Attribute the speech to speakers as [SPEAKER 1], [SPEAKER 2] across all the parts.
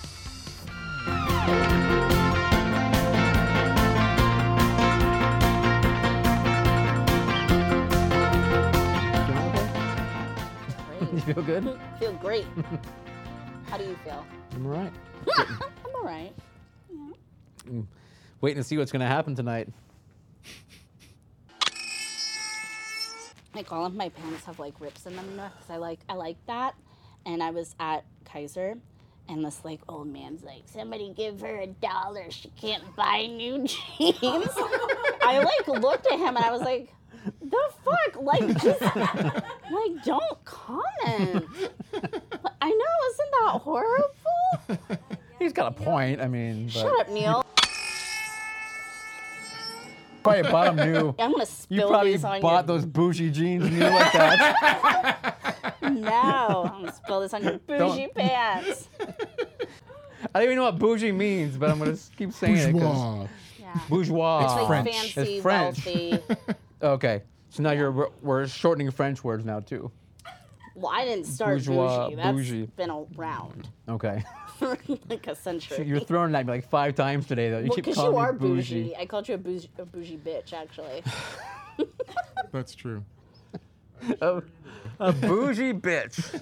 [SPEAKER 1] You
[SPEAKER 2] Great.
[SPEAKER 1] feel good?
[SPEAKER 2] feel great. How do you feel?
[SPEAKER 1] I'm all right.
[SPEAKER 2] I'm all right.
[SPEAKER 1] Waiting to see what's going to happen tonight.
[SPEAKER 2] Like all of my pants have like rips in them because I like I like that. And I was at Kaiser, and this like old man's like, somebody give her a dollar. She can't buy new jeans. I like looked at him and I was like, the fuck, like just like don't comment. I know, isn't that horrible?
[SPEAKER 1] He's got a point. I mean, but
[SPEAKER 2] Shut up, Neil.
[SPEAKER 1] probably bought them new.
[SPEAKER 2] I'm gonna
[SPEAKER 1] You
[SPEAKER 2] spill
[SPEAKER 1] probably
[SPEAKER 2] these on
[SPEAKER 1] bought
[SPEAKER 2] your
[SPEAKER 1] those bougie jeans new like that.
[SPEAKER 2] No, I'm gonna spill this on your bougie pants.
[SPEAKER 1] I don't even know what bougie means, but I'm gonna s- keep saying it. 'cause-
[SPEAKER 3] Bourgeois.
[SPEAKER 2] Yeah.
[SPEAKER 1] Bourgeois.
[SPEAKER 2] It's like
[SPEAKER 3] French.
[SPEAKER 2] fancy,
[SPEAKER 1] It's French.
[SPEAKER 2] wealthy.
[SPEAKER 1] Okay, so now you're we're- we're shortening French words now too.
[SPEAKER 2] Well, I didn't start
[SPEAKER 1] Bourgeois,
[SPEAKER 2] bougie. That's
[SPEAKER 1] bougie.
[SPEAKER 2] been around
[SPEAKER 1] Okay,
[SPEAKER 2] for like a century.
[SPEAKER 1] you're throwing that like five times today though. You
[SPEAKER 2] well,
[SPEAKER 1] keep
[SPEAKER 2] because
[SPEAKER 1] calling
[SPEAKER 2] you
[SPEAKER 1] me
[SPEAKER 2] are
[SPEAKER 1] bougie.
[SPEAKER 2] bougie. I called you a bougie, a bougie bitch, actually.
[SPEAKER 3] That's true.
[SPEAKER 1] A, Oh, a bougie bitch.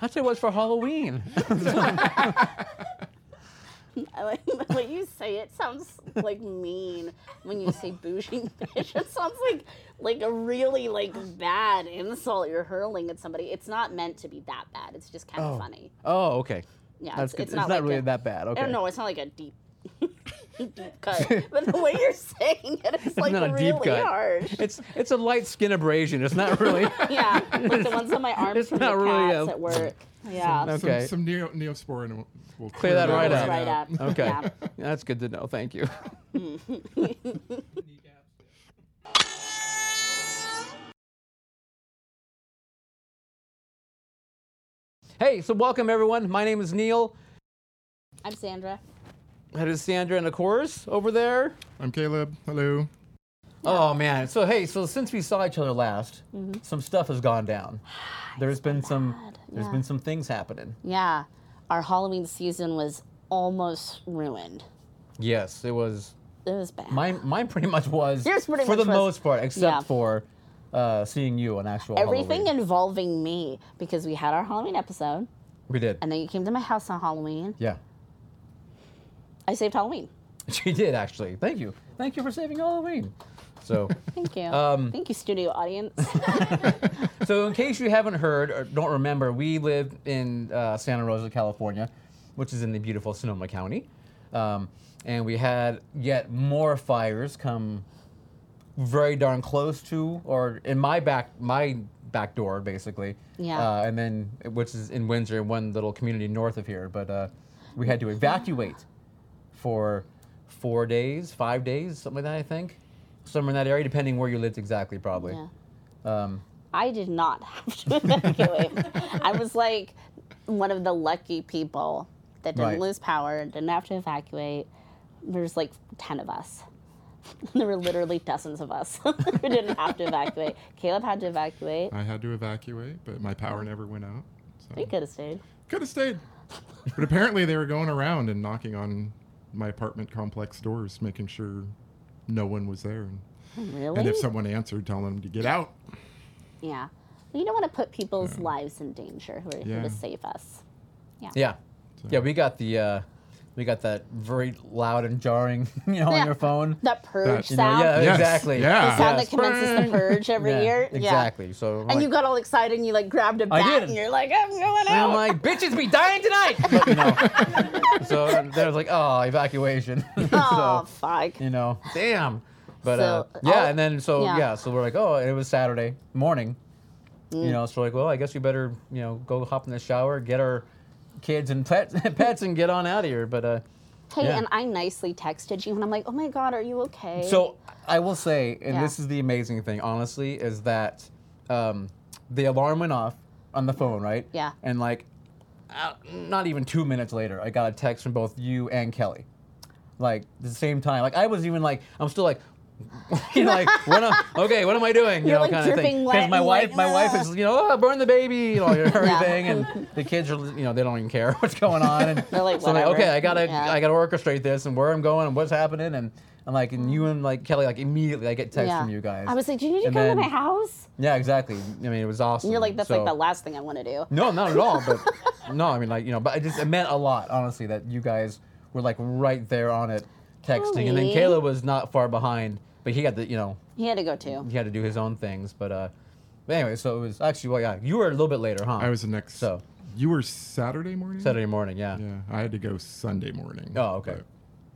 [SPEAKER 1] That's what it was for Halloween.
[SPEAKER 2] I like when you say it sounds like mean when you say bougie bitch. It sounds like like a really like bad insult you're hurling at somebody. It's not meant to be that bad. It's just kind of funny.
[SPEAKER 1] Oh, okay.
[SPEAKER 2] Yeah,
[SPEAKER 1] That's
[SPEAKER 2] it's,
[SPEAKER 1] good.
[SPEAKER 2] it's not, like
[SPEAKER 1] really
[SPEAKER 2] a-
[SPEAKER 1] that bad. Okay.
[SPEAKER 2] I don't know. It's not like a deep, deep cut, but the way you're saying it, it's like
[SPEAKER 1] not a deep
[SPEAKER 2] really
[SPEAKER 1] cut.
[SPEAKER 2] harsh.
[SPEAKER 1] It's it's a light skin abrasion. It's not really.
[SPEAKER 2] Yeah, like the ones on my arms
[SPEAKER 1] It's
[SPEAKER 2] from
[SPEAKER 1] not
[SPEAKER 2] the
[SPEAKER 1] really
[SPEAKER 2] cats
[SPEAKER 1] a-
[SPEAKER 2] at work. Yeah,
[SPEAKER 1] That's
[SPEAKER 3] Some,
[SPEAKER 1] Okay.
[SPEAKER 3] some neo, neosporin will, will
[SPEAKER 1] Clear that right
[SPEAKER 2] That's
[SPEAKER 1] up.
[SPEAKER 2] right up.
[SPEAKER 1] Okay.
[SPEAKER 2] Yeah.
[SPEAKER 1] That's good to know. Thank you. hey, so welcome everyone. My name is Neil.
[SPEAKER 2] I'm Sandra.
[SPEAKER 1] That is Sandra and of course over there.
[SPEAKER 3] I'm Caleb. Hello.
[SPEAKER 1] Oh man. So hey, so since we saw each other last,
[SPEAKER 2] Mm-hmm.
[SPEAKER 1] some stuff has gone down. There's been some there's
[SPEAKER 2] Yeah.
[SPEAKER 1] been some things happening.
[SPEAKER 2] Yeah, our Halloween season was almost ruined.
[SPEAKER 1] Yes, it was
[SPEAKER 2] It was bad.
[SPEAKER 1] Mine, mine pretty much was
[SPEAKER 2] Yours pretty
[SPEAKER 1] for
[SPEAKER 2] much
[SPEAKER 1] the
[SPEAKER 2] was-
[SPEAKER 1] most part, except
[SPEAKER 2] yeah.
[SPEAKER 1] for uh, seeing you on actual
[SPEAKER 2] Everything
[SPEAKER 1] Halloween.
[SPEAKER 2] involving me because we had our Halloween episode,
[SPEAKER 1] we did.
[SPEAKER 2] and then you came to my house on Halloween.
[SPEAKER 1] yeah,
[SPEAKER 2] I saved Halloween.
[SPEAKER 1] she did actually. Thank you, thank you for saving Halloween. So,
[SPEAKER 2] Thank you.
[SPEAKER 1] Um,
[SPEAKER 2] Thank you, studio audience.
[SPEAKER 1] so in case you haven't heard or don't remember, we live in uh, Santa Rosa, California, which is in the beautiful Sonoma County, um, and we had yet more fires come very darn close to or in my back my back door basically.
[SPEAKER 2] Yeah.
[SPEAKER 1] Uh, and then which is in Windsor, one little community north of here, but uh, we had to evacuate for four days, five days, something like that. I think somewhere in that area, depending where you lived exactly, probably.
[SPEAKER 2] Yeah.
[SPEAKER 1] Um,
[SPEAKER 2] I did not have to evacuate. I was like one of the lucky people that didn't
[SPEAKER 1] Right.
[SPEAKER 2] lose power, didn't have to evacuate. There's like 10 of us. there were literally dozens of us who didn't have to evacuate. Caleb had to evacuate.
[SPEAKER 3] I had to evacuate, but my power never went out.
[SPEAKER 2] We
[SPEAKER 3] So.
[SPEAKER 2] could have stayed.
[SPEAKER 3] Could have stayed. but apparently they were going around and knocking on my apartment complex doors, making sure no one was there. And,
[SPEAKER 2] Really?
[SPEAKER 3] and if someone answered, telling them to get out.
[SPEAKER 2] yeah. Well, you don't want to put people's lives in danger who are here
[SPEAKER 3] Yeah.
[SPEAKER 2] to save us.
[SPEAKER 1] Yeah. Yeah, we got the uh, we got that very loud and jarring, you know,
[SPEAKER 2] Yeah.
[SPEAKER 1] on your phone.
[SPEAKER 2] That purge
[SPEAKER 3] you know,
[SPEAKER 2] sound.
[SPEAKER 1] yeah,
[SPEAKER 3] Yes.
[SPEAKER 1] Oh, exactly.
[SPEAKER 2] The
[SPEAKER 3] Yeah.
[SPEAKER 2] sound
[SPEAKER 1] Yes.
[SPEAKER 2] that commences the purge every
[SPEAKER 1] Yeah,
[SPEAKER 2] year.
[SPEAKER 1] Exactly.
[SPEAKER 2] Yeah.
[SPEAKER 1] So
[SPEAKER 2] And you got all excited and you like grabbed a
[SPEAKER 1] I
[SPEAKER 2] bat
[SPEAKER 1] did.
[SPEAKER 2] and you're like, I'm going out.
[SPEAKER 1] I'm like, bitches be dying tonight. But, you know, so there's like, oh, evacuation.
[SPEAKER 2] oh,
[SPEAKER 1] so
[SPEAKER 2] fuck.
[SPEAKER 1] you know, damn. But uh,
[SPEAKER 2] So,
[SPEAKER 1] yeah,
[SPEAKER 2] I'll-
[SPEAKER 1] and then so
[SPEAKER 2] yeah.
[SPEAKER 1] yeah. so we're like, oh, it was Saturday morning.
[SPEAKER 2] Mm.
[SPEAKER 1] You know, so we're like, well, I guess we better, you know, go hop in the shower, get our kids and pets, pets and get on out of here. But uh,
[SPEAKER 2] Hey,
[SPEAKER 1] Yeah.
[SPEAKER 2] and I nicely texted you, and I'm like, oh my God, are you okay?
[SPEAKER 1] So I will say, and
[SPEAKER 2] Yeah.
[SPEAKER 1] this is the amazing thing, honestly, is that um, the alarm went off. on the phone, right?
[SPEAKER 2] Yeah.
[SPEAKER 1] And like, uh, not even two minutes later, I got a text from both you and Kelly, like the same time. Like I was even like, I'm still like. you know, like what? Am, okay, what am I doing? You
[SPEAKER 2] You're,
[SPEAKER 1] know,
[SPEAKER 2] like,
[SPEAKER 1] kind of
[SPEAKER 2] dripping
[SPEAKER 1] thing.
[SPEAKER 2] wet
[SPEAKER 1] my
[SPEAKER 2] and,
[SPEAKER 1] wife,
[SPEAKER 2] like, "Ah."
[SPEAKER 1] my wife
[SPEAKER 2] ugh.
[SPEAKER 1] is, you know, oh, burn the baby, you know, everything, and the kids are, you know, they don't even care what's going on. And
[SPEAKER 2] They're like,
[SPEAKER 1] so I'm like,
[SPEAKER 2] "Whatever."
[SPEAKER 1] okay, I gotta,
[SPEAKER 2] Yeah.
[SPEAKER 1] I gotta orchestrate this and where I'm going and what's happening, and I'm like, and you and like Kelly, like immediately, I get texts
[SPEAKER 2] Yeah.
[SPEAKER 1] from you guys.
[SPEAKER 2] I was like, do you need to
[SPEAKER 1] And
[SPEAKER 2] come
[SPEAKER 1] then-
[SPEAKER 2] to my house?
[SPEAKER 1] Yeah, exactly. I mean, it was awesome.
[SPEAKER 2] And you're like, that's
[SPEAKER 1] So-
[SPEAKER 2] like the last thing I want to do.
[SPEAKER 1] No, not at all. But no, I mean, like you know, but it just it meant a lot, honestly, that you guys were like right there on it, texting, and then
[SPEAKER 2] Really?
[SPEAKER 1] Kayla was not far behind, but he had the you know
[SPEAKER 2] He had to go too.
[SPEAKER 1] he had to do his own things, but uh, but anyway, so it was actually well, yeah, you were a little bit later, huh?
[SPEAKER 3] I was the next.
[SPEAKER 1] So
[SPEAKER 3] you were Saturday morning.
[SPEAKER 1] Saturday morning, yeah.
[SPEAKER 3] Yeah, I had to go Sunday morning.
[SPEAKER 1] Oh, okay.
[SPEAKER 3] but-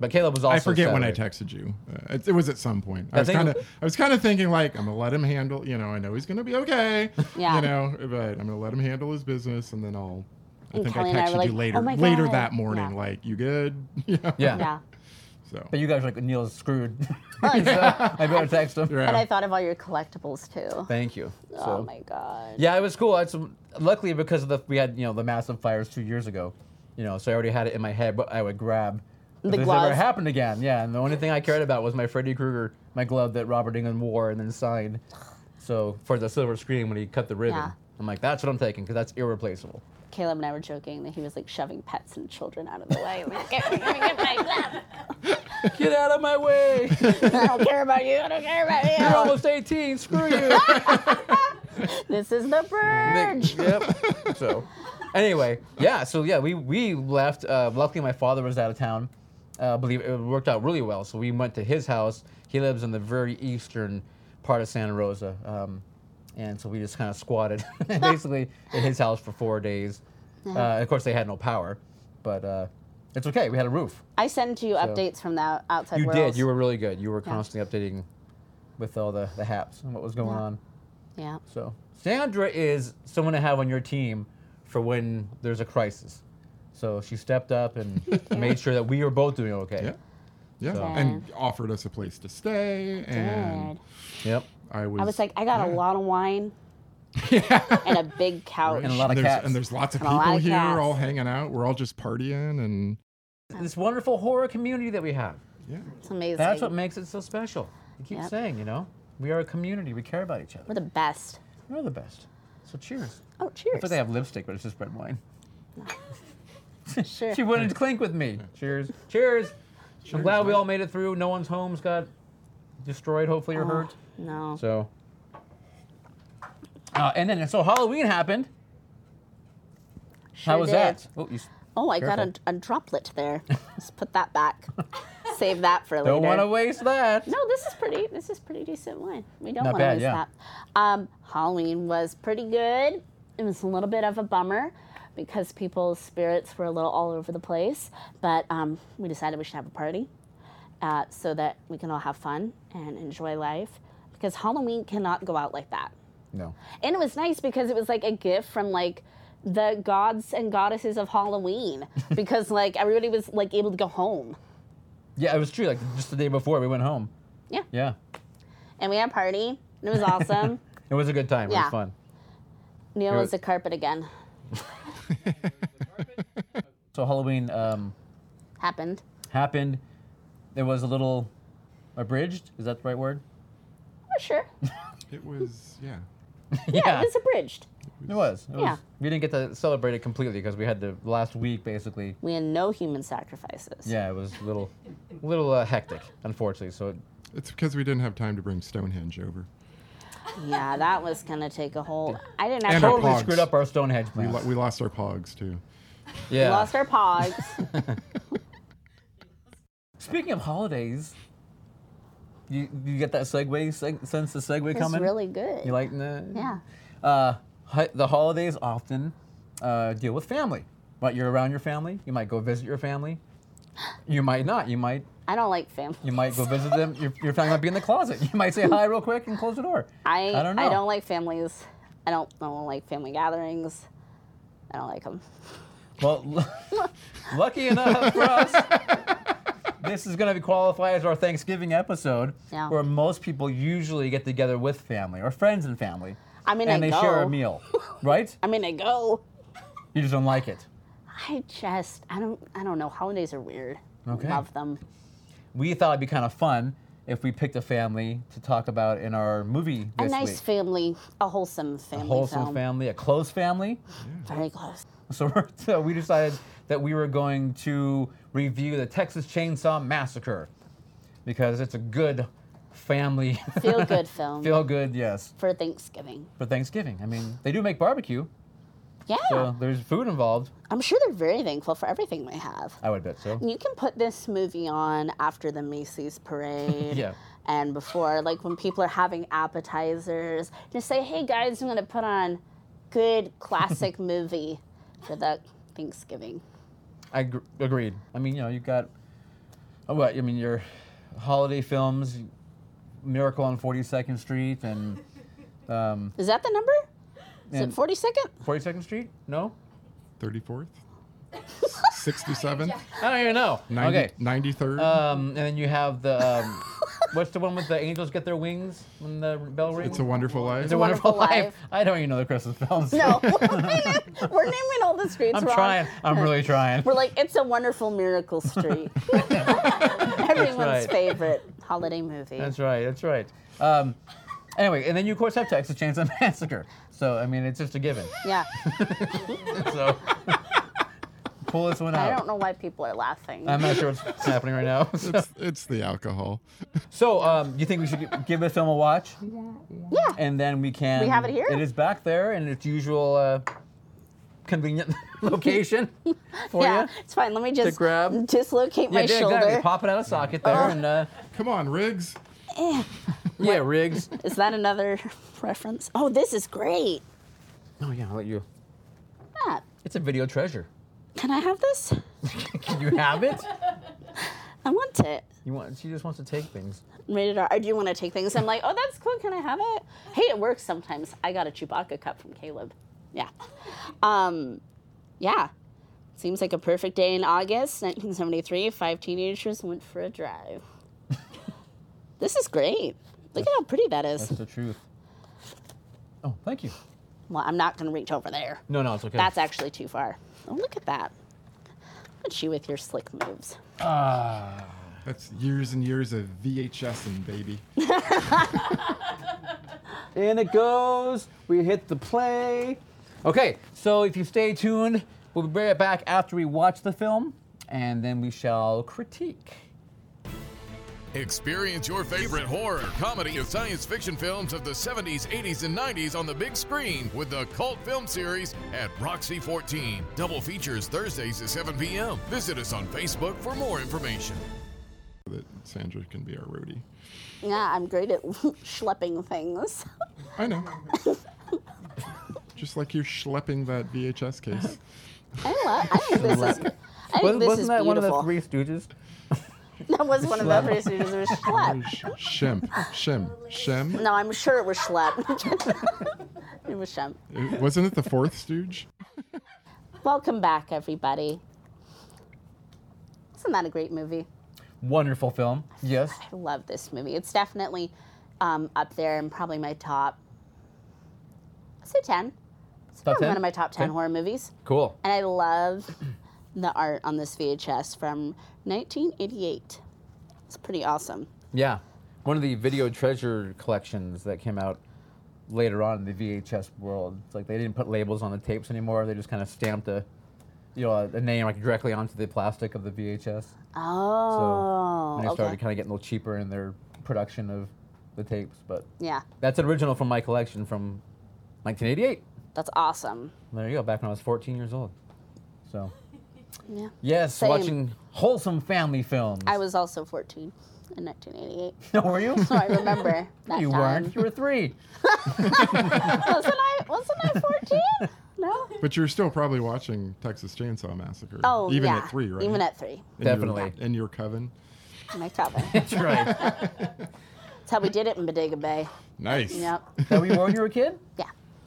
[SPEAKER 1] But Caleb was also.
[SPEAKER 3] I forget when I
[SPEAKER 1] Saturday.
[SPEAKER 3] texted you. Uh, it, it was at some point.
[SPEAKER 1] I
[SPEAKER 3] I, was
[SPEAKER 1] think-
[SPEAKER 3] kind of, I was kind of thinking like, I'm gonna let him handle. You know, I know he's gonna be okay.
[SPEAKER 2] Yeah.
[SPEAKER 3] You know, but I'm gonna let him handle his business, and then I'll. I
[SPEAKER 2] And
[SPEAKER 3] think
[SPEAKER 2] Kelly
[SPEAKER 3] I
[SPEAKER 2] and I
[SPEAKER 3] texted
[SPEAKER 2] were like,
[SPEAKER 3] you later,
[SPEAKER 2] "Oh my
[SPEAKER 3] later
[SPEAKER 2] God."
[SPEAKER 3] that morning.
[SPEAKER 2] Yeah.
[SPEAKER 3] Like, you good? You know?
[SPEAKER 1] Yeah.
[SPEAKER 2] Yeah.
[SPEAKER 3] So.
[SPEAKER 1] But you guys were like Neil's screwed. So I better text him.
[SPEAKER 3] Yeah.
[SPEAKER 2] And I thought of all your collectibles too.
[SPEAKER 1] Thank you.
[SPEAKER 2] Oh my god.
[SPEAKER 1] Yeah, it was cool. That's luckily because of the we had you know the massive fires two years ago, you know, so I already had it in my head, but I would grab. if
[SPEAKER 2] The
[SPEAKER 1] this
[SPEAKER 2] gloves.
[SPEAKER 1] ever happened again, yeah. And the only thing I cared about was my Freddy Krueger, my glove that Robert England wore and then signed. So for the silver screen when he cut the ribbon,
[SPEAKER 2] Yeah.
[SPEAKER 1] I'm like, that's what I'm taking because that's irreplaceable.
[SPEAKER 2] Caleb and I were joking that he was like shoving pets and children out of the way. Like, get, get, get my glove.
[SPEAKER 1] Get out of my way!
[SPEAKER 2] I don't care about you. I don't care about you.
[SPEAKER 1] You're almost 18. Screw you.
[SPEAKER 2] This is the
[SPEAKER 1] Nick-
[SPEAKER 2] purge.
[SPEAKER 1] yep. So, anyway, yeah. So yeah, we we left. Uh, luckily, my father was out of town. Uh, I believe it worked out really well. So we went to his house. He lives in the very eastern part of Santa Rosa, um, and so we just kind of squatted basically at his house for four days. Uh, of course, they had no power, but uh, it's okay. We had a roof.
[SPEAKER 2] I send you updates from the outside
[SPEAKER 1] You
[SPEAKER 2] world.
[SPEAKER 1] did. You were really good. You were constantly updating with all the the haps and what was going on.
[SPEAKER 2] Yeah.
[SPEAKER 1] So Sandra is someone to have on your team for when there's a crisis. So she stepped up and made sure that we were both doing okay.
[SPEAKER 3] Yeah. Yeah. And offered us a place to stay, and
[SPEAKER 2] Good.
[SPEAKER 1] Yep.
[SPEAKER 3] I was.
[SPEAKER 2] I was like, I got a
[SPEAKER 3] yeah.
[SPEAKER 2] lot of wine and a big couch.
[SPEAKER 1] And a lot of
[SPEAKER 3] there's,
[SPEAKER 1] cats.
[SPEAKER 3] And there's lots of
[SPEAKER 2] And a lot
[SPEAKER 3] people
[SPEAKER 2] of
[SPEAKER 3] here,
[SPEAKER 2] cats.
[SPEAKER 3] all hanging out. We're all just partying, and
[SPEAKER 1] This wonderful horror community that we have.
[SPEAKER 3] yeah.
[SPEAKER 2] It's amazing.
[SPEAKER 1] That's what makes it so special. You keep
[SPEAKER 2] Yep.
[SPEAKER 1] saying, you know, we are a community. We care about each
[SPEAKER 2] we're
[SPEAKER 1] other.
[SPEAKER 2] the best.
[SPEAKER 1] We're the best. So cheers.
[SPEAKER 2] Oh,
[SPEAKER 1] I
[SPEAKER 2] cheers.
[SPEAKER 1] thought they have lipstick, but it's just red wine.
[SPEAKER 2] sure.
[SPEAKER 1] She wouldn't clink with me. Cheers. Cheers. I'm glad we all made it through. No one's homes got destroyed, hopefully, or
[SPEAKER 2] Oh,
[SPEAKER 1] hurt.
[SPEAKER 2] No.
[SPEAKER 1] So, uh, and then so Halloween happened.
[SPEAKER 2] Sure
[SPEAKER 1] How was
[SPEAKER 2] did.
[SPEAKER 1] that? Oh, you s-
[SPEAKER 2] Oh, I got
[SPEAKER 1] Careful.
[SPEAKER 2] a, a droplet there. Let's put that back. Save that for later.
[SPEAKER 1] don't want to waste that.
[SPEAKER 2] No, this is pretty. This is pretty decent wine. We don't
[SPEAKER 1] Not
[SPEAKER 2] want to
[SPEAKER 1] bad,
[SPEAKER 2] waste
[SPEAKER 1] yeah.
[SPEAKER 2] that. Um, Halloween was pretty good. It was a little bit of a bummer because people's spirits were a little all over the place, but um, we decided we should have a party uh, so that we can all have fun and enjoy life because Halloween cannot go out like that.
[SPEAKER 1] No.
[SPEAKER 2] And it was nice because it was like a gift from like the gods and goddesses of Halloween because like everybody was like able to go home.
[SPEAKER 1] Yeah, it was true. Like just the day before we went home.
[SPEAKER 2] Yeah.
[SPEAKER 1] Yeah,
[SPEAKER 2] And we had a party. and It was awesome.
[SPEAKER 1] it was a good time. It
[SPEAKER 2] Yeah.
[SPEAKER 1] was fun.
[SPEAKER 2] Neil
[SPEAKER 1] You're-
[SPEAKER 2] was the carpet again.
[SPEAKER 1] So Halloween um,
[SPEAKER 2] Happened.
[SPEAKER 1] happened. There was a little abridged. Is that the right word?
[SPEAKER 2] Oh, sure.
[SPEAKER 3] It was yeah.
[SPEAKER 1] Yeah.
[SPEAKER 2] Yeah, it was abridged.
[SPEAKER 1] It was. It
[SPEAKER 2] Yeah.
[SPEAKER 1] was- We didn't get to celebrate it completely because we had the last week basically.
[SPEAKER 2] We had no human sacrifices.
[SPEAKER 1] Yeah, it was a little, little uh, hectic, unfortunately. So it,
[SPEAKER 3] It's because we didn't have time to bring Stonehenge over.
[SPEAKER 2] Yeah, that was gonna take a whole. I didn't
[SPEAKER 3] And
[SPEAKER 2] have
[SPEAKER 3] our
[SPEAKER 2] time.
[SPEAKER 1] totally
[SPEAKER 3] pogs.
[SPEAKER 1] screwed up our Stonehenge
[SPEAKER 3] We,
[SPEAKER 1] plan.
[SPEAKER 3] lo- we lost our pogs too.
[SPEAKER 1] yeah.
[SPEAKER 2] Lost our pogs.
[SPEAKER 1] Speaking of holidays, you you get that segue seg- sense the segue
[SPEAKER 2] It's
[SPEAKER 1] coming.
[SPEAKER 2] really good.
[SPEAKER 1] You like that?
[SPEAKER 2] Yeah.
[SPEAKER 1] Uh, hi- the holidays often uh, deal with family. But you're around your family. You might go visit your family. You might not. You might
[SPEAKER 2] I don't like family.
[SPEAKER 1] you might go visit them. Your, your family might be in the closet. You might say hi real quick and close the door.
[SPEAKER 2] I
[SPEAKER 1] I don't know.
[SPEAKER 2] like families. I don't. I don't like family gatherings. I don't like them.
[SPEAKER 1] Well, lucky enough for us, this is going to qualify as our Thanksgiving episode,
[SPEAKER 2] Yeah.
[SPEAKER 1] where most people usually get together with family or friends and family.
[SPEAKER 2] I mean,
[SPEAKER 1] and
[SPEAKER 2] I
[SPEAKER 1] they
[SPEAKER 2] go.
[SPEAKER 1] share a meal, right?
[SPEAKER 2] I mean, I go.
[SPEAKER 1] You just don't like it.
[SPEAKER 2] I just, I don't, I don't know. Holidays are weird.
[SPEAKER 1] Okay.
[SPEAKER 2] Love them.
[SPEAKER 1] We thought it'd be kind of fun if we picked a family to talk about in our movie
[SPEAKER 2] A
[SPEAKER 1] this
[SPEAKER 2] nice
[SPEAKER 1] week.
[SPEAKER 2] family, a wholesome family
[SPEAKER 1] Wholesome
[SPEAKER 2] film.
[SPEAKER 1] family, a close family.
[SPEAKER 2] Very close.
[SPEAKER 1] So, we're- so we decided that we were going to review the Texas Chainsaw Massacre because it's a good family
[SPEAKER 2] Feel good film
[SPEAKER 1] feel good, yes,
[SPEAKER 2] for Thanksgiving.
[SPEAKER 1] for Thanksgiving. I mean, they do make barbecue,
[SPEAKER 2] Yeah.
[SPEAKER 1] so there's food involved.
[SPEAKER 2] I'm sure they're very thankful for everything they have.
[SPEAKER 1] I would bet so.
[SPEAKER 2] You can put this movie on after the Macy's parade.
[SPEAKER 1] Yeah.
[SPEAKER 2] And before, like when people are having appetizers, just say, hey guys, I'm going to put on good classic movie for the Thanksgiving.
[SPEAKER 1] I gr- agreed. I mean, you know, you've got, oh, what? I mean, your holiday films, Miracle on 42nd Street and um,
[SPEAKER 2] Is that the number? Is
[SPEAKER 1] And-
[SPEAKER 2] it 42nd?
[SPEAKER 1] 42nd Street? No,
[SPEAKER 3] 34th, 67th,
[SPEAKER 1] I don't even know.
[SPEAKER 3] 90,
[SPEAKER 1] okay.
[SPEAKER 3] 93rd.
[SPEAKER 1] Um, and then you have the um, what's the one with the angels get their wings when the bell rings?
[SPEAKER 3] it's a wonderful life.
[SPEAKER 1] It's a Wonderful,
[SPEAKER 2] Wonderful
[SPEAKER 1] life.
[SPEAKER 2] Life.
[SPEAKER 1] I don't even know the Christmas films.
[SPEAKER 2] No. We're naming all the streets
[SPEAKER 1] I'm
[SPEAKER 2] wrong.
[SPEAKER 1] trying. I'm really trying.
[SPEAKER 2] We're like, it's a wonderful miracle street. Everyone's
[SPEAKER 1] right.
[SPEAKER 2] favorite holiday movie.
[SPEAKER 1] That's right. That's right. Um, anyway, and then you of course have Texas Chainsaw Massacre. So I mean, it's just a given.
[SPEAKER 2] yeah.
[SPEAKER 1] So pull this one out.
[SPEAKER 2] I don't know why people are laughing.
[SPEAKER 1] I'm not sure what's happening right now. So,
[SPEAKER 3] It's, it's the alcohol.
[SPEAKER 1] so um, you think we should gi- give the film a watch,
[SPEAKER 2] yeah.
[SPEAKER 1] and then we can.
[SPEAKER 2] We have it here?
[SPEAKER 1] It is back there in its usual uh, convenient location for
[SPEAKER 2] yeah,
[SPEAKER 1] you.
[SPEAKER 2] it's fine. Let me just
[SPEAKER 1] grab-
[SPEAKER 2] dislocate my
[SPEAKER 1] yeah, yeah,
[SPEAKER 2] shoulder. Oh.
[SPEAKER 1] exactly. Pop it out of socket there, and uh,
[SPEAKER 3] Come on, Riggs.
[SPEAKER 1] yeah, rigs.
[SPEAKER 2] Is that another reference? Oh, this is great.
[SPEAKER 1] Oh yeah, I'll let you.
[SPEAKER 2] Ah,
[SPEAKER 1] It's a video treasure.
[SPEAKER 2] can I have this?
[SPEAKER 1] You have it.
[SPEAKER 2] I want it.
[SPEAKER 1] You want? She just wants to take things.
[SPEAKER 2] Rated R. I do want to take things. I'm like, oh, that's cool. Can I have it? Hey, it works sometimes. I got a Chewbacca cup from Caleb. Yeah. Um, yeah. Seems like a perfect day in August, 1973. Five teenagers went for a drive. this is great. Look at how pretty that is.
[SPEAKER 1] That's the truth. Oh, thank you.
[SPEAKER 2] Well, I'm not going to reach over there.
[SPEAKER 1] No, no, it's okay.
[SPEAKER 2] That's actually too far. Oh, look at that. Look at you with your slick moves.
[SPEAKER 3] That's years and years of VHS and baby.
[SPEAKER 1] In it goes. We hit the play. Okay, so if you stay tuned, we'll be right back after we watch the film, and then we shall critique.
[SPEAKER 4] Experience your favorite horror, comedy, and science fiction films of the 70s, 80s, and 90s on the big screen with the Cult Film Series at Roxy 14. Double features Thursdays at 7 p.m. Visit us on Facebook for more information.
[SPEAKER 3] So that Sandra can be our roadie.
[SPEAKER 2] Yeah, I'm great at schlepping things.
[SPEAKER 3] I know. Just like you're schlepping that VHS case.
[SPEAKER 2] I love. I think this is. I think
[SPEAKER 1] Wasn't,
[SPEAKER 2] this
[SPEAKER 1] wasn't
[SPEAKER 2] is
[SPEAKER 1] that
[SPEAKER 2] beautiful.
[SPEAKER 1] one of the Three Stooges?
[SPEAKER 2] That was one of the first students. It was schlep.
[SPEAKER 3] Sh- Shemp. Shem. Shem.
[SPEAKER 2] No, I'm sure it was schlep. it was shemp.
[SPEAKER 3] It- Wasn't it the fourth stooge?
[SPEAKER 2] Welcome back, everybody. Isn't that a great movie?
[SPEAKER 1] Wonderful film. Yes.
[SPEAKER 2] I love this movie. It's definitely um, up there and probably my top. I'd say ten. It's
[SPEAKER 1] Top
[SPEAKER 2] probably
[SPEAKER 1] 10?
[SPEAKER 2] one of my top ten
[SPEAKER 1] Okay.
[SPEAKER 2] horror movies.
[SPEAKER 1] Cool.
[SPEAKER 2] And I love the art on this VHS from 1988. It's pretty awesome.
[SPEAKER 1] Yeah. One of the video treasure collections that came out later on in the VHS world. It's like they didn't put labels on the tapes anymore. They just kind of stamped a, you know, a name like directly onto the plastic of the VHS. So
[SPEAKER 2] Oh,
[SPEAKER 1] and they started
[SPEAKER 2] okay.
[SPEAKER 1] kind of getting a little cheaper in their production of the tapes. But
[SPEAKER 2] Yeah,
[SPEAKER 1] that's an original from my collection from 1988.
[SPEAKER 2] that's awesome.
[SPEAKER 1] There you go. Back when I was 14 years old. So
[SPEAKER 2] Yeah.
[SPEAKER 1] yes,
[SPEAKER 2] Same.
[SPEAKER 1] watching wholesome family films.
[SPEAKER 2] I was also 14 in 1988.
[SPEAKER 1] No, were you?
[SPEAKER 2] So I remember that
[SPEAKER 1] you
[SPEAKER 2] time.
[SPEAKER 1] weren't. You were three.
[SPEAKER 2] Wasn't I? Wasn't I 14? No.
[SPEAKER 3] But you're still probably watching Texas Chainsaw Massacre.
[SPEAKER 2] Oh,
[SPEAKER 3] Even
[SPEAKER 2] yeah.
[SPEAKER 3] at three, right?
[SPEAKER 2] Even at three.
[SPEAKER 3] In your-
[SPEAKER 1] Definitely.
[SPEAKER 3] in your coven.
[SPEAKER 2] My cover. That's
[SPEAKER 1] That's right.
[SPEAKER 2] how we did it in Bodega Bay.
[SPEAKER 3] Nice.
[SPEAKER 2] Yep.
[SPEAKER 1] that we were when you were a kid?
[SPEAKER 2] Yeah.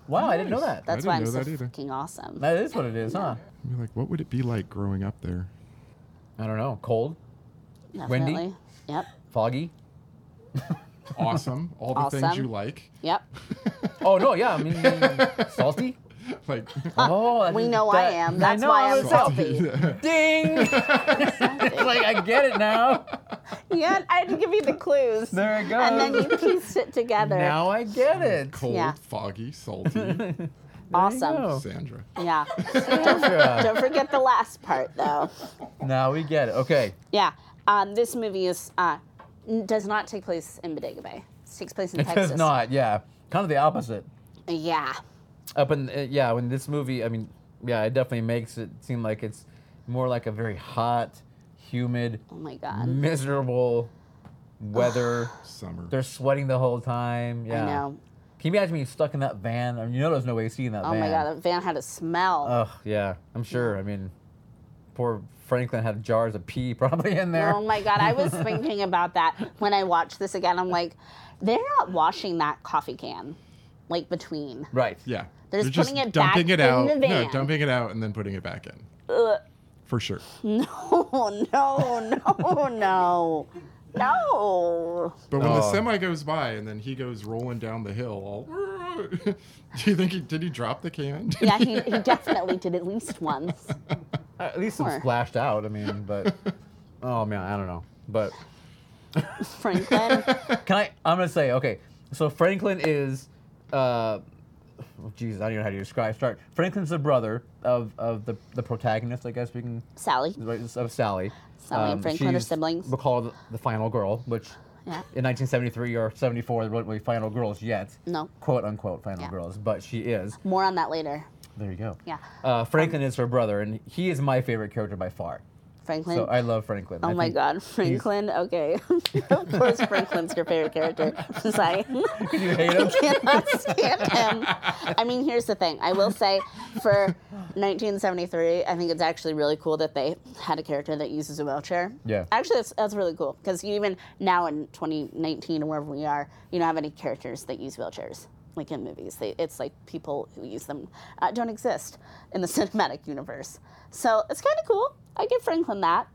[SPEAKER 1] Wow, I didn't know
[SPEAKER 3] Nice.
[SPEAKER 1] that.
[SPEAKER 2] That's
[SPEAKER 3] didn't
[SPEAKER 2] why I'm
[SPEAKER 3] know
[SPEAKER 2] so
[SPEAKER 3] that either.
[SPEAKER 2] fucking awesome.
[SPEAKER 1] That is what it is, huh?
[SPEAKER 3] You're like, what would it be like growing up there?
[SPEAKER 1] I don't know. Cold,
[SPEAKER 2] Definitely.
[SPEAKER 1] Wendy?
[SPEAKER 2] Yep.
[SPEAKER 1] foggy.
[SPEAKER 3] awesome, all the things
[SPEAKER 2] Awesome.
[SPEAKER 3] you like.
[SPEAKER 2] Yep.
[SPEAKER 1] Oh no, yeah. I mean, salty.
[SPEAKER 3] Like
[SPEAKER 1] Oh, that-
[SPEAKER 2] We know I
[SPEAKER 1] that-
[SPEAKER 2] am.
[SPEAKER 1] I
[SPEAKER 2] That's
[SPEAKER 1] know
[SPEAKER 2] why I'm
[SPEAKER 1] it's
[SPEAKER 2] salty.
[SPEAKER 1] Ding! it's like I get it now.
[SPEAKER 2] yeah, I had to give you the clues.
[SPEAKER 1] There it
[SPEAKER 2] And then
[SPEAKER 1] goes.
[SPEAKER 2] you pieced it together.
[SPEAKER 1] Now I get it.
[SPEAKER 3] cold,
[SPEAKER 2] Yeah.
[SPEAKER 3] foggy, salty,
[SPEAKER 2] awesome.
[SPEAKER 1] go.
[SPEAKER 3] Sandra.
[SPEAKER 2] Yeah. Don't forget the last part though.
[SPEAKER 1] Now we get it. Okay.
[SPEAKER 2] Yeah. Um, this movie is uh, n- does not take place in Bodega Bay. It takes place in
[SPEAKER 1] It
[SPEAKER 2] Texas.
[SPEAKER 1] does not. Yeah. Kind of the opposite.
[SPEAKER 2] Yeah.
[SPEAKER 1] Up in uh, yeah, when this movie, I mean, yeah, it definitely makes it seem like it's more like a very hot, humid,
[SPEAKER 2] Oh my god.
[SPEAKER 1] Mm, miserable weather.
[SPEAKER 3] Summer.
[SPEAKER 1] They're sweating the whole time. Yeah.
[SPEAKER 2] know.
[SPEAKER 1] Can you imagine being stuck in that van? I mean, you know, there's no way seeing that
[SPEAKER 2] Oh
[SPEAKER 1] van.
[SPEAKER 2] my god, that van had a smell. Oh
[SPEAKER 1] Ugh, yeah, I'm sure. I mean, poor Franklin had jars of pee probably in there.
[SPEAKER 2] Oh my god, I was thinking about that when I watched this again. I'm like, they're not washing that coffee can, like between.
[SPEAKER 1] Right.
[SPEAKER 3] Yeah.
[SPEAKER 2] They're just
[SPEAKER 3] just
[SPEAKER 2] putting it back
[SPEAKER 3] dumping
[SPEAKER 2] in
[SPEAKER 3] it
[SPEAKER 2] the
[SPEAKER 3] out. No,
[SPEAKER 2] van.
[SPEAKER 3] dumping it out and then putting it back in. For sure.
[SPEAKER 2] Oh no, no, no, no.
[SPEAKER 3] But when the
[SPEAKER 1] Oh.
[SPEAKER 3] semi goes by and then he goes rolling down the hill, all, do you think he did he drop the can?
[SPEAKER 2] Yeah, he, he definitely did at least once.
[SPEAKER 1] Uh, At least
[SPEAKER 2] Sure.
[SPEAKER 1] it splashed out. I mean, but oh man, I don't know. But
[SPEAKER 2] Franklin.
[SPEAKER 1] can I? I'm gonna say okay. So Franklin is, uh, oh, Jesus, I don't even know how to describe. Start. Franklin's the brother of of the the protagonist, I guess we can.
[SPEAKER 2] Sally.
[SPEAKER 1] right, Of Sally. Um,
[SPEAKER 2] Sally and Franklin are
[SPEAKER 1] she's
[SPEAKER 2] siblings.
[SPEAKER 1] Recalled the final girl, which.
[SPEAKER 2] Yeah.
[SPEAKER 1] In 1973 or 74, there weren't really final girls yet.
[SPEAKER 2] No.
[SPEAKER 1] Quote unquote final
[SPEAKER 2] Yeah.
[SPEAKER 1] girls, but she is.
[SPEAKER 2] More on that later.
[SPEAKER 1] There you go.
[SPEAKER 2] Yeah.
[SPEAKER 1] Uh, Franklin is her brother, and he is my favorite character by far.
[SPEAKER 2] Franklin.
[SPEAKER 1] So I love Franklin.
[SPEAKER 2] Oh
[SPEAKER 1] I
[SPEAKER 2] my
[SPEAKER 1] think
[SPEAKER 2] God,
[SPEAKER 1] he's-
[SPEAKER 2] Franklin. Okay, of course Franklin's your favorite character. I'm sorry.
[SPEAKER 1] You hate him?
[SPEAKER 2] cannot stand him. I mean, here's the thing. I will say, for 1973, I think it's actually really cool that they had a character that uses a wheelchair.
[SPEAKER 1] Yeah.
[SPEAKER 2] Actually, that's, that's really cool because even now in 2019 or wherever we are, you don't have any characters that use wheelchairs like in movies. They, it's like people who use them uh, don't exist in the cinematic universe. So it's kind of cool. I give Franklin that.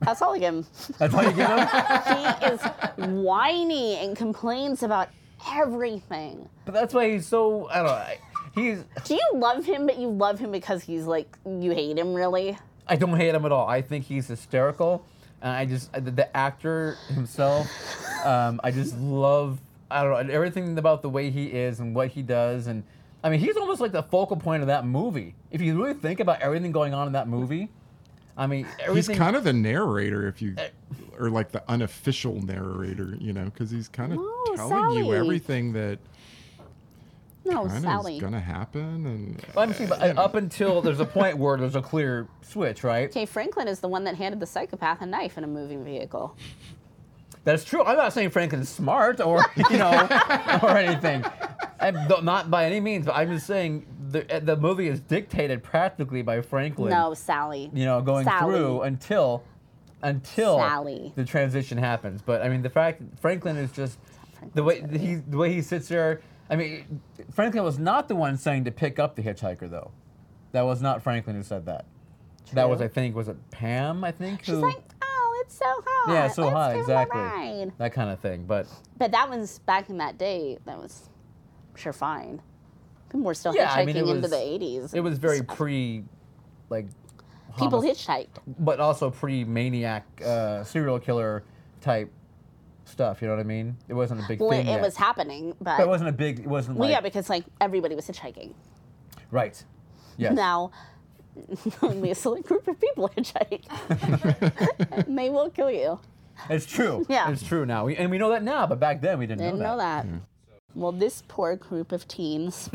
[SPEAKER 2] That's all I give him.
[SPEAKER 1] That's why you give him.
[SPEAKER 2] he is whiny and complains about everything.
[SPEAKER 1] But that's why he's so. I don't know. I- He's.
[SPEAKER 2] Do you love him, but you love him because he's like, you hate him, really?
[SPEAKER 1] I don't hate him at all. I think he's hysterical, and I just the, the actor himself. Um, I just love. I don't know everything about the way he is and what he does, and I mean he's almost like the focal point of that movie. If you really think about everything going on in that movie, I mean
[SPEAKER 3] he's
[SPEAKER 1] everything.
[SPEAKER 3] kind of the narrator if you
[SPEAKER 2] Uh,
[SPEAKER 3] or like the unofficial narrator, you know, because he's kind of
[SPEAKER 2] No,
[SPEAKER 3] telling you
[SPEAKER 2] Sally.
[SPEAKER 3] everything that
[SPEAKER 2] No,
[SPEAKER 3] kind of
[SPEAKER 2] Sally.
[SPEAKER 3] is gonna happen and
[SPEAKER 1] Well, I'm saying, but uh, up until there's a point where there's a clear switch, right?
[SPEAKER 2] Okay, Franklin is the one that handed the psychopath a knife in a moving vehicle.
[SPEAKER 1] That's true. I'm not saying Franklin's smart or you know or anything. And th- not by any means, but I'm just saying the uh, the movie is dictated practically by Franklin.
[SPEAKER 2] No, Sally.
[SPEAKER 1] you know, going
[SPEAKER 2] Sally.
[SPEAKER 1] through until until
[SPEAKER 2] Sally.
[SPEAKER 1] the transition happens. But I mean, the fact Franklin is just the way he the way he sits there. I mean, Franklin was not the one saying to pick up the hitchhiker though. That was not Franklin who said that. That was,
[SPEAKER 2] True.
[SPEAKER 1] I think, was it Pam? I think
[SPEAKER 2] She's
[SPEAKER 1] who-
[SPEAKER 2] like, oh, it's so hot.
[SPEAKER 1] yeah, so
[SPEAKER 2] Let's
[SPEAKER 1] hot,
[SPEAKER 2] give him a
[SPEAKER 1] exactly.
[SPEAKER 2] ride."
[SPEAKER 1] That kind of thing. But
[SPEAKER 2] But that was back in that day. That was I'm sure fine. People were still
[SPEAKER 1] Yeah,
[SPEAKER 2] hitchhiking
[SPEAKER 1] I mean, it
[SPEAKER 2] into
[SPEAKER 1] was-
[SPEAKER 2] the 80s.
[SPEAKER 1] it was very pre, like,
[SPEAKER 2] People
[SPEAKER 1] homic-
[SPEAKER 2] hitchhiked.
[SPEAKER 1] but also pre maniac uh, serial killer type stuff. You know what I mean? It wasn't a big
[SPEAKER 2] Well,
[SPEAKER 1] thing.
[SPEAKER 2] it,
[SPEAKER 1] yet.
[SPEAKER 2] was happening, but.
[SPEAKER 1] But it wasn't a big. It wasn't
[SPEAKER 2] well,
[SPEAKER 1] like
[SPEAKER 2] yeah, because like everybody was hitchhiking.
[SPEAKER 1] right. Yes.
[SPEAKER 2] Now, only a select group of people hitchhike. and they will kill you.
[SPEAKER 1] It's true.
[SPEAKER 2] Yeah.
[SPEAKER 1] It's true now. We, and we know that now, but back then we didn't,
[SPEAKER 2] Didn't know that.
[SPEAKER 1] Mm-hmm.
[SPEAKER 2] Well, this poor group of teens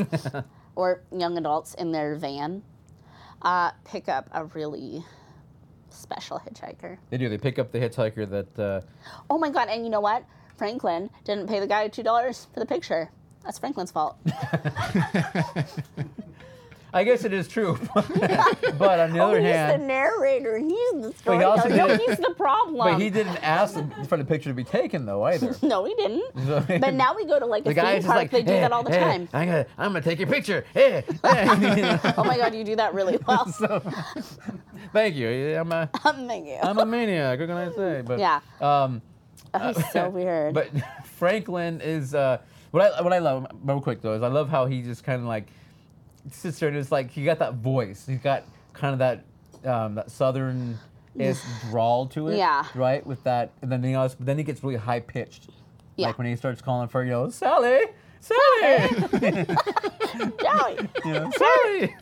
[SPEAKER 2] or young adults in their van uh, pick up a really special hitchhiker.
[SPEAKER 1] They do. They pick up the hitchhiker that. Uh,
[SPEAKER 2] Oh my God, and you know what? Franklin didn't pay the guy $2 for the picture. That's Franklin's fault.
[SPEAKER 1] I guess it is true. but on the other
[SPEAKER 2] Oh, he's the
[SPEAKER 1] hand,
[SPEAKER 2] narrator. He's the
[SPEAKER 1] But he also
[SPEAKER 2] storyteller. No,
[SPEAKER 1] did-
[SPEAKER 2] he's the problem.
[SPEAKER 1] but he didn't ask for the picture to be taken though either.
[SPEAKER 2] No, he didn't. but now we go to like a
[SPEAKER 1] The guy
[SPEAKER 2] theme park.
[SPEAKER 1] is just like,
[SPEAKER 2] they do
[SPEAKER 1] "Eh,
[SPEAKER 2] that all the
[SPEAKER 1] eh,
[SPEAKER 2] time.
[SPEAKER 1] I'm gonna, I'm gonna take your picture. Eh, eh."
[SPEAKER 2] Oh my God, you do that really well.
[SPEAKER 1] Thank you. Yeah, I'm a,
[SPEAKER 2] Um, Thank you.
[SPEAKER 1] I'm a maniac. What can I say? But
[SPEAKER 2] Yeah.
[SPEAKER 1] Um,
[SPEAKER 2] Oh, it's so weird.
[SPEAKER 1] But Franklin is uh, what I what I love real quick though is I love how he just kind of like sits there and it's like he got that voice. He's got kind of that um, that southern is drawl to it.
[SPEAKER 2] Yeah.
[SPEAKER 1] Right with that, and then he also, then he gets really high pitched.
[SPEAKER 2] Yeah.
[SPEAKER 1] Like when he starts calling for you know Sally, Sally,
[SPEAKER 2] Joey.
[SPEAKER 1] you know, Sally.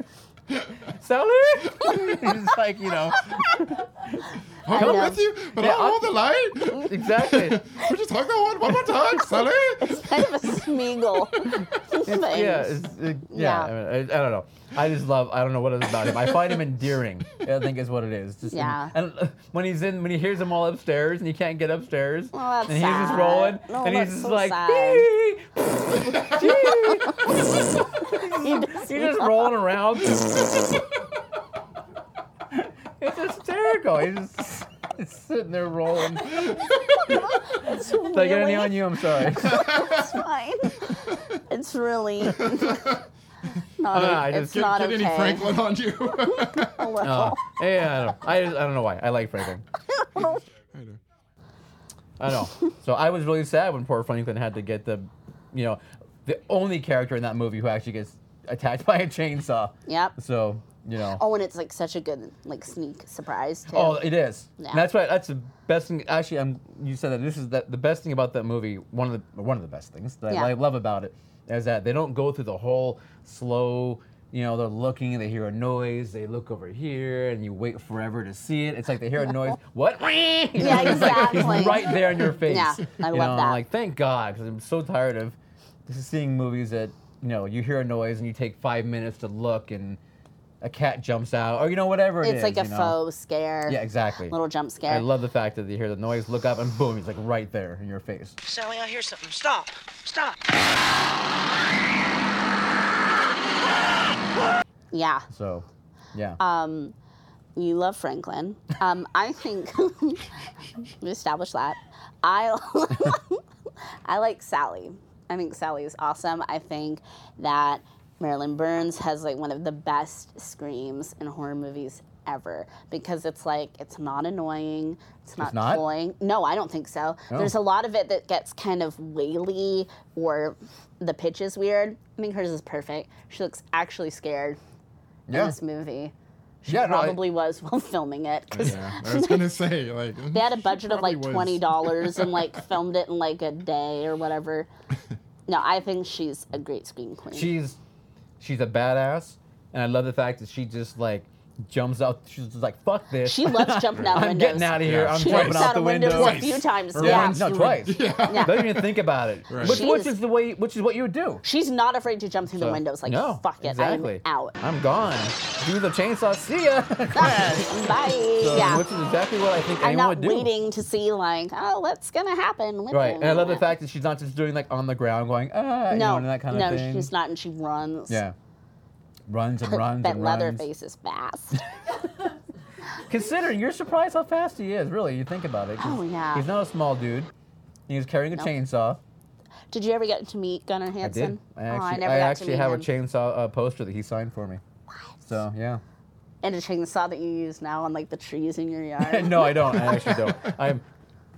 [SPEAKER 1] Sally, he's like you know
[SPEAKER 3] I'm
[SPEAKER 2] know.
[SPEAKER 3] with you, but
[SPEAKER 1] Yeah,
[SPEAKER 3] I don't want the light.
[SPEAKER 1] exactly.
[SPEAKER 3] We're just talking about one, one more time, Sally.
[SPEAKER 2] kind of a smeagol. But
[SPEAKER 1] yeah,
[SPEAKER 2] anyways.
[SPEAKER 1] it's, it, yeah.
[SPEAKER 2] Yeah.
[SPEAKER 1] I, mean, I, I don't know. I just love. I don't know what it is about him. I find him endearing. I think is what it is. Just en-
[SPEAKER 2] Yeah.
[SPEAKER 1] and uh, when he's in, when he hears them all upstairs, and he can't get upstairs,
[SPEAKER 2] Oh, that's
[SPEAKER 1] and he's just
[SPEAKER 2] sad.
[SPEAKER 1] rolling,
[SPEAKER 2] No,
[SPEAKER 1] and he's
[SPEAKER 2] that's
[SPEAKER 1] just
[SPEAKER 2] so
[SPEAKER 1] like,
[SPEAKER 2] sad.
[SPEAKER 1] "Hee, hee."
[SPEAKER 2] He does-
[SPEAKER 1] he's just rolling around. it's hysterical. He's just he's sitting there rolling.
[SPEAKER 2] it's
[SPEAKER 1] Like
[SPEAKER 2] really-
[SPEAKER 1] any on you, I'm sorry.
[SPEAKER 2] It's fine. It's really not.
[SPEAKER 1] don't know,
[SPEAKER 2] o-
[SPEAKER 1] I
[SPEAKER 2] it's
[SPEAKER 1] Uh, just-
[SPEAKER 3] Get,
[SPEAKER 2] not
[SPEAKER 3] get
[SPEAKER 2] okay. Oh,
[SPEAKER 3] any Franklin on you.
[SPEAKER 2] A little.
[SPEAKER 1] Uh, yeah, I don't, I, I don't know why. I like Franklin.
[SPEAKER 3] I know.
[SPEAKER 1] I know. so I was really sad when poor Franklin had to get the, you know, the only character in that movie who actually gets attacked by a chainsaw.
[SPEAKER 2] Yep.
[SPEAKER 1] So you know.
[SPEAKER 2] Oh, and it's like such a good like sneak surprise too.
[SPEAKER 1] Oh, it is.
[SPEAKER 2] Yeah.
[SPEAKER 1] And that's why. That's the best thing. Actually, I'm. You said that this is the, the best thing about that movie. One of the one of the best things that
[SPEAKER 2] Yeah.
[SPEAKER 1] I love about it is that they don't go through the whole slow. You know, they're looking. They hear a noise. They look over here, and you wait forever to see it. It's like they hear a noise. What? Yeah,
[SPEAKER 2] exactly.
[SPEAKER 1] right there in your face.
[SPEAKER 2] Yeah, I
[SPEAKER 1] you know,
[SPEAKER 2] love that.
[SPEAKER 1] Like, thank God, because I'm so tired of seeing movies that you know you hear a noise and you take five minutes to look and. A cat jumps out, or you know whatever it
[SPEAKER 2] it's
[SPEAKER 1] is,
[SPEAKER 2] like a
[SPEAKER 1] you know?
[SPEAKER 2] faux scare.
[SPEAKER 1] Yeah, exactly.
[SPEAKER 2] Little jump scare.
[SPEAKER 1] I love the fact that you hear the noise, look up, and boom, he's like right there in your face.
[SPEAKER 5] Sally, I hear something. Stop! Stop!
[SPEAKER 2] yeah.
[SPEAKER 1] So, yeah.
[SPEAKER 2] Um, You love Franklin. Um, I think we established that. I I like Sally. I think Sally is awesome. I think that Marilyn Burns has like one of the best screams in horror movies ever because it's like it's not annoying. It's not,
[SPEAKER 1] not?
[SPEAKER 2] cloying. No, I don't think so.
[SPEAKER 1] Oh.
[SPEAKER 2] There's a lot of it that gets kind of waily or the pitch is weird. I think hers is perfect. She looks actually scared in
[SPEAKER 1] yeah.
[SPEAKER 2] this movie. She
[SPEAKER 1] Yeah, no, I-
[SPEAKER 2] probably was while filming it because
[SPEAKER 3] Yeah, I was gonna say like
[SPEAKER 2] they had a budget of like
[SPEAKER 3] Probably
[SPEAKER 2] twenty dollars and like filmed it in like a day or whatever. No, I think she's a great screen queen.
[SPEAKER 1] She's she's a badass, and I love the fact that she just like jumps out. She's just like, fuck this.
[SPEAKER 2] she loves jumping out of
[SPEAKER 1] I'm
[SPEAKER 2] windows.
[SPEAKER 1] getting out of here.
[SPEAKER 3] Yeah.
[SPEAKER 1] I'm
[SPEAKER 2] She
[SPEAKER 1] jumping
[SPEAKER 2] jumps
[SPEAKER 1] out the
[SPEAKER 2] of
[SPEAKER 1] window.
[SPEAKER 2] windows a few times.
[SPEAKER 3] Or
[SPEAKER 2] Yeah.
[SPEAKER 3] once.
[SPEAKER 1] No,
[SPEAKER 3] Through
[SPEAKER 1] twice.
[SPEAKER 3] it. Yeah.
[SPEAKER 2] Yeah.
[SPEAKER 1] Don't even think about it.
[SPEAKER 3] Right.
[SPEAKER 1] Which, which
[SPEAKER 2] She's-
[SPEAKER 1] is the way. Which is what you would do.
[SPEAKER 2] She's not afraid to jump through the windows. Like
[SPEAKER 1] no,
[SPEAKER 2] fuck it,
[SPEAKER 1] exactly.
[SPEAKER 2] I'm out.
[SPEAKER 1] I'm gone. Do the chainsaw. See ya.
[SPEAKER 2] Bye.
[SPEAKER 1] So,
[SPEAKER 2] yeah.
[SPEAKER 1] Which is exactly what I think
[SPEAKER 2] I'm
[SPEAKER 1] anyone
[SPEAKER 2] not
[SPEAKER 1] would do.
[SPEAKER 2] waiting to see like, oh, what's gonna happen? Wait a
[SPEAKER 1] Right, and I love the
[SPEAKER 2] minute.
[SPEAKER 1] fact that she's not just doing like on the ground, going ah, you know,
[SPEAKER 2] No,
[SPEAKER 1] and that kind
[SPEAKER 2] no,
[SPEAKER 1] of thing.
[SPEAKER 2] she's not, and she runs.
[SPEAKER 1] Yeah. Runs and runs
[SPEAKER 2] That
[SPEAKER 1] and runs.
[SPEAKER 2] Leatherface is fast.
[SPEAKER 1] Considering you're surprised how fast he is, really. You think about it. 'cause
[SPEAKER 2] Oh, yeah.
[SPEAKER 1] He's not a small dude. He was carrying a
[SPEAKER 2] Nope.
[SPEAKER 1] chainsaw.
[SPEAKER 2] Did you ever get to meet Gunnar
[SPEAKER 1] I did.
[SPEAKER 2] Hansen?
[SPEAKER 1] I
[SPEAKER 2] oh, I
[SPEAKER 1] actually,
[SPEAKER 2] never
[SPEAKER 1] I
[SPEAKER 2] got to
[SPEAKER 1] actually
[SPEAKER 2] meet
[SPEAKER 1] have
[SPEAKER 2] him.
[SPEAKER 1] a chainsaw uh, poster that he signed for me. So yeah.
[SPEAKER 2] and a chainsaw that you use now on like the trees in your yard.
[SPEAKER 1] no, I don't. I actually don't. I'm,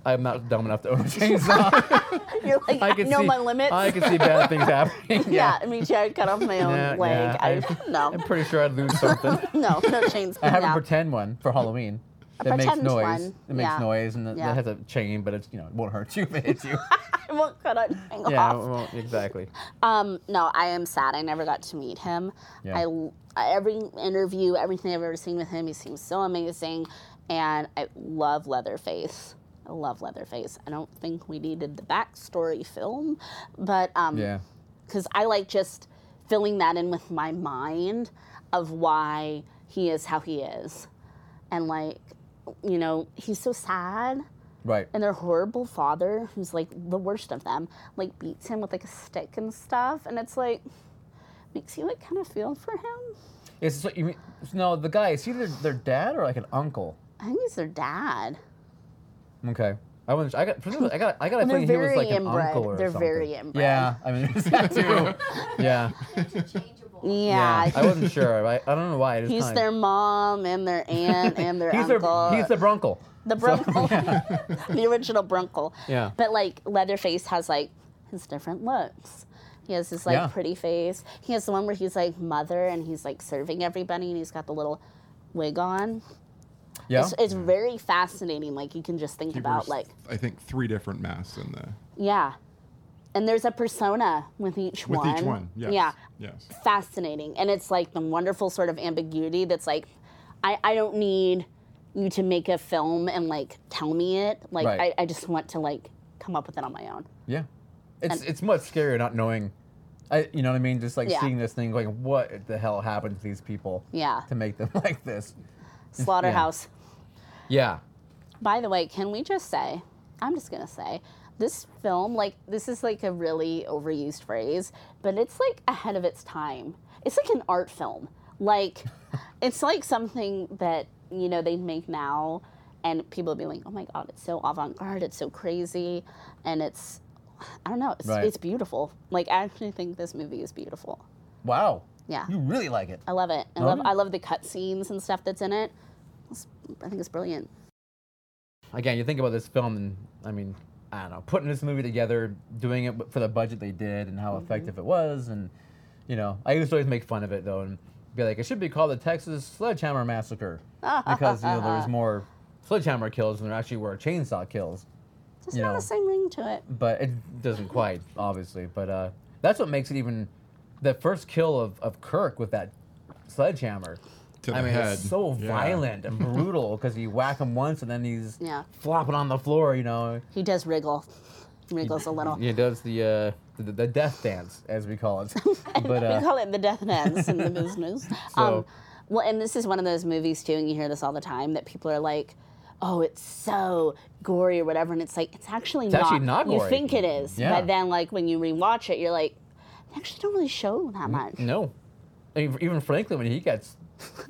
[SPEAKER 1] I'm not dumb enough to own a chainsaw.
[SPEAKER 2] You're like, I,
[SPEAKER 1] I can
[SPEAKER 2] know
[SPEAKER 1] see,
[SPEAKER 2] my limits.
[SPEAKER 1] I can see bad things happening.
[SPEAKER 2] yeah. me too. I cut off my own
[SPEAKER 1] Yeah,
[SPEAKER 2] leg.
[SPEAKER 1] yeah,
[SPEAKER 2] I,
[SPEAKER 1] I-
[SPEAKER 2] no,
[SPEAKER 1] I'm pretty sure I'd lose something.
[SPEAKER 2] no, no chainsaw.
[SPEAKER 1] I have
[SPEAKER 2] yeah.
[SPEAKER 1] a pretend one for Halloween. That makes
[SPEAKER 2] pretend
[SPEAKER 1] noise.
[SPEAKER 2] one,
[SPEAKER 1] It makes
[SPEAKER 2] yeah.
[SPEAKER 1] noise and it,
[SPEAKER 2] Yeah.
[SPEAKER 1] it has a chain, but it's you know it won't hurt you if it hits you.
[SPEAKER 2] I won't cut anything
[SPEAKER 1] yeah, it
[SPEAKER 2] off.
[SPEAKER 1] won't, exactly.
[SPEAKER 2] Um, no, I am sad. I never got to meet him.
[SPEAKER 1] Yeah.
[SPEAKER 2] I l- every interview, everything I've ever seen with him, he seems so amazing, and I love Leatherface. I love Leatherface. I don't think we needed the backstory film, but um,
[SPEAKER 1] Yeah.
[SPEAKER 2] because I like just filling that in with my mind of why he is how he is. And like, you know, he's so sad.
[SPEAKER 1] Right.
[SPEAKER 2] And their horrible father, who's like the worst of them, like beats him with like a stick and stuff. And it's like, makes you like kind of feel for him.
[SPEAKER 1] Is this what you mean? No, the guy is either their dad or like an uncle.
[SPEAKER 2] I think he's their dad.
[SPEAKER 1] Okay. I was. I got. for some- I got. I got a
[SPEAKER 2] And they're
[SPEAKER 1] feeling he was
[SPEAKER 2] very
[SPEAKER 1] like an
[SPEAKER 2] inbred.
[SPEAKER 1] uncle or
[SPEAKER 2] They're
[SPEAKER 1] something.
[SPEAKER 2] very inbred.
[SPEAKER 1] Yeah. I mean, that too. yeah.
[SPEAKER 2] Yeah.
[SPEAKER 1] I wasn't sure. I, I don't know why. It was
[SPEAKER 2] He's
[SPEAKER 1] kinda-
[SPEAKER 2] their mom and their aunt and their
[SPEAKER 1] he's
[SPEAKER 2] uncle.
[SPEAKER 1] Their, he's the Bronco.
[SPEAKER 2] the Brunkle, the original Brunkle.
[SPEAKER 1] Yeah.
[SPEAKER 2] But like Leatherface has like his different looks. He has his like
[SPEAKER 1] Yeah.
[SPEAKER 2] pretty face. He has the one where he's like mother and he's like serving everybody and he's got the little wig on.
[SPEAKER 1] Yeah.
[SPEAKER 2] It's, it's very fascinating. Like you can just think
[SPEAKER 3] He
[SPEAKER 2] about like
[SPEAKER 3] wears, I think three different masks in the
[SPEAKER 2] yeah. And there's a persona with each
[SPEAKER 3] with
[SPEAKER 2] one.
[SPEAKER 3] each one. Yes.
[SPEAKER 2] Yeah.
[SPEAKER 3] Yes.
[SPEAKER 2] Fascinating. And it's like the wonderful sort of ambiguity that's like, I, I don't need you to make a film and like tell me it. Like
[SPEAKER 1] Right.
[SPEAKER 2] I, I just want to like come up with it on my own.
[SPEAKER 1] yeah. It's it's much scarier not knowing. I, you know what I mean? Just like
[SPEAKER 2] Yeah.
[SPEAKER 1] seeing this thing, going, what the hell happened to these people?
[SPEAKER 2] Yeah.
[SPEAKER 1] To make them like this.
[SPEAKER 2] Slaughterhouse.
[SPEAKER 1] Yeah.
[SPEAKER 2] By the way, can we just say, I'm just gonna say, this film, like, this is like a really overused phrase, but it's like ahead of its time. It's like an art film. Like, it's like something that, you know, they make now, and people be like, oh my God, it's so avant garde, it's so crazy, and it's, I don't know, it's,
[SPEAKER 1] Right.
[SPEAKER 2] it's beautiful. Like, I actually think this movie is beautiful.
[SPEAKER 1] Wow.
[SPEAKER 2] Yeah.
[SPEAKER 1] You really like it.
[SPEAKER 2] I love it. I
[SPEAKER 1] Oh,
[SPEAKER 2] love,
[SPEAKER 1] yeah.
[SPEAKER 2] I love the cutscenes and stuff that's in it. It's, I think it's brilliant.
[SPEAKER 1] Again, you think about this film, and I mean, I don't know, putting this movie together, doing it for the budget they did, and how effective it was, and you know, I used to always make fun of it though, and be like, it should be called the Texas Sledgehammer Massacre because you know there was more sledgehammer kills than there actually were chainsaw kills,
[SPEAKER 2] It's
[SPEAKER 1] You
[SPEAKER 2] not
[SPEAKER 1] know.
[SPEAKER 2] the same ring to it.
[SPEAKER 1] but it doesn't quite, obviously. But uh, that's what makes it even the first kill of, of Kirk with that sledgehammer.
[SPEAKER 3] To
[SPEAKER 1] I
[SPEAKER 3] the
[SPEAKER 1] mean,
[SPEAKER 3] head.
[SPEAKER 1] it's so
[SPEAKER 3] Yeah.
[SPEAKER 1] violent and brutal because you whack him once and then he's
[SPEAKER 2] Yeah.
[SPEAKER 1] flopping on the floor, you know.
[SPEAKER 2] He does wriggle. Wriggles a little.
[SPEAKER 1] He does the, uh, the the death dance, as we call it. but
[SPEAKER 2] we
[SPEAKER 1] uh,
[SPEAKER 2] call it the death dance in the business. Um,
[SPEAKER 1] So-
[SPEAKER 2] well, and this is one of those movies too, and you hear this all the time that people are like, "Oh, it's so gory or whatever," and it's like it's actually not.
[SPEAKER 1] actually not
[SPEAKER 2] You
[SPEAKER 1] gory.
[SPEAKER 2] think it is,
[SPEAKER 1] Yeah.
[SPEAKER 2] but then like when you rewatch it, you're like, "They actually don't really show that much."
[SPEAKER 1] no, I mean, even Franklin when he gets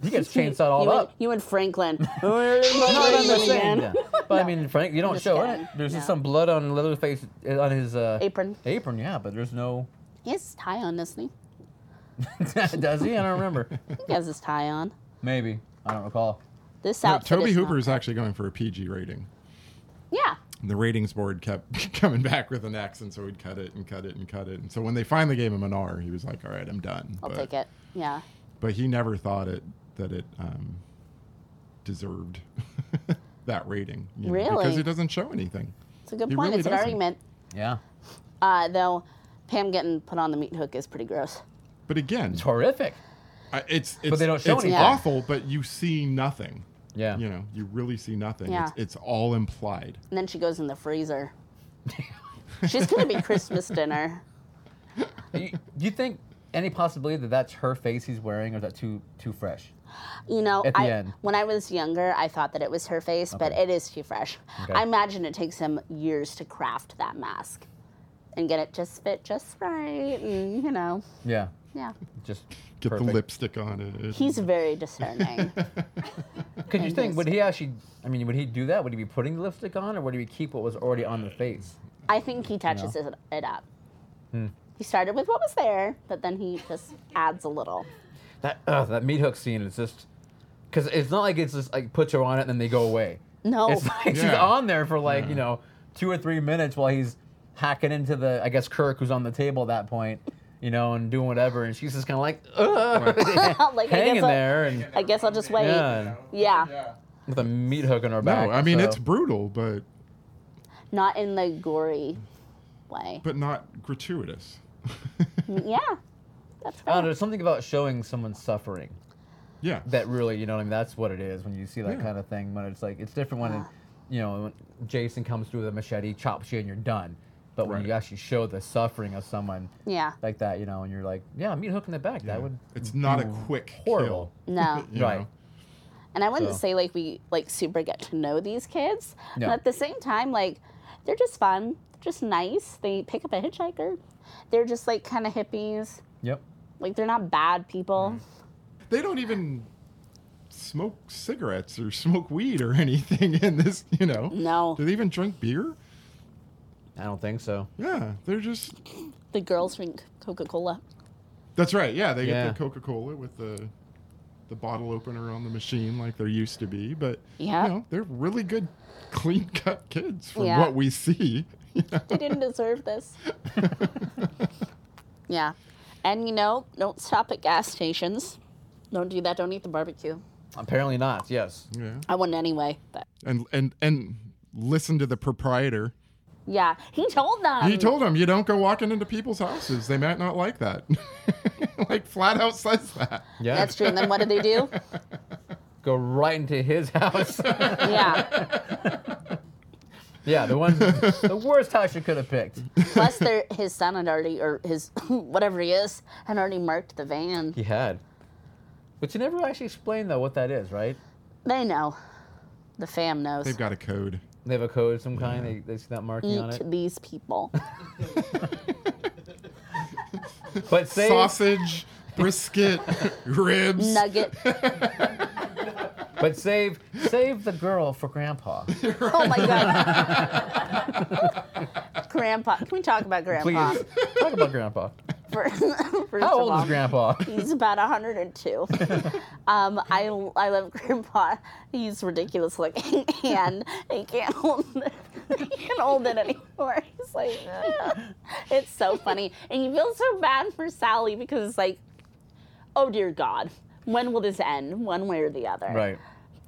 [SPEAKER 1] he gets
[SPEAKER 2] You-
[SPEAKER 1] chainsawed all
[SPEAKER 2] you
[SPEAKER 1] up.
[SPEAKER 2] And, you and Franklin.
[SPEAKER 1] Not on the
[SPEAKER 2] Franklin
[SPEAKER 1] same.
[SPEAKER 2] again.
[SPEAKER 1] yeah. But I mean, Frank, you don't
[SPEAKER 2] just
[SPEAKER 1] show
[SPEAKER 2] kidding.
[SPEAKER 1] it. There's just
[SPEAKER 2] No.
[SPEAKER 1] some blood on Leatherface uh, on his uh,
[SPEAKER 2] Apron.
[SPEAKER 1] Apron, yeah, but there's no.
[SPEAKER 2] He has his tie on, doesn't he?
[SPEAKER 1] Does he? I don't remember.
[SPEAKER 2] He has his tie on.
[SPEAKER 1] Maybe I don't recall.
[SPEAKER 2] This
[SPEAKER 3] No,
[SPEAKER 2] outfit.
[SPEAKER 3] Toby
[SPEAKER 2] is not-
[SPEAKER 3] Hooper is actually going for a PG rating.
[SPEAKER 2] Yeah.
[SPEAKER 3] the ratings board kept coming back with an X, and so he'd cut it and cut it and cut it. And so when they finally gave him an R, he was like, "All right, I'm done."
[SPEAKER 2] I'll
[SPEAKER 3] but,
[SPEAKER 2] take it. Yeah.
[SPEAKER 3] But he never thought it that it um, deserved that rating. you know,
[SPEAKER 2] Really?
[SPEAKER 3] because it doesn't show anything.
[SPEAKER 2] It's a good
[SPEAKER 3] He
[SPEAKER 2] point.
[SPEAKER 3] really
[SPEAKER 2] it's an
[SPEAKER 3] doesn't.
[SPEAKER 2] argument.
[SPEAKER 1] Yeah,
[SPEAKER 2] Uh, though Pam getting put on the meat hook is pretty gross.
[SPEAKER 3] But again,
[SPEAKER 1] horrific.
[SPEAKER 3] I- it's, it's
[SPEAKER 1] they don't show
[SPEAKER 3] it's
[SPEAKER 1] anything.
[SPEAKER 3] awful, but you see nothing.
[SPEAKER 1] Yeah.
[SPEAKER 3] You know, you really see nothing.
[SPEAKER 2] Yeah.
[SPEAKER 3] It's, it's all implied.
[SPEAKER 2] And then she goes in the freezer. She's gonna be Christmas dinner.
[SPEAKER 1] You- Do you think any possibility that that's her face he's wearing, or is that too too fresh?
[SPEAKER 2] You know,
[SPEAKER 1] At the
[SPEAKER 2] I,
[SPEAKER 1] end.
[SPEAKER 2] when I was younger, I thought that it was her face, but
[SPEAKER 1] Okay.
[SPEAKER 2] it is too fresh.
[SPEAKER 1] Okay.
[SPEAKER 2] I imagine it takes him years to craft that mask and get it just fit just right, and you know,
[SPEAKER 1] Yeah,
[SPEAKER 2] yeah.
[SPEAKER 1] just
[SPEAKER 3] Get
[SPEAKER 1] perfect.
[SPEAKER 3] the lipstick on it.
[SPEAKER 2] He's very discerning.
[SPEAKER 1] Could you think would he actually? I mean, would he do that? Would he be putting lipstick on, or would he keep what was already on the face?
[SPEAKER 2] I think he touches it, it up.
[SPEAKER 1] Hmm.
[SPEAKER 2] He started with what was there, but then he just adds a little.
[SPEAKER 1] That ugh, that meat hook scene is just because it's not like it's just like puts her on it and then they go away.
[SPEAKER 2] No.
[SPEAKER 1] it's like she's
[SPEAKER 3] Yeah.
[SPEAKER 1] on there for like you know two or three minutes while he's hacking into the I guess Kirk who's on the table at that point, you know, and doing whatever, and she's just kind of like ugh,
[SPEAKER 2] Like, I guess
[SPEAKER 1] hanging
[SPEAKER 2] I'll-
[SPEAKER 1] there and
[SPEAKER 2] I guess I'll just wait.
[SPEAKER 1] yeah, and
[SPEAKER 2] Yeah.
[SPEAKER 1] with a meat hook in her
[SPEAKER 3] no,
[SPEAKER 1] back.
[SPEAKER 3] I mean
[SPEAKER 1] so-
[SPEAKER 3] it's brutal, but
[SPEAKER 2] Not in the gory way. Mm,
[SPEAKER 3] but not gratuitous.
[SPEAKER 2] yeah. That's
[SPEAKER 1] I don't
[SPEAKER 2] right.
[SPEAKER 1] know, there's something about showing someone suffering
[SPEAKER 3] Yeah.
[SPEAKER 1] that really, you know what I mean? That's what it is when you see that
[SPEAKER 3] Yeah.
[SPEAKER 1] kind of thing. When it's like, it's different when, it, you know, when Jason comes through with a machete, chops you, and you're done. But when you
[SPEAKER 3] Right.
[SPEAKER 1] actually show the suffering of someone
[SPEAKER 2] Yeah.
[SPEAKER 1] like that, you know, and you're like, yeah, meat hook in the back, that would.
[SPEAKER 3] It's not a
[SPEAKER 1] be
[SPEAKER 3] quick
[SPEAKER 1] horrible.
[SPEAKER 3] kill.
[SPEAKER 2] No.
[SPEAKER 3] You
[SPEAKER 1] Right.
[SPEAKER 3] know?
[SPEAKER 2] And I wouldn't
[SPEAKER 1] So-
[SPEAKER 2] say like we like super get to know these kids.
[SPEAKER 1] No.
[SPEAKER 2] But at the same time, like they're just fun. They're just nice. They pick up a hitchhiker. They're just like kind of hippies.
[SPEAKER 1] Yep.
[SPEAKER 2] Like they're not bad people.
[SPEAKER 3] They don't even smoke cigarettes or smoke weed or anything in this, you know.
[SPEAKER 2] No.
[SPEAKER 3] Do they even drink beer?
[SPEAKER 1] I don't think so.
[SPEAKER 3] Yeah, they're just
[SPEAKER 2] The girls drink Coca Cola.
[SPEAKER 3] That's right. Yeah, they
[SPEAKER 1] Yeah.
[SPEAKER 3] get the Coca Cola with the the bottle opener on the machine like there used to be, but
[SPEAKER 2] Yeah.
[SPEAKER 3] you know they're really good, clean cut kids from
[SPEAKER 2] Yeah.
[SPEAKER 3] what we see.
[SPEAKER 2] I didn't deserve this. yeah. And you know, don't stop at gas stations. Don't do that. Don't eat the barbecue.
[SPEAKER 1] Apparently not. Yes.
[SPEAKER 3] Yeah,
[SPEAKER 2] I wouldn't anyway. But
[SPEAKER 3] and and and listen to the proprietor.
[SPEAKER 2] yeah, he told them.
[SPEAKER 3] He told him you don't go walking into people's houses. They might not like that. like flat out says that.
[SPEAKER 1] Yeah.
[SPEAKER 2] That's true. And then what did they do?
[SPEAKER 1] Go right into his house.
[SPEAKER 2] yeah.
[SPEAKER 1] yeah, the one, the worst house you could have picked.
[SPEAKER 2] Plus, their his son had already, or his whatever he is, had already marked the van.
[SPEAKER 1] He had. But you never actually explained though what that is, right?
[SPEAKER 2] They know. The fam knows.
[SPEAKER 3] They've got a code.
[SPEAKER 1] They have a code of some kind. They, they see that marking on
[SPEAKER 2] Eat
[SPEAKER 1] it.
[SPEAKER 2] these people.
[SPEAKER 1] But say
[SPEAKER 3] Sausage, brisket, ribs.
[SPEAKER 2] Nugget.
[SPEAKER 1] But save save the girl for grandpa.
[SPEAKER 2] Oh my god. grandpa. Can we talk about grandpa?
[SPEAKER 1] Please Uh, talk about grandpa.
[SPEAKER 2] For, first
[SPEAKER 1] How
[SPEAKER 2] of
[SPEAKER 1] old
[SPEAKER 2] all,
[SPEAKER 1] is grandpa?
[SPEAKER 2] He's about 102. um, I, I love Grandpa. He's ridiculous looking, and he can't hold it, he can't hold it anymore. He's like, "Ugh." it's so funny, and you feel so bad for Sally because it's like, oh dear God, when will this end, one way or the other?
[SPEAKER 1] Right.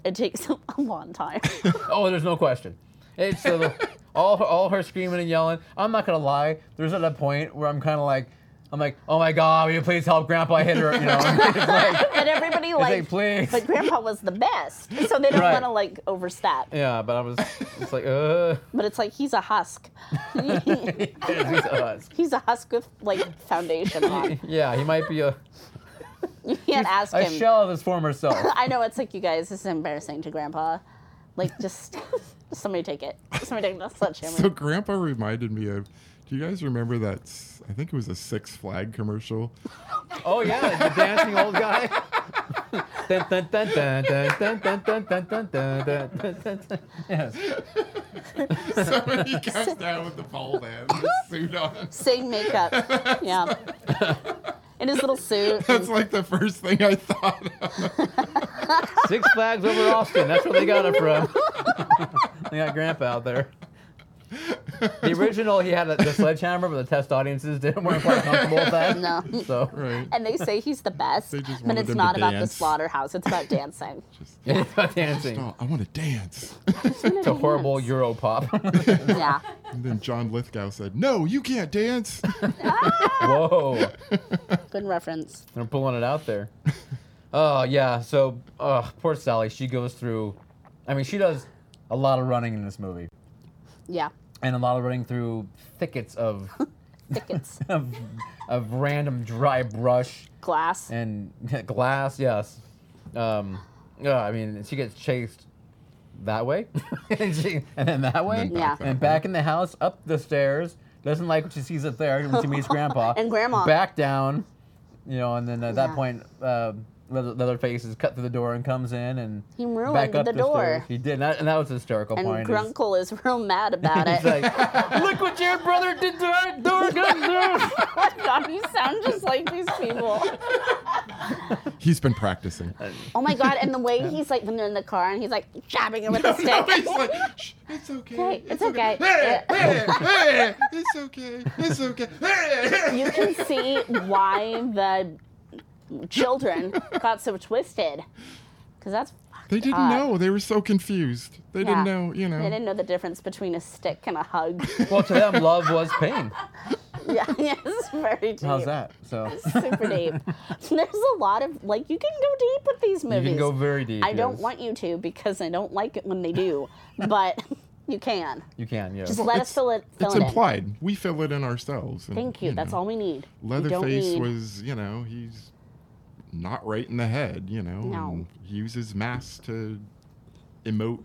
[SPEAKER 2] It takes a long time.
[SPEAKER 1] Oh, there's no question. It's uh, all her- all her screaming and yelling. I'm not gonna lie. There's at a point where I'm kind of like, I'm like, oh my God, will you please help Grandpa hit her? You know, it's like,
[SPEAKER 2] and everybody
[SPEAKER 1] it's
[SPEAKER 2] like,
[SPEAKER 1] like please.
[SPEAKER 2] but Grandpa was the best, so they don't
[SPEAKER 1] Right.
[SPEAKER 2] want to like overstep.
[SPEAKER 1] yeah, but I was, it's like, uh,
[SPEAKER 2] But it's like he's a husk.
[SPEAKER 1] yeah, he's us.
[SPEAKER 2] He's a husk with like foundation on.
[SPEAKER 1] Yeah, he might be a,
[SPEAKER 2] You can't ask
[SPEAKER 1] a
[SPEAKER 2] him.
[SPEAKER 1] shell of his former self.
[SPEAKER 2] I know it's like you guys. This is embarrassing to Grandpa. Like just somebody take it. Somebody take that sledgehammer.
[SPEAKER 3] So Grandpa reminded me of. Do you guys remember that? s- I think it was a Six Flag commercial.
[SPEAKER 1] Oh yeah, the dancing old guy. Dun, dun, dun, dun, dun, dun, dun, dun, dun, dun, dun, dun, dun, dun. Yes.
[SPEAKER 3] Somebody comes down with the bald head and the suit on.
[SPEAKER 2] Same makeup. Yeah. In his little suit.
[SPEAKER 3] That's like the first thing I thought of.
[SPEAKER 1] Six Flags over Austin. That's where they got it from. they got Grandpa out there. The original, he had a, the sledgehammer, but the test audiences didn't weren't quite comfortable with that.
[SPEAKER 2] No.
[SPEAKER 1] So
[SPEAKER 3] Right.
[SPEAKER 2] uh, And they say he's the best,
[SPEAKER 3] They just
[SPEAKER 2] but
[SPEAKER 3] wanted
[SPEAKER 2] it's
[SPEAKER 3] him
[SPEAKER 2] not
[SPEAKER 3] to
[SPEAKER 2] about
[SPEAKER 3] dance.
[SPEAKER 2] the slaughterhouse. It's about dancing.
[SPEAKER 1] it's about dancing.
[SPEAKER 3] Oh, I want to dance.
[SPEAKER 1] It's a horrible Euro pop.
[SPEAKER 2] Yeah.
[SPEAKER 3] And then John Lithgow said, No, you can't dance.
[SPEAKER 1] Whoa.
[SPEAKER 2] Good reference.
[SPEAKER 1] They're pulling it out there. Oh yeah. So uh, poor Sally. She goes through. I mean, she does a lot of running in this movie,
[SPEAKER 2] Yeah.
[SPEAKER 1] and a lot of running through thickets of
[SPEAKER 2] Thickets.
[SPEAKER 1] of, of random dry brush
[SPEAKER 2] Glass.
[SPEAKER 1] and glass. Yes. Um, yeah. I mean, she gets chased that way, and, she, and then that way,
[SPEAKER 3] And
[SPEAKER 2] then back
[SPEAKER 3] that
[SPEAKER 1] and back in the house, up the stairs. Doesn't like what she sees up there when she meets Grandpa
[SPEAKER 2] And Grandma.
[SPEAKER 1] Back down, you know, and then at that
[SPEAKER 2] Yeah.
[SPEAKER 1] point, uh, Leather, Leatherface is cut through the door and comes in and
[SPEAKER 2] He ruined
[SPEAKER 1] back up
[SPEAKER 2] the door.
[SPEAKER 1] Stairs. He did, and that, and that was the hysterical
[SPEAKER 2] And
[SPEAKER 1] point. is-
[SPEAKER 2] Grunkle is real mad about
[SPEAKER 1] He's
[SPEAKER 2] it.
[SPEAKER 1] like, look what your brother did to our door, gun door.
[SPEAKER 2] oh my god, you sound just like these people.
[SPEAKER 3] He's been practicing.
[SPEAKER 2] Oh my god, and the way he's like when they're in the car and he's like jabbing it with a stick.
[SPEAKER 3] He's like, Shh, it's okay.
[SPEAKER 2] Hey, it's okay.
[SPEAKER 3] Hey, hey, hey, it's okay. It's okay. Hey, hey."
[SPEAKER 2] you can see why the children got so twisted. Because that's
[SPEAKER 3] They didn't
[SPEAKER 2] God.
[SPEAKER 3] know. They were so confused. They
[SPEAKER 2] Uh, Yeah.
[SPEAKER 3] didn't know, you know.
[SPEAKER 2] they didn't know the difference between a stick and a hug.
[SPEAKER 1] well, to them, love was pain.
[SPEAKER 2] yeah, yeah, it's very deep.
[SPEAKER 1] How's that? So
[SPEAKER 2] Super deep. There's a lot of like you can go deep with these
[SPEAKER 1] you
[SPEAKER 2] movies.
[SPEAKER 1] can go very deep.
[SPEAKER 2] I don't
[SPEAKER 1] yes.
[SPEAKER 2] want you to because I don't like it when they do, but you can.
[SPEAKER 1] You can, yes.
[SPEAKER 2] Just let us
[SPEAKER 3] it's-
[SPEAKER 2] fill it. Fill
[SPEAKER 3] It's
[SPEAKER 2] it
[SPEAKER 3] implied. We fill it in ourselves. and,
[SPEAKER 2] In. Thank you. That's
[SPEAKER 3] know.
[SPEAKER 2] all we need. We don't
[SPEAKER 3] Leatherface
[SPEAKER 2] need-
[SPEAKER 3] was, you know, he's not right in the head, you know.
[SPEAKER 2] No.
[SPEAKER 3] and he uses masks to emote.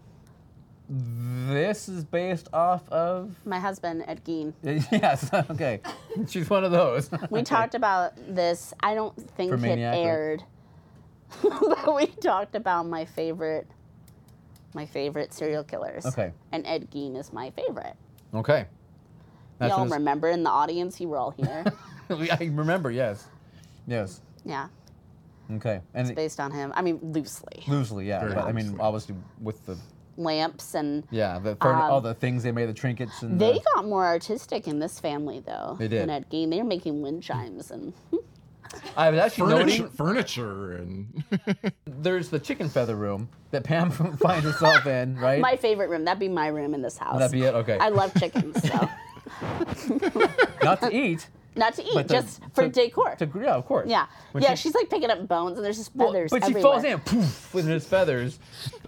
[SPEAKER 1] This is based off of
[SPEAKER 2] my husband Ed Gein.
[SPEAKER 1] yes. Okay, she's one of those.
[SPEAKER 2] We talked about this. I don't think
[SPEAKER 1] For
[SPEAKER 2] it
[SPEAKER 1] Maniac, right?
[SPEAKER 2] aired, but we talked about my favorite, my favorite serial killers.
[SPEAKER 1] Okay.
[SPEAKER 2] And Ed Gein is my favorite.
[SPEAKER 1] Okay. That's
[SPEAKER 2] Y'all
[SPEAKER 1] what it's-
[SPEAKER 2] remember in the audience? You were all here.
[SPEAKER 1] I remember. Yes. Yes.
[SPEAKER 2] Yeah,
[SPEAKER 1] Okay. And it-
[SPEAKER 2] based on him. I mean, loosely.
[SPEAKER 1] loosely, yeah.
[SPEAKER 3] Very
[SPEAKER 1] But, I mean,
[SPEAKER 3] loosely.
[SPEAKER 1] obviously with the
[SPEAKER 2] Lamps and
[SPEAKER 1] yeah, the furn- all the things they made, the trinkets and
[SPEAKER 2] Um, they
[SPEAKER 1] the,
[SPEAKER 2] got more artistic in this family though.
[SPEAKER 1] They did.
[SPEAKER 2] Than at game, they were making wind chimes and
[SPEAKER 1] I was actually
[SPEAKER 3] Furniture,
[SPEAKER 1] noting
[SPEAKER 3] furniture and
[SPEAKER 1] there's the chicken feather room that Pam finds herself in, right?
[SPEAKER 2] my favorite room. That'd be my room in this house.
[SPEAKER 1] that be it? Okay.
[SPEAKER 2] I love chickens, so
[SPEAKER 1] Not to eat,
[SPEAKER 2] not to eat,
[SPEAKER 1] But to-
[SPEAKER 2] just for
[SPEAKER 1] to-
[SPEAKER 2] decor.
[SPEAKER 1] to yeah, of course.
[SPEAKER 2] yeah,
[SPEAKER 1] When
[SPEAKER 2] yeah.
[SPEAKER 1] she-
[SPEAKER 2] she's like picking up bones, and there's just
[SPEAKER 1] well,
[SPEAKER 2] feathers.
[SPEAKER 1] but she
[SPEAKER 2] everywhere.
[SPEAKER 1] falls in poof with his feathers,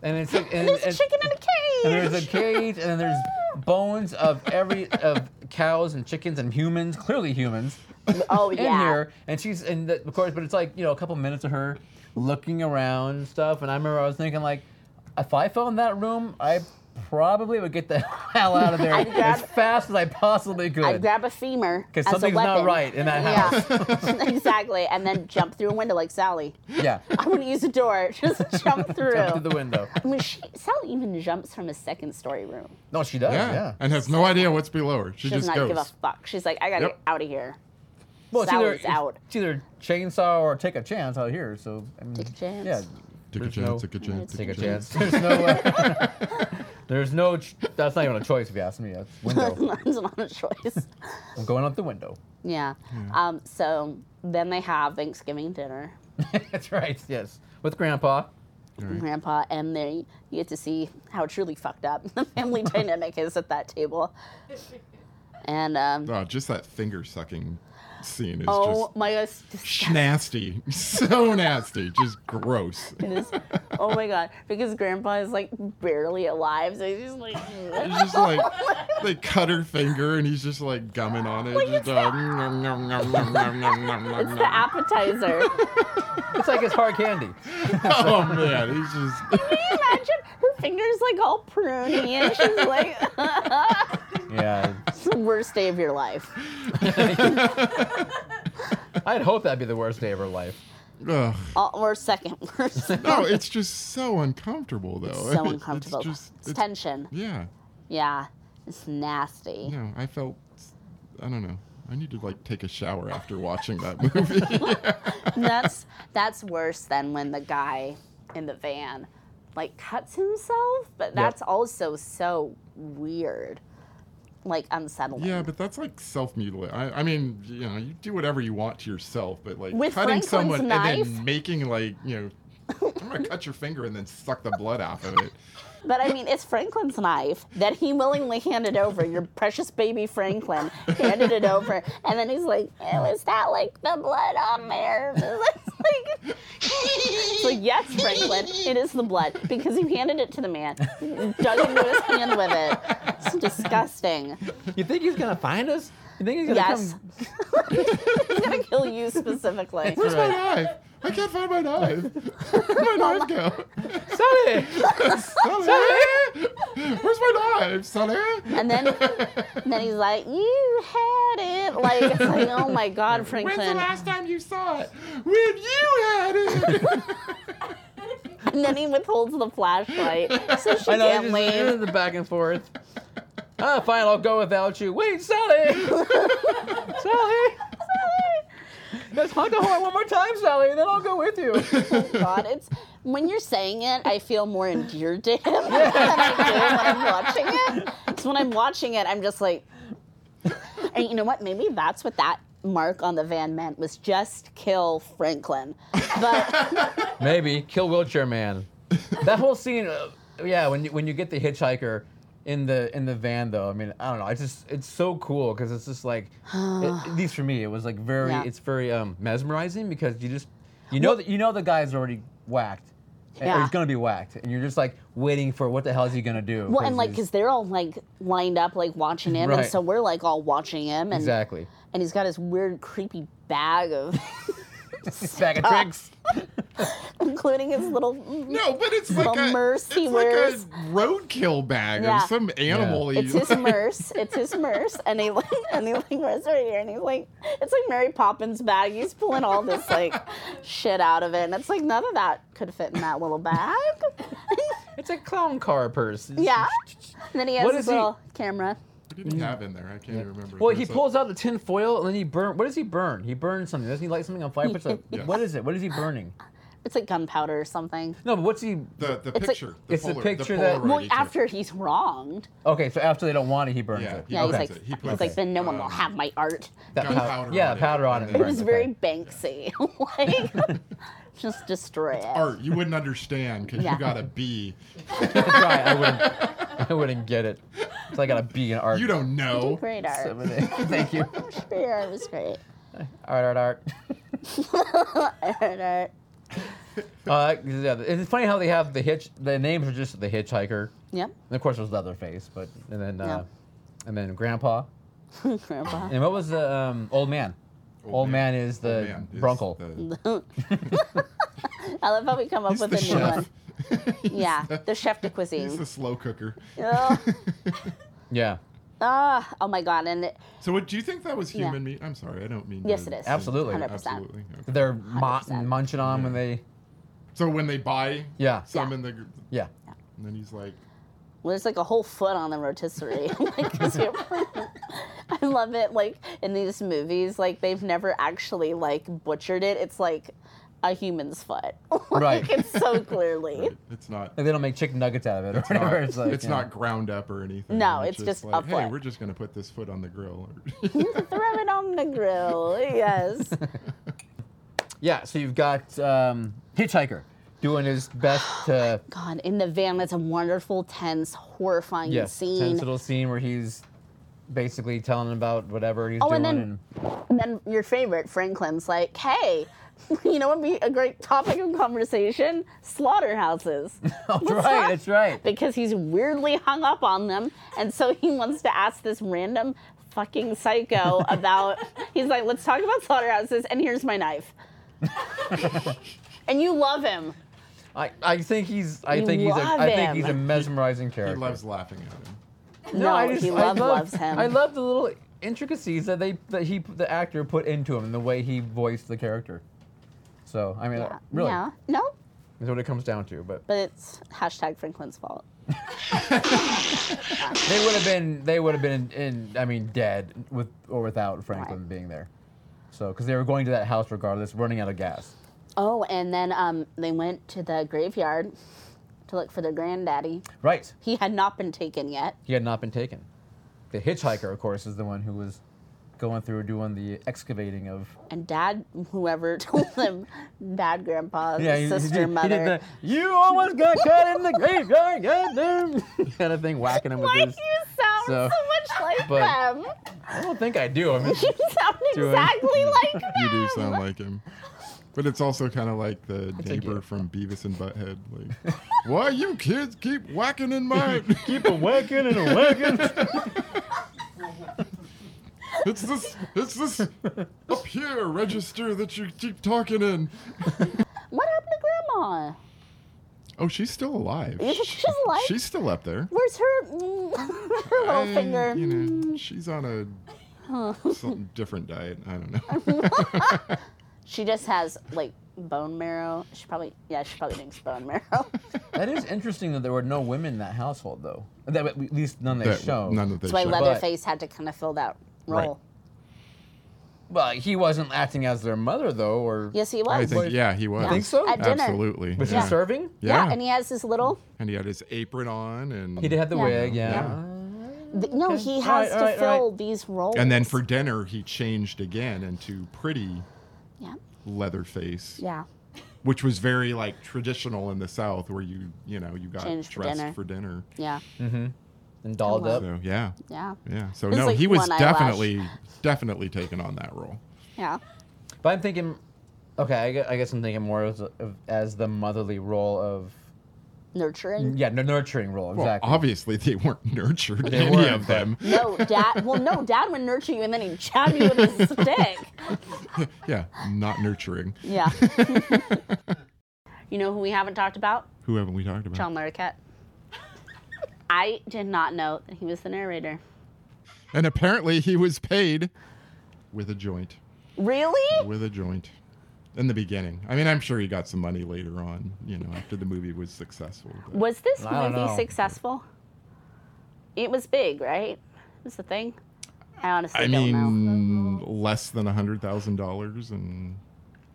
[SPEAKER 1] and it's like, and,
[SPEAKER 2] There's a
[SPEAKER 1] and-
[SPEAKER 2] chicken in a cage.
[SPEAKER 1] and there's a cage, and then there's bones of every of cows and chickens and humans, clearly humans,
[SPEAKER 2] oh
[SPEAKER 1] in
[SPEAKER 2] yeah.
[SPEAKER 1] here, and she's and the, of course, but it's like you know a couple minutes of her looking around and stuff, and I remember I was thinking like, if I fell in that room, I. Probably would get the hell out of there
[SPEAKER 2] I'd grab-
[SPEAKER 1] as fast as I possibly could.
[SPEAKER 2] I'd grab a femur.
[SPEAKER 1] Okay,
[SPEAKER 2] as a
[SPEAKER 1] something's not
[SPEAKER 2] weapon.
[SPEAKER 1] right in that
[SPEAKER 2] Yeah, exactly. And then jump through a window like Sally.
[SPEAKER 1] yeah,
[SPEAKER 2] I wouldn't use a door. Just jump through.
[SPEAKER 1] jump through the window.
[SPEAKER 2] I mean, she, Sally even jumps from a second story room.
[SPEAKER 1] No, she does.
[SPEAKER 3] Oh, yeah,
[SPEAKER 1] yeah.
[SPEAKER 3] and has no idea what's below her. She,
[SPEAKER 2] She does
[SPEAKER 3] just
[SPEAKER 2] not
[SPEAKER 3] goes.
[SPEAKER 2] give a fuck. She's like, I gotta
[SPEAKER 3] Yep.
[SPEAKER 2] get out of here.
[SPEAKER 1] Well, it's either,
[SPEAKER 2] Sally's out.
[SPEAKER 1] it's either chainsaw or take a chance out here. So I mean,
[SPEAKER 2] Take a chance.
[SPEAKER 1] Yeah,
[SPEAKER 3] Take a
[SPEAKER 1] There's
[SPEAKER 3] chance,
[SPEAKER 1] no-
[SPEAKER 3] take a chance,
[SPEAKER 1] take a chance. There's no. Uh, there's no. Ch- that's not even a choice if you ask me. That's window.
[SPEAKER 2] That's not a choice.
[SPEAKER 1] I'm going out the window.
[SPEAKER 2] yeah.
[SPEAKER 1] Hmm.
[SPEAKER 2] Um, so then they have Thanksgiving dinner,
[SPEAKER 1] that's right. Yes, with Grandpa.
[SPEAKER 2] Grandpa, and they you get to see how truly fucked up the family dynamic is at that table. And um,
[SPEAKER 3] Oh, just that finger sucking scene is
[SPEAKER 2] oh my gosh,
[SPEAKER 3] just nasty. So nasty. Just gross.
[SPEAKER 2] It is- oh my god, because grandpa is like barely alive, so he's just like,
[SPEAKER 3] It's just like they cut her finger and he's just like gumming on it. Just, uh, nom, nom, nom, nom, nom, nom, nom, nom,
[SPEAKER 2] it's the
[SPEAKER 3] nom.
[SPEAKER 2] appetizer.
[SPEAKER 1] It's like it's hard candy.
[SPEAKER 3] Oh man, he's just
[SPEAKER 2] Imagine her fingers like all pruny, and she's like,
[SPEAKER 1] Yeah,
[SPEAKER 2] it's the worst day of your life.
[SPEAKER 1] I'd hope that'd be the worst day of her life.
[SPEAKER 3] Ugh.
[SPEAKER 2] All, or second worst.
[SPEAKER 3] No, it's just so uncomfortable though.
[SPEAKER 2] so uncomfortable.
[SPEAKER 3] It's just
[SPEAKER 2] it's
[SPEAKER 3] it's-
[SPEAKER 2] tension.
[SPEAKER 3] Yeah.
[SPEAKER 2] Yeah, it's nasty.
[SPEAKER 3] No, I felt I don't know. I need to like take a shower after watching that movie.
[SPEAKER 2] that's that's worse than when the guy in the van like cuts himself, but that's also so weird, like unsettling.
[SPEAKER 3] Yeah, but that's like self mutilation. I, I mean, you know, you do whatever you want to yourself, but like
[SPEAKER 2] With
[SPEAKER 3] cutting
[SPEAKER 2] Franklin's
[SPEAKER 3] someone and
[SPEAKER 2] knife?
[SPEAKER 3] then making like, you know, I'm gonna cut your finger and then suck the blood out of it.
[SPEAKER 2] But I mean, it's Franklin's knife that he willingly handed over. Your precious baby Franklin handed it over, and then he's like, "Oh, is that like the blood on there?" It's like, it's like, yes, Franklin, it is the blood because you handed it to the man, dug into his hand with it. It's disgusting.
[SPEAKER 1] You think he's gonna find us? You think he's gonna
[SPEAKER 2] Yes,
[SPEAKER 1] come?
[SPEAKER 2] he's gonna kill you specifically.
[SPEAKER 3] Where's my knife? I can't find my knife. Where'd my knife go?
[SPEAKER 1] Sally!
[SPEAKER 3] Sonny! Where's my knife, Sonny?
[SPEAKER 2] And then, and then he's like, "You had it!" Like, it's like, oh my God,
[SPEAKER 3] When's the
[SPEAKER 2] Franklin.
[SPEAKER 3] last time you saw it? When you had it!
[SPEAKER 2] And then he withholds the flashlight so she
[SPEAKER 1] I know,
[SPEAKER 2] can't
[SPEAKER 1] just,
[SPEAKER 2] leave.
[SPEAKER 1] the back and forth. Ah, fine, I'll go without you. Wait, Sally! Sally! Let's honk the horn one more time, Sally, and then I'll go with you.
[SPEAKER 2] God, it's when you're saying it, I feel more endeared to him than I do when I'm watching it. So when I'm watching it, I'm just like, and you know what? Maybe that's what that mark on the van meant was just kill Franklin. But
[SPEAKER 1] Maybe kill wheelchair man. That whole scene, uh, yeah. When you, when you get the hitchhiker in the in the van, though, I mean, I don't know. I just it's so cool because it's just like, it- at least for me, it was like very.
[SPEAKER 2] Yeah.
[SPEAKER 1] It's very um, mesmerizing because you just you know that you know the guy's already whacked. and- Or
[SPEAKER 2] Yeah.
[SPEAKER 1] he's gonna be whacked, and you're just like waiting for what the hell is he gonna do?
[SPEAKER 2] well, and like,
[SPEAKER 1] he's-
[SPEAKER 2] cause they're all like lined up, like watching him, and
[SPEAKER 1] Right.
[SPEAKER 2] so we're like all watching him, and
[SPEAKER 1] exactly
[SPEAKER 2] and he's got his weird, creepy bag of,
[SPEAKER 1] bag of tricks.
[SPEAKER 2] including his little mm,
[SPEAKER 3] No, but it's like a,
[SPEAKER 2] Bummers he
[SPEAKER 3] it's
[SPEAKER 2] wears.
[SPEAKER 3] like a roadkill bag
[SPEAKER 2] Yeah.
[SPEAKER 3] of some animal.
[SPEAKER 2] It's
[SPEAKER 3] he-
[SPEAKER 2] his merce. It's his merce, and he like, and he like wears it right here, and he's like, it's like Mary Poppins bag. He's pulling all this like shit out of it, and it's like none of that could fit in that little bag.
[SPEAKER 1] It's a clown car purse. It's-
[SPEAKER 2] yeah. And then he has
[SPEAKER 1] What
[SPEAKER 2] his
[SPEAKER 1] is he-
[SPEAKER 2] little camera.
[SPEAKER 3] What did he have in there? I can't even remember.
[SPEAKER 1] Well,
[SPEAKER 3] There's
[SPEAKER 1] he
[SPEAKER 3] a-
[SPEAKER 1] pulls out the tin foil and then he burn. What does he burn? He burns something. Doesn't he light something on fire? Puts a-
[SPEAKER 3] Yes.
[SPEAKER 1] What is it? What is he burning?
[SPEAKER 2] It's like gunpowder or something.
[SPEAKER 1] No, but what's he?
[SPEAKER 3] the the
[SPEAKER 2] like-
[SPEAKER 3] picture. the
[SPEAKER 1] It's the
[SPEAKER 3] Polaroid-
[SPEAKER 1] picture that-
[SPEAKER 3] Polaroid
[SPEAKER 2] Well,
[SPEAKER 3] he took.
[SPEAKER 2] after he's wronged,
[SPEAKER 1] Okay, so after they don't want it, he burns
[SPEAKER 3] Yeah,
[SPEAKER 1] it.
[SPEAKER 3] he
[SPEAKER 2] yeah,
[SPEAKER 3] Okay.
[SPEAKER 2] he's
[SPEAKER 3] He
[SPEAKER 2] like,
[SPEAKER 3] puts,
[SPEAKER 2] he's like, then no one will have my art.
[SPEAKER 1] That pow-
[SPEAKER 3] Gunpowder
[SPEAKER 1] yeah,
[SPEAKER 3] on it.
[SPEAKER 1] powder on it. and
[SPEAKER 3] It
[SPEAKER 2] It
[SPEAKER 1] burns
[SPEAKER 2] was
[SPEAKER 1] it.
[SPEAKER 2] very
[SPEAKER 1] Okay.
[SPEAKER 2] Banksy, like just destroy it.
[SPEAKER 3] art. You wouldn't understand because
[SPEAKER 2] Yeah.
[SPEAKER 3] you got a B.
[SPEAKER 1] That's right. I wouldn't. I wouldn't get it. So I got a B in art.
[SPEAKER 3] You don't know.
[SPEAKER 2] Great art.
[SPEAKER 1] Seven, eight. Thank you.
[SPEAKER 2] Great art was great.
[SPEAKER 1] Art, art, art.
[SPEAKER 2] Art, art.
[SPEAKER 1] Uh, yeah, it's funny how they have the hitch. The names are just the hitchhiker.
[SPEAKER 2] Yep.
[SPEAKER 1] And of course, it was Leatherface, but and then uh,
[SPEAKER 2] Yeah.
[SPEAKER 1] and then Grandpa.
[SPEAKER 2] Grandpa.
[SPEAKER 1] And what was the um, old man? Old, man. is
[SPEAKER 3] Old
[SPEAKER 1] the
[SPEAKER 3] man is
[SPEAKER 1] Brunkle.
[SPEAKER 3] the-
[SPEAKER 2] I love how we come up
[SPEAKER 3] He's
[SPEAKER 2] with
[SPEAKER 3] the
[SPEAKER 2] a new one.
[SPEAKER 3] chef.
[SPEAKER 2] Yeah, the chef de
[SPEAKER 3] He's the
[SPEAKER 2] cuisine.
[SPEAKER 3] slow cooker.
[SPEAKER 2] Oh,
[SPEAKER 1] yeah,
[SPEAKER 2] ah, oh my god! And it,
[SPEAKER 3] So, what do you think that was
[SPEAKER 2] Yeah.
[SPEAKER 3] human meat? I'm sorry, I don't mean.
[SPEAKER 2] Yes,
[SPEAKER 3] to-
[SPEAKER 2] it is.
[SPEAKER 1] Absolutely.
[SPEAKER 2] 100%.
[SPEAKER 3] Absolutely. okay.
[SPEAKER 1] they're mo-
[SPEAKER 2] 100%.
[SPEAKER 1] munching on when they.
[SPEAKER 3] So when they buy
[SPEAKER 1] Yeah.
[SPEAKER 3] some
[SPEAKER 2] Yeah.
[SPEAKER 3] in the, gr-
[SPEAKER 1] Yeah,
[SPEAKER 3] and then he's like,
[SPEAKER 2] well, there's like a whole foot on the rotisserie. like, 'cause you're- I love it. Like in these movies, like they've never actually like butchered it. It's like a human's foot. like,
[SPEAKER 1] Right.
[SPEAKER 2] It's so clearly.
[SPEAKER 3] right, it's not.
[SPEAKER 1] like they don't make chicken nuggets out of it or
[SPEAKER 3] It's
[SPEAKER 1] whatever.
[SPEAKER 3] not,
[SPEAKER 1] it's like,
[SPEAKER 3] it's
[SPEAKER 1] you know.
[SPEAKER 3] not ground up or anything.
[SPEAKER 2] No, it's just
[SPEAKER 3] like,
[SPEAKER 2] a
[SPEAKER 3] hey,
[SPEAKER 2] foot.
[SPEAKER 3] we're just gonna put this foot on the grill.
[SPEAKER 2] Throw it on the grill. Yes.
[SPEAKER 1] Yeah, so you've got um, hitchhiker doing his best to.
[SPEAKER 2] God, in the van, that's a wonderful, tense, horrifying
[SPEAKER 1] Yes,
[SPEAKER 2] scene.
[SPEAKER 1] tense little scene where he's basically telling him about whatever he's
[SPEAKER 2] Oh,
[SPEAKER 1] doing.
[SPEAKER 2] and then- And then your favorite, Franklin's like, hey, you know what would be a great topic of conversation? Slaughterhouses.
[SPEAKER 1] that's right, that's right.
[SPEAKER 2] because he's weirdly hung up on them. And so he wants to ask this random fucking psycho about, he's like, let's talk about slaughterhouses, and here's my knife. and you love him.
[SPEAKER 1] I, I think he's I
[SPEAKER 2] You
[SPEAKER 1] think he's a,
[SPEAKER 2] love
[SPEAKER 1] I think
[SPEAKER 2] him.
[SPEAKER 1] he's a mesmerizing
[SPEAKER 3] he
[SPEAKER 1] character.
[SPEAKER 3] loves laughing at him.
[SPEAKER 2] No, he love, loves him.
[SPEAKER 1] I love the little intricacies that they that he the actor put into him and the way he voiced the character. So I mean,
[SPEAKER 2] Yeah.
[SPEAKER 1] really,
[SPEAKER 2] Yeah. No,
[SPEAKER 1] is what it comes down to. But
[SPEAKER 2] but it's hashtag Franklin's fault.
[SPEAKER 1] they would have been they would have been in, in I mean dead with or without Franklin
[SPEAKER 2] Right.
[SPEAKER 1] being there. So because they were going to that house regardless, running out of gas.
[SPEAKER 2] Oh, and then um, they went to the graveyard to look for their granddaddy.
[SPEAKER 1] Right,
[SPEAKER 2] He had not been taken yet.
[SPEAKER 1] he had not been taken. The hitchhiker, of course, is the one who was going through doing the excavating of.
[SPEAKER 2] And dad, whoever told them, dad, grandpa,
[SPEAKER 1] he- he did-
[SPEAKER 2] sister,
[SPEAKER 1] he did
[SPEAKER 2] mother.
[SPEAKER 1] the, you almost got caught in the graveyard, goddamn, kind of thing, whacking him with
[SPEAKER 2] Why do you
[SPEAKER 1] his.
[SPEAKER 2] sound
[SPEAKER 1] So,
[SPEAKER 2] so, much like
[SPEAKER 1] but-
[SPEAKER 2] them?
[SPEAKER 1] I don't think I do. I mean,
[SPEAKER 2] You sound
[SPEAKER 1] Do I?
[SPEAKER 2] exactly like them.
[SPEAKER 3] You do sound like him. But it's also kind of like the
[SPEAKER 1] think
[SPEAKER 3] neighbor
[SPEAKER 1] you-
[SPEAKER 3] from Beavis and Butthead. Like, why you kids keep whacking in my?
[SPEAKER 1] keep a whacking and a whacking.
[SPEAKER 3] it's this. It's this up here register that you keep talking in.
[SPEAKER 2] What happened to grandma?
[SPEAKER 3] Oh, she's still alive.
[SPEAKER 2] She's alive.
[SPEAKER 3] She's still up there.
[SPEAKER 2] Where's her, her little
[SPEAKER 3] I-
[SPEAKER 2] finger?
[SPEAKER 3] You know, she's on a something different diet. I don't know.
[SPEAKER 2] She just has like bone marrow. She probably, yeah, she probably drinks bone marrow.
[SPEAKER 1] that is interesting that there were no women in that household, though. That, at least none that,
[SPEAKER 3] That-
[SPEAKER 1] show.
[SPEAKER 3] None of this.
[SPEAKER 2] That's why
[SPEAKER 3] shit.
[SPEAKER 2] Leatherface had to kind of fill that
[SPEAKER 3] Right.
[SPEAKER 2] role.
[SPEAKER 1] Well, he wasn't acting as their mother, though, or
[SPEAKER 2] Yes, he was.
[SPEAKER 3] I think, yeah, he was.
[SPEAKER 2] Yeah.
[SPEAKER 1] Think so?
[SPEAKER 2] At dinner.
[SPEAKER 3] Absolutely.
[SPEAKER 1] was
[SPEAKER 3] yeah.
[SPEAKER 1] he serving?
[SPEAKER 2] Yeah,
[SPEAKER 3] Yeah.
[SPEAKER 2] and he has his little.
[SPEAKER 3] And he had his apron on, and
[SPEAKER 1] He did have the
[SPEAKER 2] Yeah.
[SPEAKER 1] wig, yeah.
[SPEAKER 2] th- No, he
[SPEAKER 1] All right,
[SPEAKER 2] has
[SPEAKER 1] all right,
[SPEAKER 2] to
[SPEAKER 1] all right.
[SPEAKER 2] fill these roles.
[SPEAKER 3] and then for dinner he changed again into pretty
[SPEAKER 2] yeah,
[SPEAKER 3] Leatherface,
[SPEAKER 2] yeah,
[SPEAKER 3] which was very like traditional in the South, where you you know you got
[SPEAKER 2] Changed for
[SPEAKER 3] dressed
[SPEAKER 2] dinner.
[SPEAKER 3] for dinner.
[SPEAKER 2] yeah,
[SPEAKER 1] And dolled up.
[SPEAKER 3] So yeah,
[SPEAKER 2] yeah,
[SPEAKER 3] yeah. So
[SPEAKER 2] There's,
[SPEAKER 3] no,
[SPEAKER 2] like,
[SPEAKER 3] he was
[SPEAKER 2] one eyelash.
[SPEAKER 3] definitely definitely taking on that role.
[SPEAKER 2] yeah.
[SPEAKER 1] But I'm thinking, okay, I gue- I guess, I'm thinking more of, of as the motherly role of,
[SPEAKER 2] Nurturing.
[SPEAKER 1] yeah, the nurturing role,
[SPEAKER 3] Well, uh-huh.
[SPEAKER 1] exactly.
[SPEAKER 3] obviously they weren't nurtured.
[SPEAKER 1] They
[SPEAKER 3] any
[SPEAKER 1] weren't,
[SPEAKER 3] of
[SPEAKER 1] but-
[SPEAKER 3] them.
[SPEAKER 2] No, dad. Well, no, dad would nurture you, and then he'd jab you with his stick.
[SPEAKER 3] Yeah, not nurturing.
[SPEAKER 2] Yeah. you know who we haven't talked about?
[SPEAKER 3] Who haven't we talked about?
[SPEAKER 2] John Larroquette. I did not know that he was the narrator.
[SPEAKER 3] And apparently he was paid with a joint.
[SPEAKER 2] Really?
[SPEAKER 3] With a joint. In the beginning. I mean, I'm sure he got some money later on, you know, after the movie was successful. but-
[SPEAKER 2] Was this
[SPEAKER 1] I don't
[SPEAKER 2] movie
[SPEAKER 1] know.
[SPEAKER 2] successful? It was big, right? Is the thing? I honestly
[SPEAKER 3] I
[SPEAKER 2] don't know.
[SPEAKER 3] mean, less than hundred thousand dollars and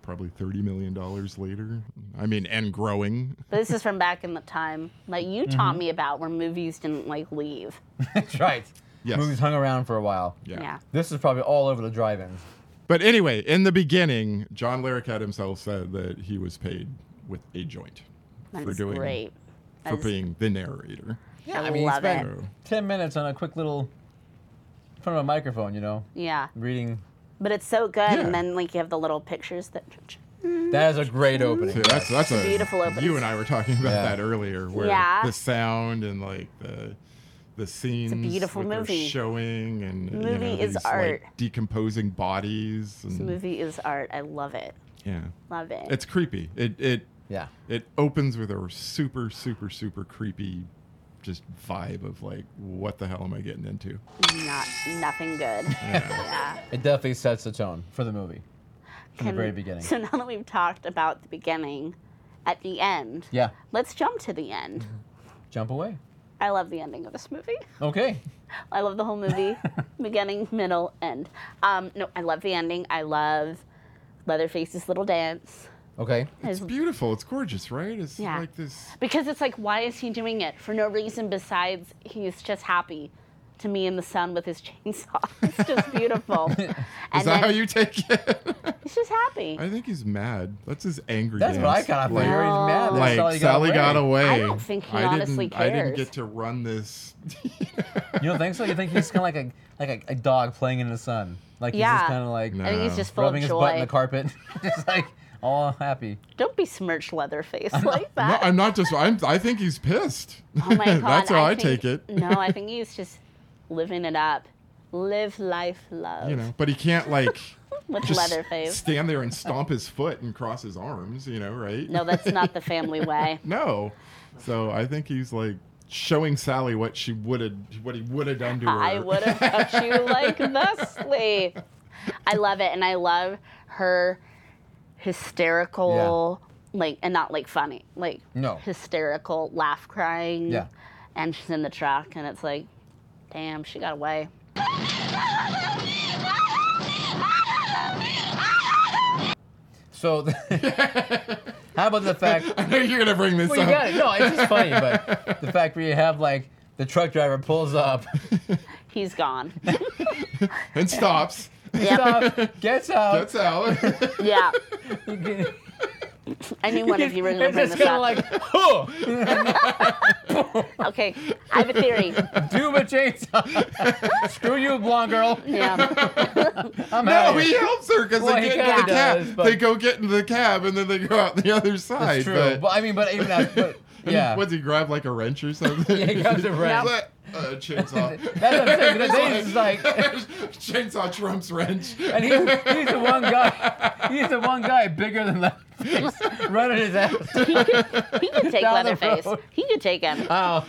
[SPEAKER 3] probably thirty million dollars later. I mean, and growing.
[SPEAKER 2] But this is from back in the time like you taught me about where movies didn't like leave.
[SPEAKER 1] That's right.
[SPEAKER 3] Yes.
[SPEAKER 1] Movies hung around for a while.
[SPEAKER 2] Yeah.
[SPEAKER 1] This is probably all over the drive-ins.
[SPEAKER 3] But anyway, in the beginning, John Larroquette himself said that he was paid with a joint
[SPEAKER 2] That's
[SPEAKER 3] for doing
[SPEAKER 2] great.
[SPEAKER 3] for
[SPEAKER 2] That's-
[SPEAKER 3] being the narrator.
[SPEAKER 1] Yeah,
[SPEAKER 2] I
[SPEAKER 1] mean,
[SPEAKER 2] love
[SPEAKER 1] he spent
[SPEAKER 3] it.
[SPEAKER 1] ten minutes on a quick little in front of a microphone, you know,
[SPEAKER 2] Yeah.
[SPEAKER 1] reading.
[SPEAKER 2] But it's so good
[SPEAKER 3] Yeah.
[SPEAKER 2] and then like you have the little pictures that
[SPEAKER 1] That is a great opening.
[SPEAKER 3] Yeah, that's that's a
[SPEAKER 2] Beautiful opening.
[SPEAKER 3] You and I were talking about
[SPEAKER 1] Yeah.
[SPEAKER 3] that earlier, where
[SPEAKER 2] Yeah.
[SPEAKER 3] the sound and like the the scenes,
[SPEAKER 2] beautiful
[SPEAKER 3] that they're
[SPEAKER 2] movie.
[SPEAKER 3] showing, and you know,
[SPEAKER 2] Movie is
[SPEAKER 3] these,
[SPEAKER 2] art.
[SPEAKER 3] like, decomposing bodies. And,
[SPEAKER 2] this movie is art. I love it.
[SPEAKER 3] Yeah,
[SPEAKER 2] Love it.
[SPEAKER 3] Mm. it's creepy. It it
[SPEAKER 1] Yeah.
[SPEAKER 3] it opens with a super super super creepy, just vibe of like, what the hell am I getting into?
[SPEAKER 2] not nothing good. yeah.
[SPEAKER 1] It definitely sets the tone for the movie from the
[SPEAKER 2] Can-
[SPEAKER 1] very beginning.
[SPEAKER 2] So now that we've talked about the beginning, at the end,
[SPEAKER 1] Yeah.
[SPEAKER 2] let's jump to the end.
[SPEAKER 1] Jump away.
[SPEAKER 2] I love the ending of this movie.
[SPEAKER 1] Okay.
[SPEAKER 2] I love the whole movie, beginning, middle, end. Um, no, I love the ending. I love Leatherface's little dance
[SPEAKER 1] Okay.
[SPEAKER 2] It's-
[SPEAKER 3] It's beautiful. It's gorgeous, right? It's
[SPEAKER 2] Yeah.
[SPEAKER 3] like this.
[SPEAKER 2] because it's like, why is he doing it for no reason besides he's just happy to me in the sun with his chainsaw. It's just beautiful. and
[SPEAKER 3] Is that how you take it?
[SPEAKER 2] he's just happy.
[SPEAKER 3] I think he's mad. That's his angry.
[SPEAKER 1] That's what I
[SPEAKER 3] dance.
[SPEAKER 1] kind of
[SPEAKER 3] Like-
[SPEAKER 1] figured. He's mad that
[SPEAKER 3] like Sally, got, away.
[SPEAKER 2] I don't think he honestly
[SPEAKER 3] didn't, I didn't
[SPEAKER 2] cares.
[SPEAKER 3] get to run this.
[SPEAKER 1] You don't think so? You think he's kind of like a like a, a dog playing in the sun? Like he's
[SPEAKER 2] Yeah.
[SPEAKER 1] just kind of like
[SPEAKER 2] I think he's just full
[SPEAKER 1] rubbing
[SPEAKER 2] of
[SPEAKER 1] his
[SPEAKER 2] joy.
[SPEAKER 1] butt in the carpet, just like all happy.
[SPEAKER 2] Don't besmirch Leatherface like
[SPEAKER 3] No,
[SPEAKER 2] that.
[SPEAKER 3] I'm not just. I'm, I think he's pissed.
[SPEAKER 2] Oh my god.
[SPEAKER 3] That's how I,
[SPEAKER 2] think-
[SPEAKER 3] take it.
[SPEAKER 2] no, I think he's just living it up. Live life, love.
[SPEAKER 3] You know, but he can't like
[SPEAKER 2] with
[SPEAKER 3] just
[SPEAKER 2] Leatherface.
[SPEAKER 3] stand there and stomp his foot and cross his arms. You know, right?
[SPEAKER 2] No, that's not the family way.
[SPEAKER 3] no. So I think he's like showing Sally what she would have, what he would have done to her.
[SPEAKER 2] I would have cut you like thusly. I love it, and I love her hysterical, like, and not like funny, like
[SPEAKER 1] No.
[SPEAKER 2] hysterical laugh crying.
[SPEAKER 1] Yeah.
[SPEAKER 2] And she's in the truck, and it's like, damn, she got away.
[SPEAKER 1] So, how about the fact?
[SPEAKER 3] I know you're gonna bring this
[SPEAKER 1] Well, you
[SPEAKER 3] up.
[SPEAKER 1] got it. No, it's just funny, but the fact where you have like the truck driver pulls up,
[SPEAKER 2] He's gone.
[SPEAKER 3] And stops.
[SPEAKER 1] stops, gets out.
[SPEAKER 3] That's out.
[SPEAKER 2] yeah.
[SPEAKER 1] you can-
[SPEAKER 2] I knew one of you were going to
[SPEAKER 1] it's
[SPEAKER 2] bring
[SPEAKER 1] just kind
[SPEAKER 2] this
[SPEAKER 1] of
[SPEAKER 2] up.
[SPEAKER 1] like, huh,
[SPEAKER 2] okay, I have a theory.
[SPEAKER 1] do a chainsaw. Screw you, blonde girl.
[SPEAKER 2] Yeah.
[SPEAKER 1] I'm
[SPEAKER 3] No,
[SPEAKER 1] out.
[SPEAKER 3] he helps her because
[SPEAKER 1] Well,
[SPEAKER 3] they
[SPEAKER 1] he
[SPEAKER 3] get in the
[SPEAKER 1] kinda
[SPEAKER 3] cab.
[SPEAKER 1] does, but-
[SPEAKER 3] They go get into the cab and then they go out the other side.
[SPEAKER 1] It's true.
[SPEAKER 3] But,
[SPEAKER 1] But, I mean, but even after, but, yeah.
[SPEAKER 3] What's he grab like a wrench or something?
[SPEAKER 1] Yeah, he grabs a wrench.
[SPEAKER 3] Is that- uh, chainsaw.
[SPEAKER 1] That's what I'm saying. because they just like,
[SPEAKER 3] chainsaw trumps wrench.
[SPEAKER 1] and he's, he's the one guy. He's the one guy bigger than that. running his ass.
[SPEAKER 2] He could take
[SPEAKER 1] Down the
[SPEAKER 2] Leatherface.
[SPEAKER 1] road.
[SPEAKER 2] He could take him.
[SPEAKER 1] Wow.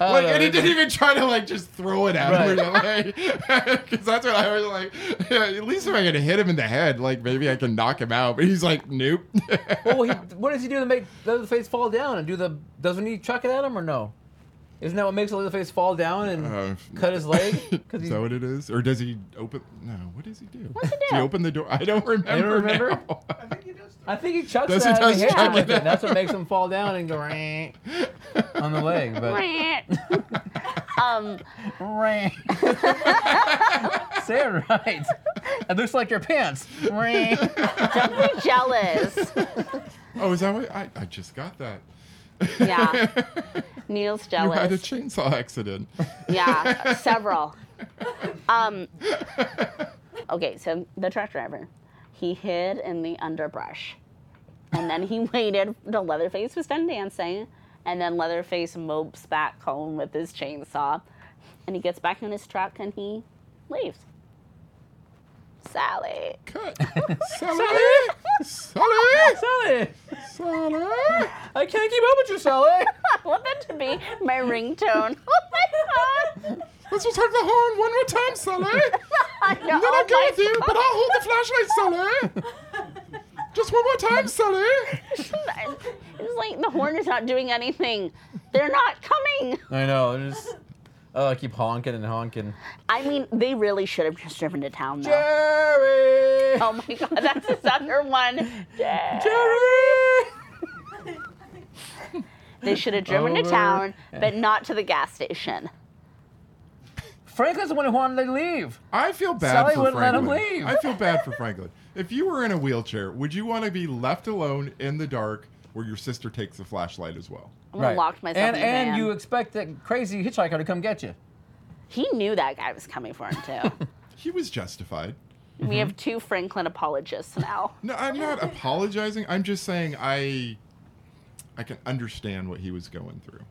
[SPEAKER 1] Oh,
[SPEAKER 3] Like, Oh. and he didn't even try to like just throw it at him. Because that's what I was like. yeah, at least if I could hit him in the head, like maybe I can knock him out. But he's like, nope.
[SPEAKER 1] Well, he, what does he do to make Leatherface fall down? And do the doesn't he chuck it at him or no? Isn't that what makes Leatherface fall down and
[SPEAKER 3] Uh,
[SPEAKER 1] cut his leg? Because
[SPEAKER 3] Is that what it is? Or does he open? No, what does he do? Does
[SPEAKER 2] he
[SPEAKER 3] he
[SPEAKER 2] do?
[SPEAKER 3] open the door? I don't remember.
[SPEAKER 1] remember?
[SPEAKER 3] now.
[SPEAKER 1] I think he chucks
[SPEAKER 3] Does
[SPEAKER 1] it at him
[SPEAKER 3] he
[SPEAKER 1] and
[SPEAKER 3] does
[SPEAKER 1] hits him
[SPEAKER 3] chuck
[SPEAKER 1] with
[SPEAKER 3] it?
[SPEAKER 1] it. That's what makes him fall down and go on the leg. But
[SPEAKER 2] um,
[SPEAKER 1] say it right. It looks like your pants.
[SPEAKER 2] don't be jealous.
[SPEAKER 3] Oh, is that what? I, I just got that.
[SPEAKER 2] Yeah. Neil's
[SPEAKER 3] You had a
[SPEAKER 2] jealous.
[SPEAKER 3] chainsaw accident.
[SPEAKER 2] Yeah, several. Um, okay, so the truck driver, he hid in the underbrush. And then he waited till Leatherface was done dancing. And then Leatherface mopes back home with his chainsaw. And he gets back in his truck and he leaves. Sally.
[SPEAKER 3] Cut. Sally! Sally!
[SPEAKER 1] Sally,
[SPEAKER 3] Sally!
[SPEAKER 1] I can't keep up with you, Sally.
[SPEAKER 2] I want that to be my ringtone. Oh my god.
[SPEAKER 3] Let's just have the horn one more time, Sally!
[SPEAKER 2] I know.
[SPEAKER 3] Then I'll
[SPEAKER 2] Oh
[SPEAKER 3] go
[SPEAKER 2] my
[SPEAKER 3] with you, but I'll hold the flashlight, Sally! Just one more time, Sally!
[SPEAKER 2] It's like the horn is not doing anything. They're not coming.
[SPEAKER 1] I know. Just Oh, I keep honking and honking.
[SPEAKER 2] I mean, they really should have just driven to town, though.
[SPEAKER 1] Jerry!
[SPEAKER 2] Oh my god, that's his other one. Yeah.
[SPEAKER 1] Jerry!
[SPEAKER 2] They should have driven
[SPEAKER 3] Oh
[SPEAKER 2] to
[SPEAKER 1] Over.
[SPEAKER 2] town, but not to the gas station.
[SPEAKER 1] Franklin's the one who wanted to leave.
[SPEAKER 3] I feel bad
[SPEAKER 1] Sally
[SPEAKER 3] for
[SPEAKER 1] wouldn't let him
[SPEAKER 3] Franklin.
[SPEAKER 1] leave.
[SPEAKER 3] I feel bad for Franklin. If you were in a wheelchair, would you want to be left alone in the dark where your sister takes the flashlight as well?
[SPEAKER 2] I'm gonna lock myself
[SPEAKER 1] and
[SPEAKER 2] in the
[SPEAKER 1] and
[SPEAKER 2] van.
[SPEAKER 1] you expect that crazy hitchhiker to come get you.
[SPEAKER 2] He knew that guy was coming for him too.
[SPEAKER 3] He was justified.
[SPEAKER 2] we have two Franklin apologists now.
[SPEAKER 3] No, I'm not apologizing. I'm just saying I I can understand what he was going through.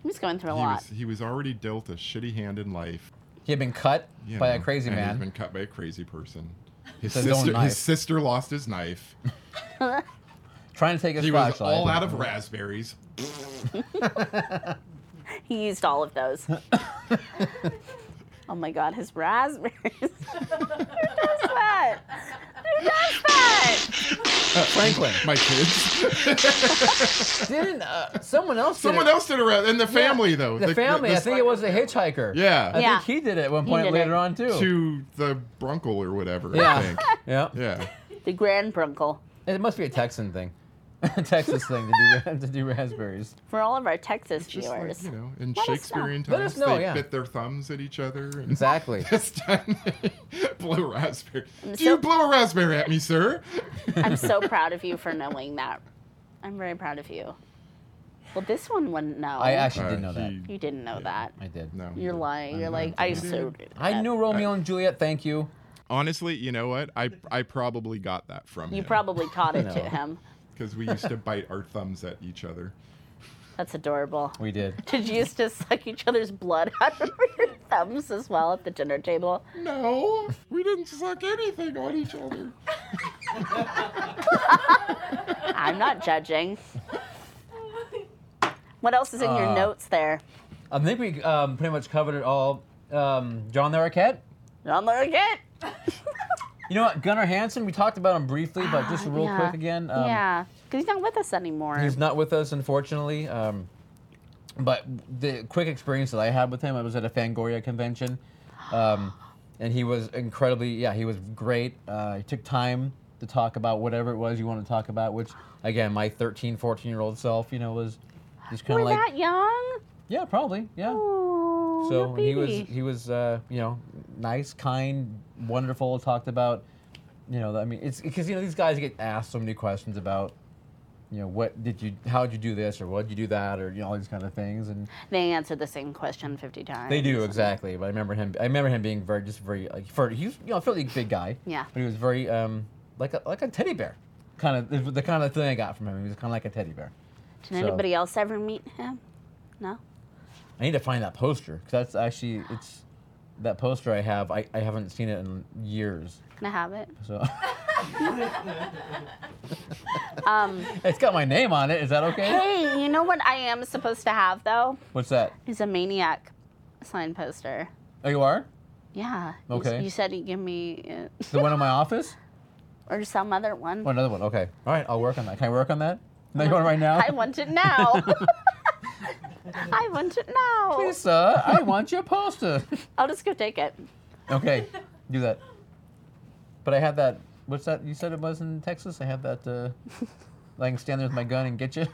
[SPEAKER 2] He was going through a
[SPEAKER 3] He
[SPEAKER 2] lot.
[SPEAKER 3] was he was already dealt a shitty hand in life.
[SPEAKER 1] He had been cut
[SPEAKER 3] you
[SPEAKER 1] by a
[SPEAKER 3] know,
[SPEAKER 1] crazy
[SPEAKER 3] and
[SPEAKER 1] man.
[SPEAKER 3] He's been cut by a crazy person. His
[SPEAKER 1] With his own
[SPEAKER 3] sister
[SPEAKER 1] knife.
[SPEAKER 3] his sister lost his knife.
[SPEAKER 1] trying to take his
[SPEAKER 3] He was
[SPEAKER 1] flashlight.
[SPEAKER 3] all out of raspberries.
[SPEAKER 2] He used all of those. oh my god, his raspberries. Who does that? Who does that?
[SPEAKER 1] Franklin.
[SPEAKER 3] My kids.
[SPEAKER 1] Didn't uh, someone else? did
[SPEAKER 3] Someone
[SPEAKER 1] it.
[SPEAKER 3] else did a ra- in the family though.
[SPEAKER 1] The, family. I
[SPEAKER 3] this-
[SPEAKER 1] think it was the hitchhiker.
[SPEAKER 3] Yeah.
[SPEAKER 1] I
[SPEAKER 2] Yeah.
[SPEAKER 1] think he did it at one
[SPEAKER 2] He
[SPEAKER 1] point
[SPEAKER 2] did
[SPEAKER 1] later
[SPEAKER 2] it.
[SPEAKER 1] on too.
[SPEAKER 3] to the Brunkle or whatever.
[SPEAKER 1] Yeah.
[SPEAKER 3] I think.
[SPEAKER 1] Yeah.
[SPEAKER 3] Yeah.
[SPEAKER 2] The Grand Prunkle.
[SPEAKER 1] It must be a Texan thing, a Texas thing to do ra- to do raspberries.
[SPEAKER 2] For all of our Texas
[SPEAKER 3] Just
[SPEAKER 2] viewers.
[SPEAKER 3] like you know, in
[SPEAKER 2] us know.
[SPEAKER 3] Shakespearean
[SPEAKER 1] Let
[SPEAKER 3] times,
[SPEAKER 1] us know,
[SPEAKER 3] they
[SPEAKER 1] yeah.
[SPEAKER 3] bit their thumbs at each other. And
[SPEAKER 1] Exactly.
[SPEAKER 3] This time they blew a raspberry. Do
[SPEAKER 2] Mm, so-
[SPEAKER 3] you blow a raspberry at me, sir?
[SPEAKER 2] I'm so proud of you for knowing that. I'm very proud of you. Well, this one wouldn't know.
[SPEAKER 1] I actually did
[SPEAKER 3] Uh,
[SPEAKER 1] know that.
[SPEAKER 3] he-
[SPEAKER 2] you didn't know that.
[SPEAKER 1] I did.
[SPEAKER 3] No. he
[SPEAKER 2] You're
[SPEAKER 3] didn't.
[SPEAKER 2] lying.
[SPEAKER 3] I'm
[SPEAKER 2] You're
[SPEAKER 3] not.
[SPEAKER 2] like, I so did.
[SPEAKER 1] I
[SPEAKER 2] that."
[SPEAKER 1] knew Romeo and Juliet. Thank you.
[SPEAKER 3] Honestly, you know what? I I probably got that from
[SPEAKER 2] You probably taught it to
[SPEAKER 1] No.
[SPEAKER 2] him.
[SPEAKER 3] because we used to bite our thumbs at each other.
[SPEAKER 2] That's adorable.
[SPEAKER 1] We did.
[SPEAKER 2] Did you used to suck each other's blood out of your thumbs as well at the dinner table?
[SPEAKER 3] No, we didn't suck anything on each other.
[SPEAKER 2] I'm not judging. What else is in
[SPEAKER 3] Uh,
[SPEAKER 2] your notes there?
[SPEAKER 1] I think we um, pretty much covered it all. Um, John the Arquette.
[SPEAKER 2] I'm like it.
[SPEAKER 1] You know what? Gunnar Hansen. We talked about him briefly, but just real
[SPEAKER 2] Uh, Yeah.
[SPEAKER 1] quick again. Um,
[SPEAKER 2] yeah, because he's not with us anymore.
[SPEAKER 1] He's not with us, unfortunately. Um, but the quick experience that I had with him, I was at a Fangoria convention, um, and he was incredibly, yeah, he was great. Uh, he took time to talk about whatever it was you want to talk about, which, again, my 13, 14 year old self, you know, was just kind
[SPEAKER 2] We're
[SPEAKER 1] of like,
[SPEAKER 2] that young.
[SPEAKER 1] yeah, probably, yeah.
[SPEAKER 2] Oh,
[SPEAKER 1] So he was
[SPEAKER 2] yippee.
[SPEAKER 1] he was uh, you know nice, kind, wonderful. Talked about you know I mean it's because you know these guys get asked so many questions about you know what did you how did you do this or what did you do that or you know all these kind of things and
[SPEAKER 2] They answered the same question 50 times.
[SPEAKER 1] they do exactly. But I remember him I remember him being very just very like for he was you know a fairly big guy
[SPEAKER 2] Yeah.
[SPEAKER 1] but he was very um like a like a teddy bear kind of is the kind of thing I got from him he was kind of like a teddy bear.
[SPEAKER 2] Did anybody else ever meet him? No?
[SPEAKER 1] I need to find that poster because that's actually it's that poster I have I, I haven't seen it in years
[SPEAKER 2] Can I have it?
[SPEAKER 1] so.
[SPEAKER 2] Um,
[SPEAKER 1] It's got my name on it. Is that okay?
[SPEAKER 2] hey, you know what I am supposed to have, though?
[SPEAKER 1] What's that?
[SPEAKER 2] Is a maniac sign poster.
[SPEAKER 1] Oh, you are?
[SPEAKER 2] Yeah. you s-
[SPEAKER 1] Okay.
[SPEAKER 2] You, said you give me, uh,
[SPEAKER 1] The one in my office?
[SPEAKER 2] or some other one.
[SPEAKER 1] Oh, another one. Okay. All right, I'll work on that. Can I work on that? No, you want it right now?
[SPEAKER 2] I want it now. I want it now.
[SPEAKER 1] Lisa, I want your poster.
[SPEAKER 2] I'll just go take it.
[SPEAKER 1] Okay, do that. But I had that. What's that? You said it was in Texas? I had that. Uh, I can stand there with my gun and get you.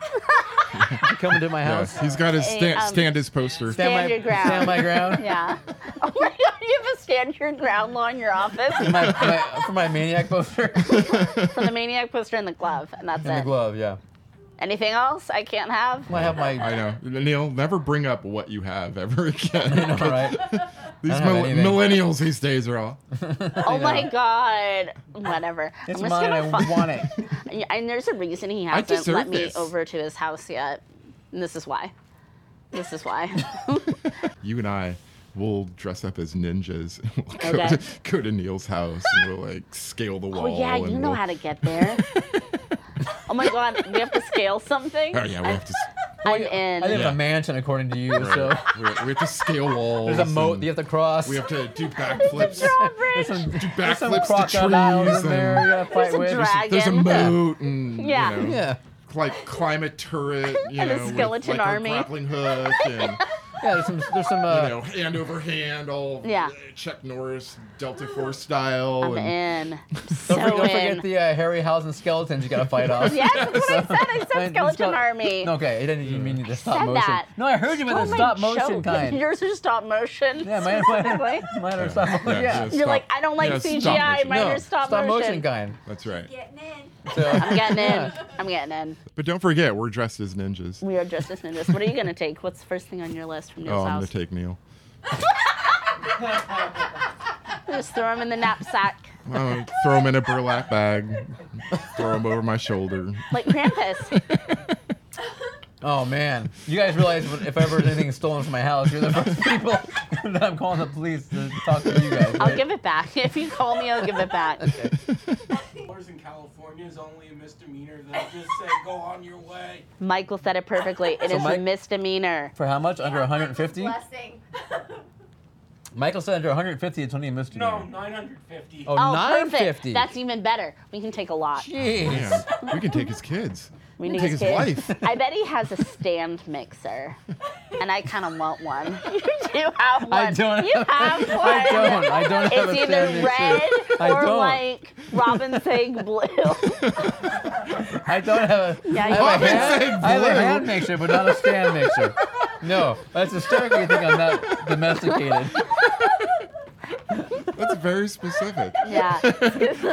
[SPEAKER 1] Coming to my house.
[SPEAKER 3] Yes, he's got his
[SPEAKER 2] Hey,
[SPEAKER 3] stand,
[SPEAKER 2] um,
[SPEAKER 3] stand his poster.
[SPEAKER 2] Stand
[SPEAKER 1] my,
[SPEAKER 2] your ground.
[SPEAKER 1] Stand my ground.
[SPEAKER 2] Yeah. Oh my God, you have a stand your ground law in your office
[SPEAKER 1] My, my, for my maniac poster.
[SPEAKER 2] for the maniac poster and the glove, and that's
[SPEAKER 1] and the
[SPEAKER 2] it.
[SPEAKER 1] glove, yeah.
[SPEAKER 2] Anything else I can't have?
[SPEAKER 1] I have
[SPEAKER 3] I
[SPEAKER 1] my.
[SPEAKER 3] know. Neil, never bring up what you have ever again.
[SPEAKER 1] All right.
[SPEAKER 3] These
[SPEAKER 1] I don't have
[SPEAKER 3] mil-
[SPEAKER 1] anything.
[SPEAKER 3] millennials these days are all.
[SPEAKER 2] Oh my God. Whatever.
[SPEAKER 1] It's
[SPEAKER 2] I'm just
[SPEAKER 1] mine. I
[SPEAKER 2] gonna fi-
[SPEAKER 1] want it.
[SPEAKER 2] Yeah, And there's a reason he hasn't
[SPEAKER 3] deserve
[SPEAKER 2] let me
[SPEAKER 3] this.
[SPEAKER 2] over to his house yet. And this is why. This is why.
[SPEAKER 3] You and I will dress up as ninjas. And we'll go,
[SPEAKER 2] Okay.
[SPEAKER 3] to, go to Neil's house and we'll like scale the wall.
[SPEAKER 2] oh, yeah,
[SPEAKER 3] and
[SPEAKER 2] you know
[SPEAKER 3] we'll,
[SPEAKER 2] how to get there. oh my God, we have to scale something.
[SPEAKER 3] Oh yeah, we have to. s-
[SPEAKER 2] I'm in.
[SPEAKER 1] I live in
[SPEAKER 3] Yeah.
[SPEAKER 1] a mansion, according to you. So
[SPEAKER 3] right. we, we have to scale walls.
[SPEAKER 1] there's a moat
[SPEAKER 3] and
[SPEAKER 1] that you have to cross.
[SPEAKER 3] We have to do backflips.
[SPEAKER 1] There's some,
[SPEAKER 3] do
[SPEAKER 1] there's some
[SPEAKER 3] backflips to
[SPEAKER 1] crocodiles
[SPEAKER 3] trees.
[SPEAKER 1] in there you
[SPEAKER 3] And
[SPEAKER 1] gotta fight
[SPEAKER 2] a
[SPEAKER 1] with.
[SPEAKER 2] dragon.
[SPEAKER 3] there's a
[SPEAKER 2] Again?
[SPEAKER 3] moat and
[SPEAKER 2] Yeah.
[SPEAKER 3] you know,
[SPEAKER 1] Yeah.
[SPEAKER 3] like climb a turret. You
[SPEAKER 2] And a
[SPEAKER 3] know, with,
[SPEAKER 2] skeleton
[SPEAKER 3] like, a
[SPEAKER 2] army.
[SPEAKER 3] grappling hook and
[SPEAKER 1] Yeah, there's some. There's some. Uh,
[SPEAKER 3] you know, hand over hand, all
[SPEAKER 2] Yeah.
[SPEAKER 3] uh, Chuck Norris, Delta Force style.
[SPEAKER 2] I'm in.
[SPEAKER 3] and-
[SPEAKER 2] I'm
[SPEAKER 1] don't, forget,
[SPEAKER 2] so
[SPEAKER 1] don't forget
[SPEAKER 2] in.
[SPEAKER 1] the uh, Harryhausen skeletons you gotta fight off.
[SPEAKER 2] Yes, that's what I said. I
[SPEAKER 1] And the
[SPEAKER 2] said skeleton
[SPEAKER 1] skele-
[SPEAKER 2] army.
[SPEAKER 1] Okay, it didn't even mean the stop
[SPEAKER 2] said
[SPEAKER 1] motion.
[SPEAKER 2] that.
[SPEAKER 1] No, I heard you about
[SPEAKER 2] Oh,
[SPEAKER 1] the
[SPEAKER 2] my
[SPEAKER 1] stop motion
[SPEAKER 2] joke.
[SPEAKER 1] kind.
[SPEAKER 2] Yours is stop motion.
[SPEAKER 1] yeah, mine,
[SPEAKER 2] specifically.
[SPEAKER 1] mine, mine are stop motion.
[SPEAKER 3] yeah,
[SPEAKER 1] Yeah.
[SPEAKER 3] yeah,
[SPEAKER 2] You're like,
[SPEAKER 3] stop-
[SPEAKER 2] I don't like
[SPEAKER 3] yeah, stop
[SPEAKER 2] CGI.
[SPEAKER 3] motion.
[SPEAKER 2] Mine are stop,
[SPEAKER 1] motion kind.
[SPEAKER 3] That's right.
[SPEAKER 6] Getting in.
[SPEAKER 1] So,
[SPEAKER 2] I'm getting in. I'm getting in.
[SPEAKER 3] But don't forget, we're dressed as ninjas.
[SPEAKER 2] We are dressed as ninjas. What are you gonna take? What's the first thing on your list from Neil's
[SPEAKER 3] oh, I'm
[SPEAKER 2] house?
[SPEAKER 3] gonna take Neil.
[SPEAKER 2] Just throw him in the knapsack,
[SPEAKER 3] I'm gonna throw him in a burlap bag, throw him over my shoulder.
[SPEAKER 2] like Krampus.
[SPEAKER 1] oh man, you guys realize what- if ever anything is stolen from my house, you're the first people that I'm calling the police to talk to you guys.
[SPEAKER 2] I'll give it back. If you call me, I'll give it back.
[SPEAKER 7] Dollars in California is only a misdemeanor. They'll just say, go on your way.
[SPEAKER 2] Michael said it perfectly. It is
[SPEAKER 1] So Mike-
[SPEAKER 2] a misdemeanor.
[SPEAKER 1] For how much? Under
[SPEAKER 6] Yeah,
[SPEAKER 1] 150?
[SPEAKER 6] Blessing.
[SPEAKER 1] Michael said under 150, it's only a misdemeanor.
[SPEAKER 7] No, 950.
[SPEAKER 1] Oh,
[SPEAKER 2] Oh,
[SPEAKER 1] 950.
[SPEAKER 2] perfect. That's even better. We can take a lot.
[SPEAKER 1] Jeez.
[SPEAKER 3] Yeah, we can take his kids.
[SPEAKER 2] We
[SPEAKER 3] We
[SPEAKER 2] need
[SPEAKER 3] can take his
[SPEAKER 2] kid.
[SPEAKER 3] wife.
[SPEAKER 2] I bet he has a stand mixer, and I kind of want one. You do have one.
[SPEAKER 1] I don't
[SPEAKER 2] You
[SPEAKER 1] have-
[SPEAKER 2] have one.
[SPEAKER 1] I don't. I don't have
[SPEAKER 2] It's
[SPEAKER 1] a
[SPEAKER 2] either
[SPEAKER 1] stand
[SPEAKER 2] red
[SPEAKER 1] mixer. I
[SPEAKER 2] or
[SPEAKER 1] don't.
[SPEAKER 2] like Robin's egg blue.
[SPEAKER 1] I don't have a.
[SPEAKER 2] Yeah,
[SPEAKER 1] I
[SPEAKER 2] you
[SPEAKER 1] have a
[SPEAKER 2] don't.
[SPEAKER 1] hand-
[SPEAKER 3] Robin said
[SPEAKER 1] I have a
[SPEAKER 3] blue.
[SPEAKER 1] hand mixer, but not a stand mixer. No, that's hysterical. You think I'm not domesticated?
[SPEAKER 3] That's very specific.
[SPEAKER 2] yeah,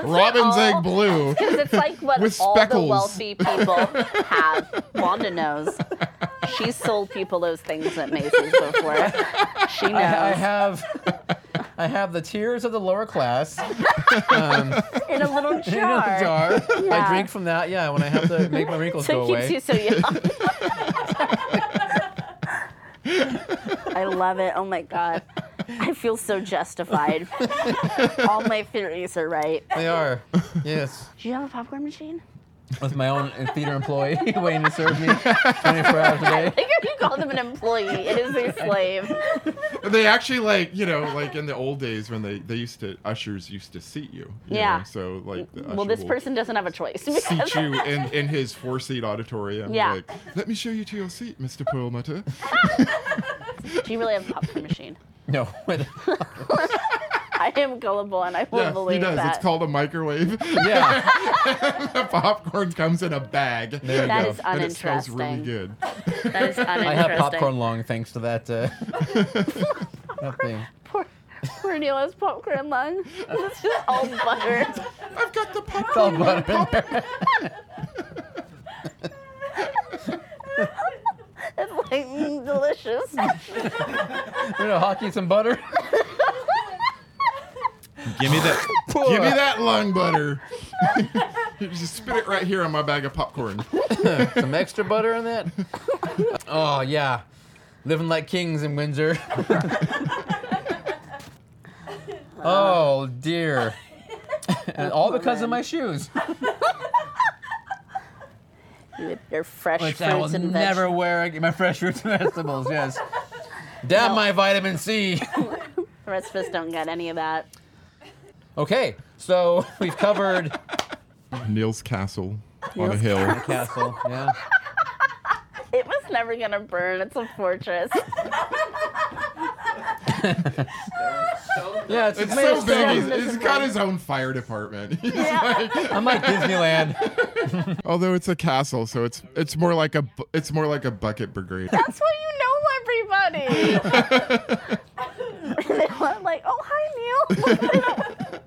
[SPEAKER 3] Robin's
[SPEAKER 2] all-
[SPEAKER 3] egg blue.
[SPEAKER 2] because it's like what
[SPEAKER 3] With
[SPEAKER 2] all
[SPEAKER 3] speckles.
[SPEAKER 2] the wealthy people have. Wanda knows. She sold people those things at Macy's before. She knows.
[SPEAKER 1] I, I have, I have the tears of the lower class
[SPEAKER 2] in a little jar.
[SPEAKER 1] in a jar. I
[SPEAKER 2] Yeah.
[SPEAKER 1] drink from that. Yeah, when I have to make my wrinkles
[SPEAKER 2] So
[SPEAKER 1] go
[SPEAKER 2] it keeps
[SPEAKER 1] away.
[SPEAKER 2] you so young. I love it. Oh my god. I feel so justified. All my theories are right.
[SPEAKER 1] They are. Yes.
[SPEAKER 2] Do you have a popcorn machine?
[SPEAKER 1] With my own theater employee waiting to serve me 24 hours a day.
[SPEAKER 2] Like if you call them an employee, it is a slave.
[SPEAKER 3] They actually like you know like in the old days when they they used to ushers used to seat you. you
[SPEAKER 2] Yeah.
[SPEAKER 3] know, So like. The
[SPEAKER 2] Well,
[SPEAKER 3] usher
[SPEAKER 2] this
[SPEAKER 3] will
[SPEAKER 2] person doesn't have a choice.
[SPEAKER 3] Seat you in, in his four seat auditorium.
[SPEAKER 2] Yeah.
[SPEAKER 3] Like, Let me show you to your seat, Mr. Perlmutter.
[SPEAKER 2] Do you really have a popcorn machine?
[SPEAKER 1] No. but-
[SPEAKER 2] I am gullible and I will
[SPEAKER 3] yes, he
[SPEAKER 2] believe
[SPEAKER 3] does.
[SPEAKER 2] that.
[SPEAKER 3] It's called a microwave.
[SPEAKER 1] yeah.
[SPEAKER 3] the popcorn comes in a bag. There
[SPEAKER 2] you That go. is
[SPEAKER 3] and it smells really
[SPEAKER 2] uninteresting.
[SPEAKER 3] good.
[SPEAKER 2] that is uninteresting.
[SPEAKER 1] I have popcorn long thanks to that. Uh, that thing.
[SPEAKER 2] Poor, poor Neil has popcorn lung. It's just all butter.
[SPEAKER 3] I've got the
[SPEAKER 1] It's all
[SPEAKER 3] popcorn.
[SPEAKER 1] butter in there.
[SPEAKER 2] It's like mm, delicious.
[SPEAKER 1] You know, hockey some butter.
[SPEAKER 3] Give me that. Give me that lung butter. You Just spit it right here on my bag of popcorn.
[SPEAKER 1] some extra butter in that. Oh yeah, living like kings in Windsor. oh dear, and all because of my shoes,
[SPEAKER 2] With Your fresh
[SPEAKER 1] which I will
[SPEAKER 2] fruits and
[SPEAKER 1] never wear again. My fresh fruits and vegetables, yes. Damn my vitamin C.
[SPEAKER 2] The rest of us don't get any of that.
[SPEAKER 1] Okay, so we've covered
[SPEAKER 3] Neil's Castle on a
[SPEAKER 2] Neil's
[SPEAKER 3] hill.
[SPEAKER 1] castle. Yeah.
[SPEAKER 2] It was never gonna burn. It's a fortress.
[SPEAKER 1] Yeah, it's,
[SPEAKER 3] It's
[SPEAKER 1] made of
[SPEAKER 3] so big.
[SPEAKER 1] stone.
[SPEAKER 3] He's, he's got his own fire department.
[SPEAKER 2] Yeah.
[SPEAKER 1] I'm like Disneyland.
[SPEAKER 3] Although it's a castle, so it's it's more like a bu- it's more like a bucket brigade.
[SPEAKER 2] That's why you know everybody. they were like, oh hi Neil.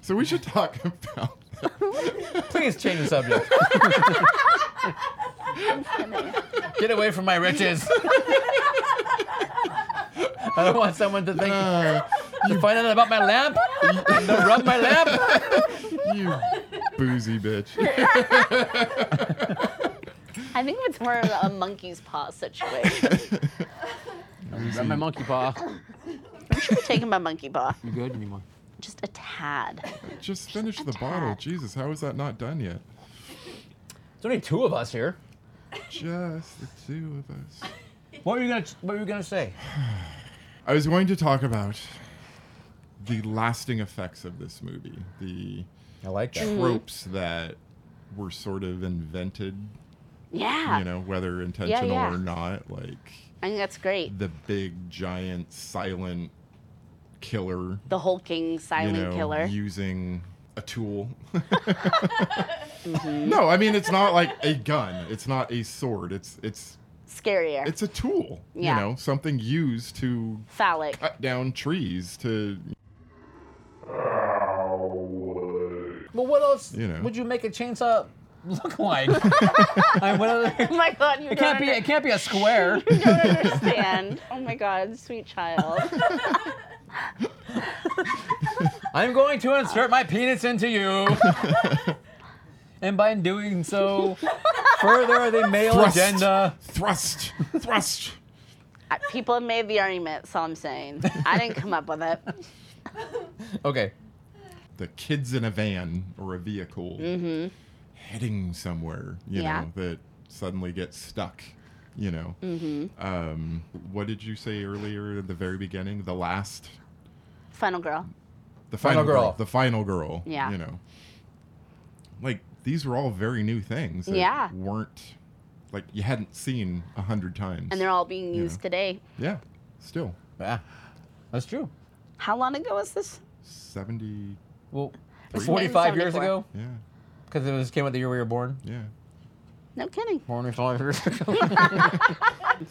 [SPEAKER 3] So we should talk about.
[SPEAKER 1] Please change the subject. Get away from my riches. I don't want someone to think
[SPEAKER 3] Uh,
[SPEAKER 1] you find out about my lamp. Don't rub my lamp.
[SPEAKER 3] you boozy bitch.
[SPEAKER 2] I think it's more of a monkey's paw situation.
[SPEAKER 1] Rub my monkey paw.
[SPEAKER 2] Should have taken my monkey paw.
[SPEAKER 1] You good anymore?
[SPEAKER 2] Just a tad.
[SPEAKER 3] Just finish the bottle. Jesus, how is that not done yet?
[SPEAKER 1] There's only two of us here.
[SPEAKER 3] Just the two of us.
[SPEAKER 1] What were you gonna What were you gonna say?
[SPEAKER 3] I was going to talk about the lasting effects of this movie, the
[SPEAKER 1] I like that.
[SPEAKER 3] tropes that were sort of invented
[SPEAKER 2] Yeah.
[SPEAKER 3] you know, whether intentional
[SPEAKER 2] yeah.
[SPEAKER 3] or not. Like
[SPEAKER 2] I think that's great.
[SPEAKER 3] the big giant silent killer,
[SPEAKER 2] The hulking silent
[SPEAKER 3] you know,
[SPEAKER 2] killer.
[SPEAKER 3] using a tool.
[SPEAKER 2] Mm-hmm.
[SPEAKER 3] No, I mean it's not like a gun. It's not a sword. It's it's
[SPEAKER 2] Scarier.
[SPEAKER 3] it's a tool.
[SPEAKER 2] Yeah.
[SPEAKER 3] You know, something used to
[SPEAKER 2] Phallic.
[SPEAKER 3] cut down trees to
[SPEAKER 1] Well, what else
[SPEAKER 3] You know.
[SPEAKER 1] would you make a chainsaw look like? I mean, what other-
[SPEAKER 2] Oh my god, you
[SPEAKER 1] it
[SPEAKER 2] don't
[SPEAKER 1] can't be.
[SPEAKER 2] under-
[SPEAKER 1] It can't be a square.
[SPEAKER 2] you don't understand. oh my god, sweet child.
[SPEAKER 1] I'm going to insert my penis into you. and by doing so, further the male
[SPEAKER 3] Thrust.
[SPEAKER 1] agenda.
[SPEAKER 3] thrust, thrust.
[SPEAKER 2] I- People have made the argument, that's all I'm saying. I didn't come up with it.
[SPEAKER 1] Okay.
[SPEAKER 3] The kids in a van or a vehicle heading somewhere, you
[SPEAKER 2] Mm-hmm. Yeah.
[SPEAKER 3] know, that suddenly gets stuck. You know,
[SPEAKER 2] Mm-hmm.
[SPEAKER 3] um, what did you say earlier at the very beginning? The last,
[SPEAKER 2] Final girl.
[SPEAKER 3] the
[SPEAKER 1] Final
[SPEAKER 3] final, girl.
[SPEAKER 1] Girl.
[SPEAKER 3] the final girl.
[SPEAKER 2] Yeah.
[SPEAKER 3] you know, like these were all very new things. that
[SPEAKER 2] Yeah.
[SPEAKER 3] weren't like you hadn't seen a hundred times.
[SPEAKER 2] And they're all being
[SPEAKER 3] You
[SPEAKER 2] used
[SPEAKER 3] know.
[SPEAKER 2] today.
[SPEAKER 3] yeah, still
[SPEAKER 1] Yeah, Ah, that's true.
[SPEAKER 2] How long ago was this?
[SPEAKER 3] seventy.
[SPEAKER 1] Well,
[SPEAKER 3] Three.
[SPEAKER 1] 45 years ago,
[SPEAKER 3] Yeah,
[SPEAKER 1] because it was came out the year we were born.
[SPEAKER 3] yeah.
[SPEAKER 2] No kidding.
[SPEAKER 1] Born 45 years ago.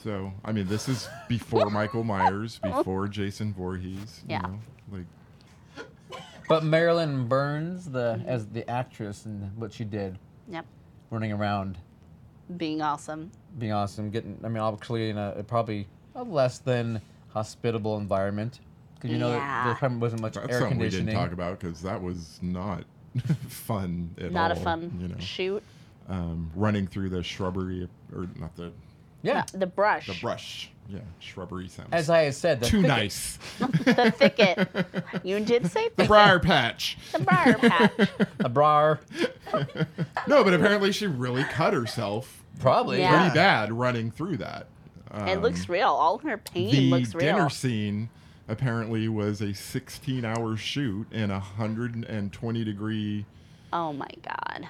[SPEAKER 3] So I mean, this is before Michael Myers, before Jason Voorhees.
[SPEAKER 2] Oh.
[SPEAKER 3] You
[SPEAKER 2] Yeah.
[SPEAKER 3] Know? Like,
[SPEAKER 1] but Marilyn Burns, the as the actress and what she did,
[SPEAKER 2] Yep.
[SPEAKER 1] running around,
[SPEAKER 2] Being awesome.
[SPEAKER 1] being awesome, getting. I mean, obviously in a probably a less than hospitable environment, because you know that there
[SPEAKER 2] Yeah.
[SPEAKER 1] probably wasn't much
[SPEAKER 3] that's
[SPEAKER 1] air
[SPEAKER 3] something we
[SPEAKER 1] conditioning.
[SPEAKER 3] didn't talk about because that was not fun at
[SPEAKER 2] Not
[SPEAKER 3] all.
[SPEAKER 2] a fun
[SPEAKER 3] Oh, You know,
[SPEAKER 2] shoot.
[SPEAKER 3] um, running through the shrubbery or not the
[SPEAKER 1] Yeah.
[SPEAKER 2] Uh, The brush.
[SPEAKER 3] the brush. Yeah, shrubbery sounds
[SPEAKER 1] As I had said, the
[SPEAKER 3] too
[SPEAKER 1] thicket-
[SPEAKER 3] nice.
[SPEAKER 2] The thicket. You did say thicket.
[SPEAKER 3] The briar patch.
[SPEAKER 2] The briar patch.
[SPEAKER 1] a brar,
[SPEAKER 3] No, but apparently she really cut herself
[SPEAKER 1] probably.
[SPEAKER 2] Yeah.
[SPEAKER 3] pretty bad running through that.
[SPEAKER 2] it looks real. All her pain
[SPEAKER 3] Um, the
[SPEAKER 2] looks real.
[SPEAKER 3] dinner scene apparently was a 16 hour shoot in a 120 degree
[SPEAKER 2] oh my god.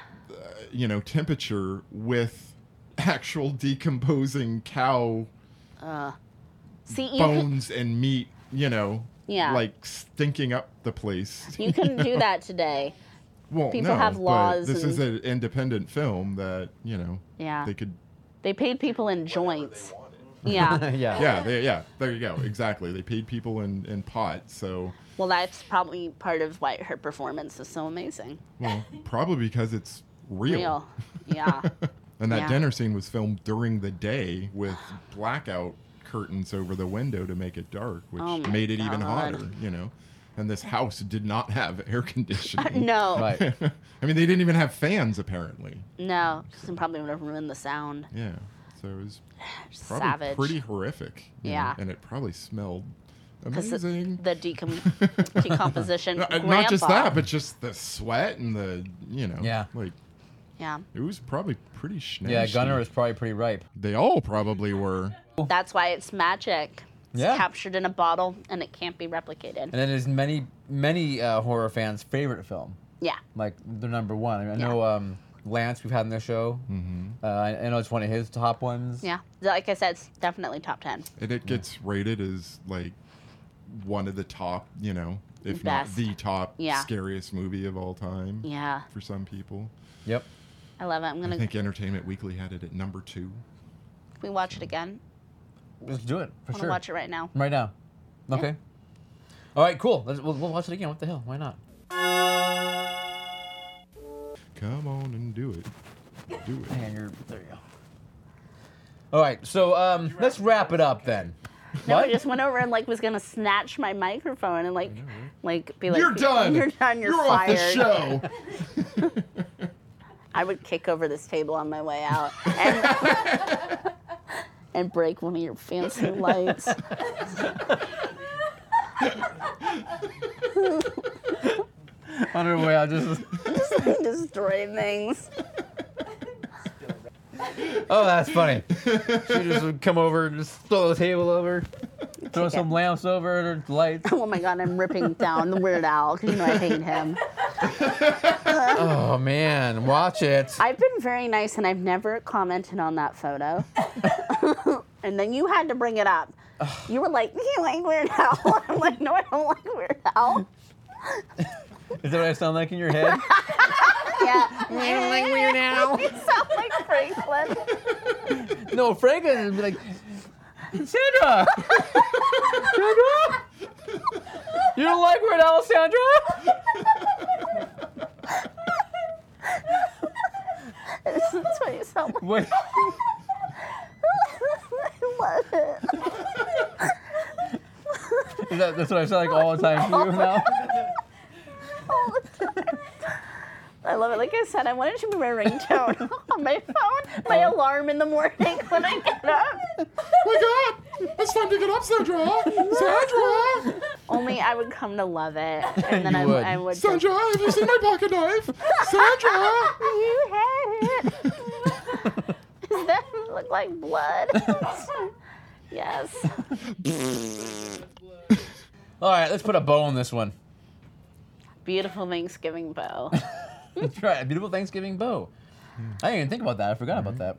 [SPEAKER 3] you know temperature with actual decomposing cow
[SPEAKER 2] See, you can,
[SPEAKER 3] bones and meat you know
[SPEAKER 2] Yeah.
[SPEAKER 3] like stinking up the place
[SPEAKER 2] you couldn't do that today.
[SPEAKER 3] well
[SPEAKER 2] people
[SPEAKER 3] no,
[SPEAKER 2] have
[SPEAKER 3] but
[SPEAKER 2] laws
[SPEAKER 3] this is
[SPEAKER 2] and-
[SPEAKER 3] an independent film that you know
[SPEAKER 2] Yeah.
[SPEAKER 3] they could
[SPEAKER 2] They paid people in joints. Yeah.
[SPEAKER 1] yeah.
[SPEAKER 3] yeah they, yeah there you go exactly they paid people in in pot so
[SPEAKER 2] Well, that's probably part of why her performance is so amazing.
[SPEAKER 3] well probably because it's
[SPEAKER 2] Real. Yeah.
[SPEAKER 3] And that
[SPEAKER 2] Yeah.
[SPEAKER 3] dinner scene was filmed during the day with blackout curtains over the window to make it dark, which
[SPEAKER 2] Oh my
[SPEAKER 3] made it even
[SPEAKER 2] God.
[SPEAKER 3] hotter, you know. And this house did not have air conditioning.
[SPEAKER 2] No.
[SPEAKER 1] Right.
[SPEAKER 3] I mean, they didn't even have fans, apparently.
[SPEAKER 2] No, because it probably would have ruined the sound.
[SPEAKER 3] Yeah. So it was probably
[SPEAKER 2] Savage.
[SPEAKER 3] pretty horrific. you know,
[SPEAKER 2] Yeah.
[SPEAKER 3] And it probably smelled
[SPEAKER 2] 'Cause the-
[SPEAKER 3] amazing. uh,
[SPEAKER 2] The decom- decomposition.
[SPEAKER 3] Not-
[SPEAKER 2] grandpa.
[SPEAKER 3] not just that, but just the sweat and the, you know,
[SPEAKER 1] Yeah.
[SPEAKER 3] like
[SPEAKER 2] yeah,
[SPEAKER 3] it was probably pretty schnasty.
[SPEAKER 1] Yeah, Gunner was probably pretty ripe.
[SPEAKER 3] They all probably were.
[SPEAKER 2] that's why it's magic. It's
[SPEAKER 1] Yeah.
[SPEAKER 2] captured in a bottle and it can't be replicated.
[SPEAKER 1] And it is many, many uh, horror fans' favorite film.
[SPEAKER 2] Yeah,
[SPEAKER 1] Like the number one. I, mean, I know um, Lance, we've had on the show. Mm-hmm. Uh, I I know it's one of his top ones.
[SPEAKER 2] yeah. Like I said, it's definitely top ten.
[SPEAKER 3] and it gets rated as like one of the top, you know, if
[SPEAKER 2] Best.
[SPEAKER 3] not the top
[SPEAKER 2] Yeah.
[SPEAKER 3] scariest movie of all time.
[SPEAKER 2] Yeah,
[SPEAKER 3] For some people,
[SPEAKER 1] Yep.
[SPEAKER 2] I love it. I'm
[SPEAKER 3] I
[SPEAKER 2] gonna.
[SPEAKER 3] think Entertainment Weekly had it at number two.
[SPEAKER 2] can we watch it again.
[SPEAKER 1] Let's do it for
[SPEAKER 2] I want to
[SPEAKER 1] sure.
[SPEAKER 2] watch it right now.
[SPEAKER 1] Right now. Okay. All right, cool. Let's, we'll, we'll watch it again. What the hell? Why not?
[SPEAKER 3] Come on and do it, do it.
[SPEAKER 1] Hang on, you're, there you go. All right, so um, let's wrap it up then.
[SPEAKER 2] No,
[SPEAKER 1] What?
[SPEAKER 2] I just went over and like was gonna snatch my microphone and like, like be like,
[SPEAKER 3] You're done.
[SPEAKER 2] You're done. You're,
[SPEAKER 3] off
[SPEAKER 2] fired."
[SPEAKER 3] the show.
[SPEAKER 2] I would kick over this table on my way out and, and break one of your fancy lights.
[SPEAKER 1] On our way, I'll just.
[SPEAKER 2] Destroy things.
[SPEAKER 1] Oh, that's funny. She just would come over, and just throw the table over, throw some lamps over, or lights.
[SPEAKER 2] Oh my god, I'm ripping down the Weird Al 'cause you know I hate him.
[SPEAKER 1] Oh man, watch it.
[SPEAKER 2] I've been very nice and I've never commented on that photo. and then you had to bring it up. You were like, you like Weird Al. I'm like, no, I don't like Weird Al.
[SPEAKER 1] Is that what I sound like in your head?
[SPEAKER 2] Yeah. I don't like Weird Al. you sound like Franklin.
[SPEAKER 1] no, Franklin would be like, Sandra, Sandra, you don't like Weird Al, Sandra?
[SPEAKER 2] That's what you sound like.
[SPEAKER 1] Wait,
[SPEAKER 2] I love it.
[SPEAKER 1] is that, that's what I sound like all the time to you now.
[SPEAKER 2] All the time. I love it. Like I said, I wanted to be my ringtone on my phone, my
[SPEAKER 1] Oh.
[SPEAKER 2] alarm in the morning when I get up.
[SPEAKER 3] Wake up! Oh It's time to get up, Sandra! Sandra!
[SPEAKER 2] Only I would come to love it, and then
[SPEAKER 1] You
[SPEAKER 2] I
[SPEAKER 1] would.
[SPEAKER 2] would. I would
[SPEAKER 3] Sandra, have you seen my pocket knife? Sandra!
[SPEAKER 2] "Ah, You had it. Does that look like blood? yes.
[SPEAKER 1] All right, let's put a bow on this one.
[SPEAKER 2] Beautiful Thanksgiving bow.
[SPEAKER 1] That's right, a beautiful Thanksgiving bow. I didn't even think about that. I forgot about
[SPEAKER 2] Mm-hmm.
[SPEAKER 1] that.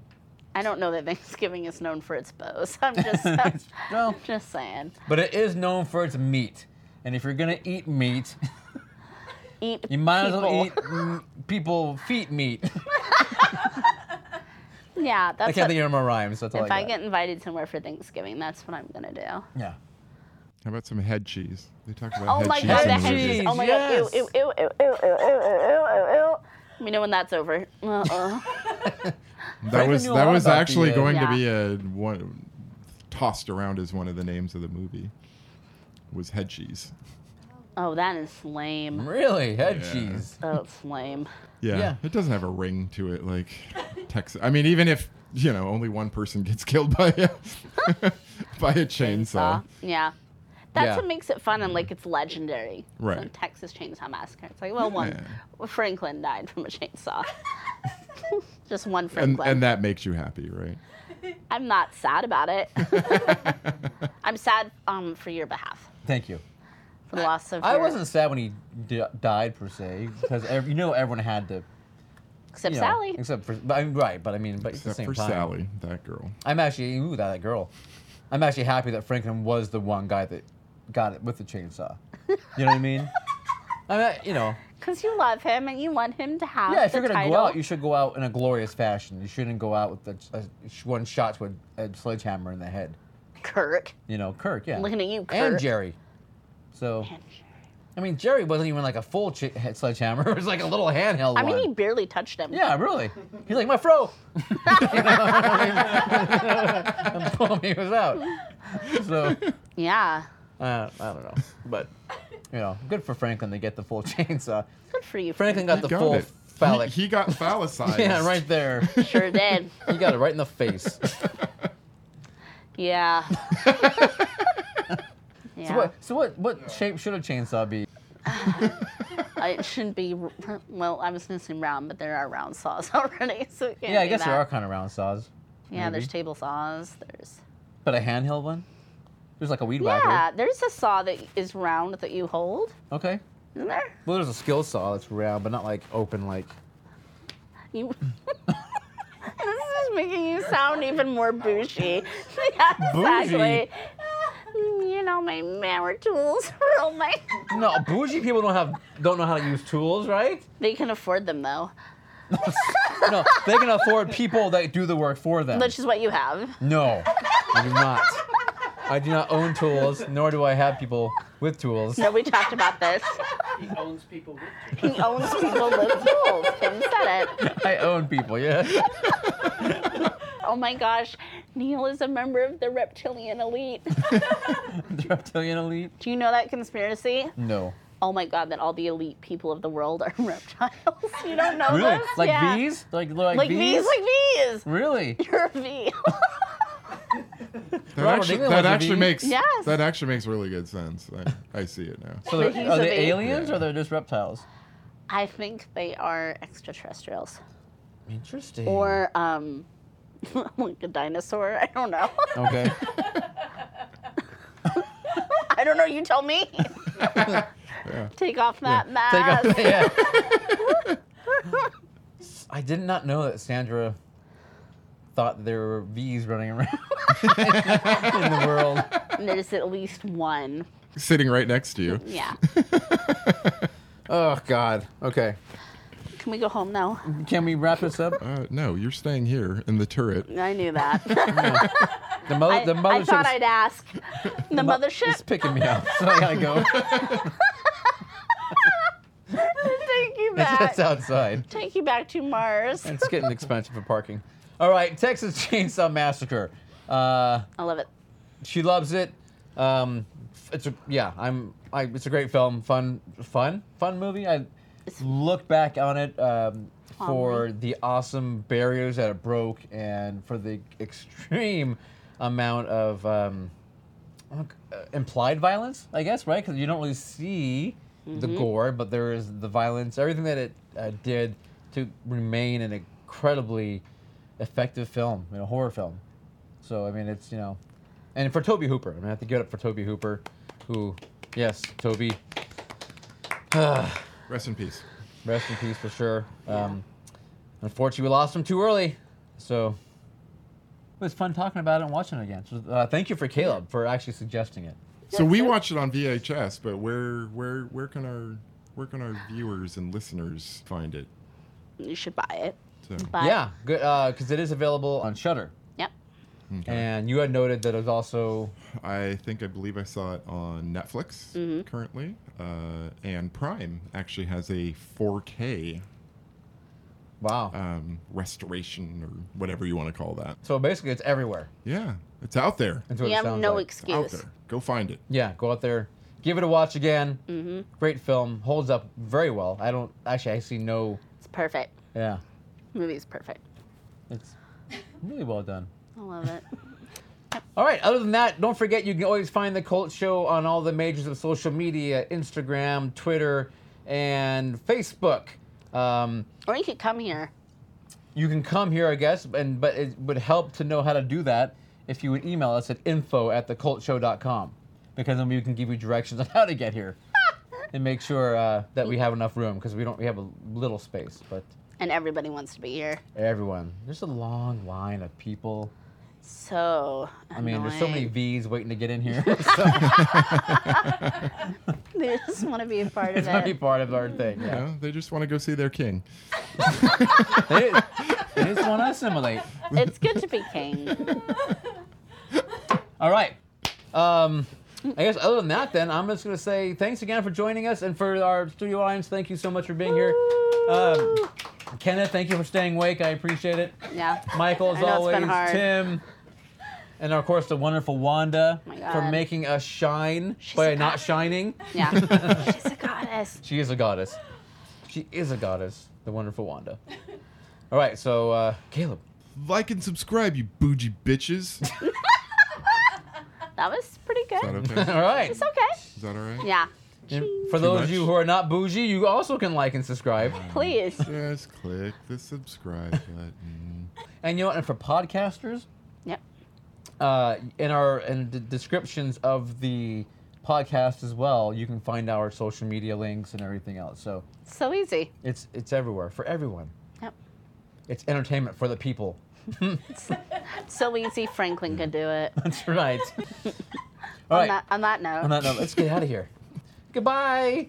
[SPEAKER 2] I don't know that Thanksgiving is known for its bows. I'm just, I'm
[SPEAKER 1] Well,
[SPEAKER 2] just saying.
[SPEAKER 1] but it is known for its meat, and if you're gonna eat meat,
[SPEAKER 2] Eat
[SPEAKER 1] you might as
[SPEAKER 2] people.
[SPEAKER 1] well eat mm, people feet meat.
[SPEAKER 2] Yeah,
[SPEAKER 1] I
[SPEAKER 2] that's
[SPEAKER 1] can't
[SPEAKER 2] what,
[SPEAKER 1] think of any more rhymes. That's all
[SPEAKER 2] if
[SPEAKER 1] I
[SPEAKER 2] I
[SPEAKER 1] got.
[SPEAKER 2] get invited somewhere for Thanksgiving, that's what I'm gonna do.
[SPEAKER 1] yeah.
[SPEAKER 3] How about some head cheese? They talked about
[SPEAKER 2] Oh
[SPEAKER 3] head
[SPEAKER 2] my
[SPEAKER 3] cheese.
[SPEAKER 2] god,
[SPEAKER 3] in
[SPEAKER 2] the
[SPEAKER 1] Head
[SPEAKER 2] head cheese.
[SPEAKER 1] cheese,
[SPEAKER 2] Oh my
[SPEAKER 1] yes.
[SPEAKER 2] god, ew, ew, ew, ew, ew, ew, ew, ew, ew, ew. Let me know when that's over. Uh-uh.
[SPEAKER 3] That
[SPEAKER 1] Franklin
[SPEAKER 3] was
[SPEAKER 1] knew a
[SPEAKER 3] that
[SPEAKER 1] lot
[SPEAKER 3] was
[SPEAKER 1] about the,
[SPEAKER 3] actually
[SPEAKER 1] uh,
[SPEAKER 3] going
[SPEAKER 2] Yeah.
[SPEAKER 3] to be a one tossed around as one of the names of the movie. Was head cheese.
[SPEAKER 2] Oh, that is lame.
[SPEAKER 1] Really? Head
[SPEAKER 3] Yeah.
[SPEAKER 1] cheese.
[SPEAKER 2] That's lame.
[SPEAKER 3] Yeah,
[SPEAKER 1] Yeah.
[SPEAKER 3] It doesn't have a ring to it like Texas. I mean, even if you know only one person gets killed by a by a chainsaw.
[SPEAKER 2] uh, Yeah. That's
[SPEAKER 1] Yeah.
[SPEAKER 2] what makes it fun and like it's legendary. So
[SPEAKER 3] Right.
[SPEAKER 2] Texas Chainsaw Massacre. It's like, well, one Franklin died from a chainsaw. Just one
[SPEAKER 3] And,
[SPEAKER 2] Franklin.
[SPEAKER 3] and that makes you happy, right?
[SPEAKER 2] I'm not sad about it. I'm sad um, for your behalf,
[SPEAKER 1] Thank you.
[SPEAKER 2] for the loss of.
[SPEAKER 1] I
[SPEAKER 2] your-
[SPEAKER 1] wasn't sad when he d- died per se, because ev- you know everyone had to.
[SPEAKER 2] except
[SPEAKER 1] you know,
[SPEAKER 2] Sally.
[SPEAKER 1] Except for, but I mean, right? But I mean, but at the
[SPEAKER 3] Except
[SPEAKER 1] same
[SPEAKER 3] Uh, for
[SPEAKER 1] time,
[SPEAKER 3] Sally, that girl.
[SPEAKER 1] I'm actually ooh that, that girl. I'm actually happy that Franklin was the one guy that got it with the chainsaw. You know what I mean? I mean, you know,
[SPEAKER 2] Because you love him and you want him to have.
[SPEAKER 1] yeah. If
[SPEAKER 2] the
[SPEAKER 1] you're gonna
[SPEAKER 2] title.
[SPEAKER 1] go out, you should go out in a glorious fashion. You shouldn't go out with a, a sh- one shot to a, a sledgehammer in the head.
[SPEAKER 2] Kurt.
[SPEAKER 1] You know, Kirk. Yeah.
[SPEAKER 2] Looking at you,
[SPEAKER 1] And
[SPEAKER 2] Kirk.
[SPEAKER 1] Jerry. So. I mean, Jerry wasn't even like a full ch- head sledgehammer. It was like a little handheld
[SPEAKER 2] I
[SPEAKER 1] one.
[SPEAKER 2] mean, he barely touched him.
[SPEAKER 1] Yeah, really. He's like, my fro. You know what I mean? and boom, he was out. So,
[SPEAKER 2] Yeah.
[SPEAKER 1] uh, I don't know. But, you know, good for Franklin to get the full chainsaw.
[SPEAKER 2] Good for you.
[SPEAKER 1] Franklin got the
[SPEAKER 3] Got
[SPEAKER 1] full
[SPEAKER 3] it.
[SPEAKER 1] phallic.
[SPEAKER 3] He, he got phallicized.
[SPEAKER 1] yeah, right there.
[SPEAKER 2] Sure did.
[SPEAKER 1] He got it right in the face.
[SPEAKER 2] Yeah. yeah.
[SPEAKER 1] So, what, so what, what shape should a chainsaw be?
[SPEAKER 2] I- it shouldn't be. r- Well, I was gonna say round, but there are round saws already, so we can't
[SPEAKER 1] Yeah, I
[SPEAKER 2] do
[SPEAKER 1] guess
[SPEAKER 2] that.
[SPEAKER 1] there are kind of round saws.
[SPEAKER 2] Yeah, there's table saws. There's.
[SPEAKER 1] But a handheld one? There's like a weed
[SPEAKER 2] Yeah,
[SPEAKER 1] whacker.
[SPEAKER 2] there's a saw that is round that you hold.
[SPEAKER 1] Okay.
[SPEAKER 2] Isn't there?
[SPEAKER 1] Well, there's a skill saw that's round, but not like open, like.
[SPEAKER 2] You. this is making you sound even more bougie. yeah, exactly. You know my power tools for all my.
[SPEAKER 1] No, bougie people don't have don't know how to use tools, right?
[SPEAKER 2] They can afford them though,
[SPEAKER 1] No, they can afford people that do the work for them.
[SPEAKER 2] which is what you have.
[SPEAKER 1] no, I do not. I do not own tools, nor do I have people with tools.
[SPEAKER 2] No, we talked about this.
[SPEAKER 7] He owns people with you.
[SPEAKER 2] He owns people with tools. Kim said it.
[SPEAKER 1] I own people, yeah.
[SPEAKER 2] Oh my gosh, Neil is a member of the reptilian elite.
[SPEAKER 1] The reptilian elite?
[SPEAKER 2] Do you know that conspiracy?
[SPEAKER 1] No.
[SPEAKER 2] Oh my god, that all the elite people of the world are reptiles. You don't know
[SPEAKER 1] Really?
[SPEAKER 2] this?
[SPEAKER 1] Like
[SPEAKER 2] yeah.
[SPEAKER 1] bees? Like like,
[SPEAKER 2] Like
[SPEAKER 1] bees?
[SPEAKER 2] bees, like bees.
[SPEAKER 1] really?
[SPEAKER 2] You're a bee.
[SPEAKER 3] That
[SPEAKER 1] Robert
[SPEAKER 3] actually,
[SPEAKER 1] Englund
[SPEAKER 3] that
[SPEAKER 1] was a
[SPEAKER 3] actually
[SPEAKER 1] bee.
[SPEAKER 3] makes
[SPEAKER 2] Yes.
[SPEAKER 3] that actually makes really good sense. I, I see it now.
[SPEAKER 1] So
[SPEAKER 2] But
[SPEAKER 1] they're-
[SPEAKER 2] he's
[SPEAKER 1] are
[SPEAKER 2] a
[SPEAKER 1] they
[SPEAKER 2] bee.
[SPEAKER 1] aliens
[SPEAKER 3] Yeah.
[SPEAKER 1] or they're just reptiles?
[SPEAKER 2] I think they are extraterrestrials
[SPEAKER 1] Interesting.
[SPEAKER 2] or um, like a dinosaur. I don't know.
[SPEAKER 1] Okay.
[SPEAKER 2] I don't know. You tell me. Take off that
[SPEAKER 1] Take
[SPEAKER 2] mask.
[SPEAKER 1] off- yeah. I did not know that Sandra thought there were bees running around in the world.
[SPEAKER 2] There's at least one.
[SPEAKER 3] Sitting right next to you.
[SPEAKER 2] Yeah.
[SPEAKER 1] Oh God. Okay.
[SPEAKER 2] Can we go home now?
[SPEAKER 1] Can we wrap this up?
[SPEAKER 3] Uh, no, you're staying here in the turret.
[SPEAKER 2] I knew that.
[SPEAKER 1] The, mo-
[SPEAKER 2] I,
[SPEAKER 1] the
[SPEAKER 2] I
[SPEAKER 1] mothership.
[SPEAKER 2] thought I'd ask. The
[SPEAKER 1] mo-
[SPEAKER 2] mothership.
[SPEAKER 1] is picking me up, so I gotta go.
[SPEAKER 2] Take you back.
[SPEAKER 1] That's outside.
[SPEAKER 2] Take you back to Mars.
[SPEAKER 1] It's getting expensive for parking. All right, Texas Chainsaw Massacre. Uh,
[SPEAKER 2] I love it.
[SPEAKER 1] she loves it. Um, it's a yeah. I'm. I, it's a great film. Fun, fun, fun movie. I look back on it um, for the awesome barriers that it broke and for the extreme amount of um, uh, implied violence. I guess right because you don't really see the gore, but there is the violence. Everything that it uh, did to remain an incredibly effective film, and a horror film. So I mean, it's you know, and for Toby Hooper, I mean, I have to give it up for Toby Hooper, who, yes, Toby,
[SPEAKER 3] Rest in peace.
[SPEAKER 1] rest in peace for sure. Um, unfortunately, we lost him too early, so it was fun talking about it and watching it again. So uh, thank you for Caleb for actually suggesting it.
[SPEAKER 3] So we watched it on VHS, but where where where can our where can our viewers and listeners find it?
[SPEAKER 2] You should buy it.
[SPEAKER 3] So
[SPEAKER 2] Buy
[SPEAKER 1] yeah, good because it is available on Shutter.
[SPEAKER 2] Yep.
[SPEAKER 1] And you had noted that it was also
[SPEAKER 3] I think I believe I saw it on Netflix currently, uh, and Prime actually has a 4K
[SPEAKER 1] wow.
[SPEAKER 3] um, restoration or whatever you want to call that.
[SPEAKER 1] so basically, it's everywhere.
[SPEAKER 3] Yeah, it's out there.
[SPEAKER 1] That's what
[SPEAKER 2] You
[SPEAKER 1] it
[SPEAKER 2] have
[SPEAKER 1] sounds
[SPEAKER 2] no
[SPEAKER 1] like.
[SPEAKER 3] It's out
[SPEAKER 2] excuse.
[SPEAKER 3] there. Go find it.
[SPEAKER 1] Yeah, go out there, give it a watch again. Mm-hmm. Great film, holds up very well. I don't actually, I see no.
[SPEAKER 2] It's perfect.
[SPEAKER 1] Yeah,
[SPEAKER 2] Movie's perfect.
[SPEAKER 1] it's really well done.
[SPEAKER 2] I love it.
[SPEAKER 1] All right. Other than that, don't forget you can always find the Cult Show on all the majors of social media: Instagram, Twitter, and Facebook. Um,
[SPEAKER 2] or you could come here.
[SPEAKER 1] you can come here, I guess, and but it would help to know how to do that if you would email us at info at thecultshow.com because then we can give you directions on how to get here and make sure uh, that we have enough room because we don't we have a little space. But
[SPEAKER 2] And everybody wants to be here.
[SPEAKER 1] everyone, there's a long line of people.
[SPEAKER 2] So
[SPEAKER 1] I mean, there's so many
[SPEAKER 2] annoying.
[SPEAKER 1] V's waiting to get in here. So
[SPEAKER 2] They just want to be a part of
[SPEAKER 1] it's not be
[SPEAKER 2] it.
[SPEAKER 1] part of our thing. Yeah.
[SPEAKER 3] You know, they just want to go see their king.
[SPEAKER 1] they, they just want to assimilate.
[SPEAKER 2] It's good to be king.
[SPEAKER 1] All right. Um, I guess other than that, then I'm just gonna say thanks again for joining us and for our studio audience. Thank you so much for being here. Um, Kenneth, thank you for staying awake. I appreciate it.
[SPEAKER 2] Yeah.
[SPEAKER 1] Michael,
[SPEAKER 2] I
[SPEAKER 1] as
[SPEAKER 2] know it's
[SPEAKER 1] always,
[SPEAKER 2] been hard.
[SPEAKER 1] Tim, and of course the wonderful Wanda
[SPEAKER 2] Oh my
[SPEAKER 1] for
[SPEAKER 2] God.
[SPEAKER 1] making us shine
[SPEAKER 2] She's
[SPEAKER 1] by
[SPEAKER 2] a
[SPEAKER 1] not
[SPEAKER 2] god.
[SPEAKER 1] shining.
[SPEAKER 2] Yeah. She's a goddess.
[SPEAKER 1] She is a goddess. She is a goddess. The wonderful Wanda. All right, so uh, Caleb.
[SPEAKER 3] Like and subscribe, you bougie bitches. Is
[SPEAKER 2] That was pretty
[SPEAKER 3] that
[SPEAKER 2] good.
[SPEAKER 3] okay?
[SPEAKER 1] All right.
[SPEAKER 2] It's okay.
[SPEAKER 3] Is that all right?
[SPEAKER 2] Yeah.
[SPEAKER 1] And for those of you
[SPEAKER 3] much?
[SPEAKER 1] who are not bougie, you also can like and subscribe.
[SPEAKER 2] Please.
[SPEAKER 3] Just click the subscribe button.
[SPEAKER 1] And you know, what, and for podcasters,
[SPEAKER 2] Yep.
[SPEAKER 1] uh, in our in the descriptions of the podcast as well, you can find our social media links and everything else. So
[SPEAKER 2] So easy.
[SPEAKER 1] it's it's everywhere for everyone.
[SPEAKER 2] Yep.
[SPEAKER 1] It's entertainment for the people.
[SPEAKER 2] So easy. Franklin could do it.
[SPEAKER 1] That's right. All right.
[SPEAKER 2] On that, on that note.
[SPEAKER 1] On that note, let's get out of here. Goodbye.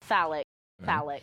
[SPEAKER 2] Phallic. Phallic.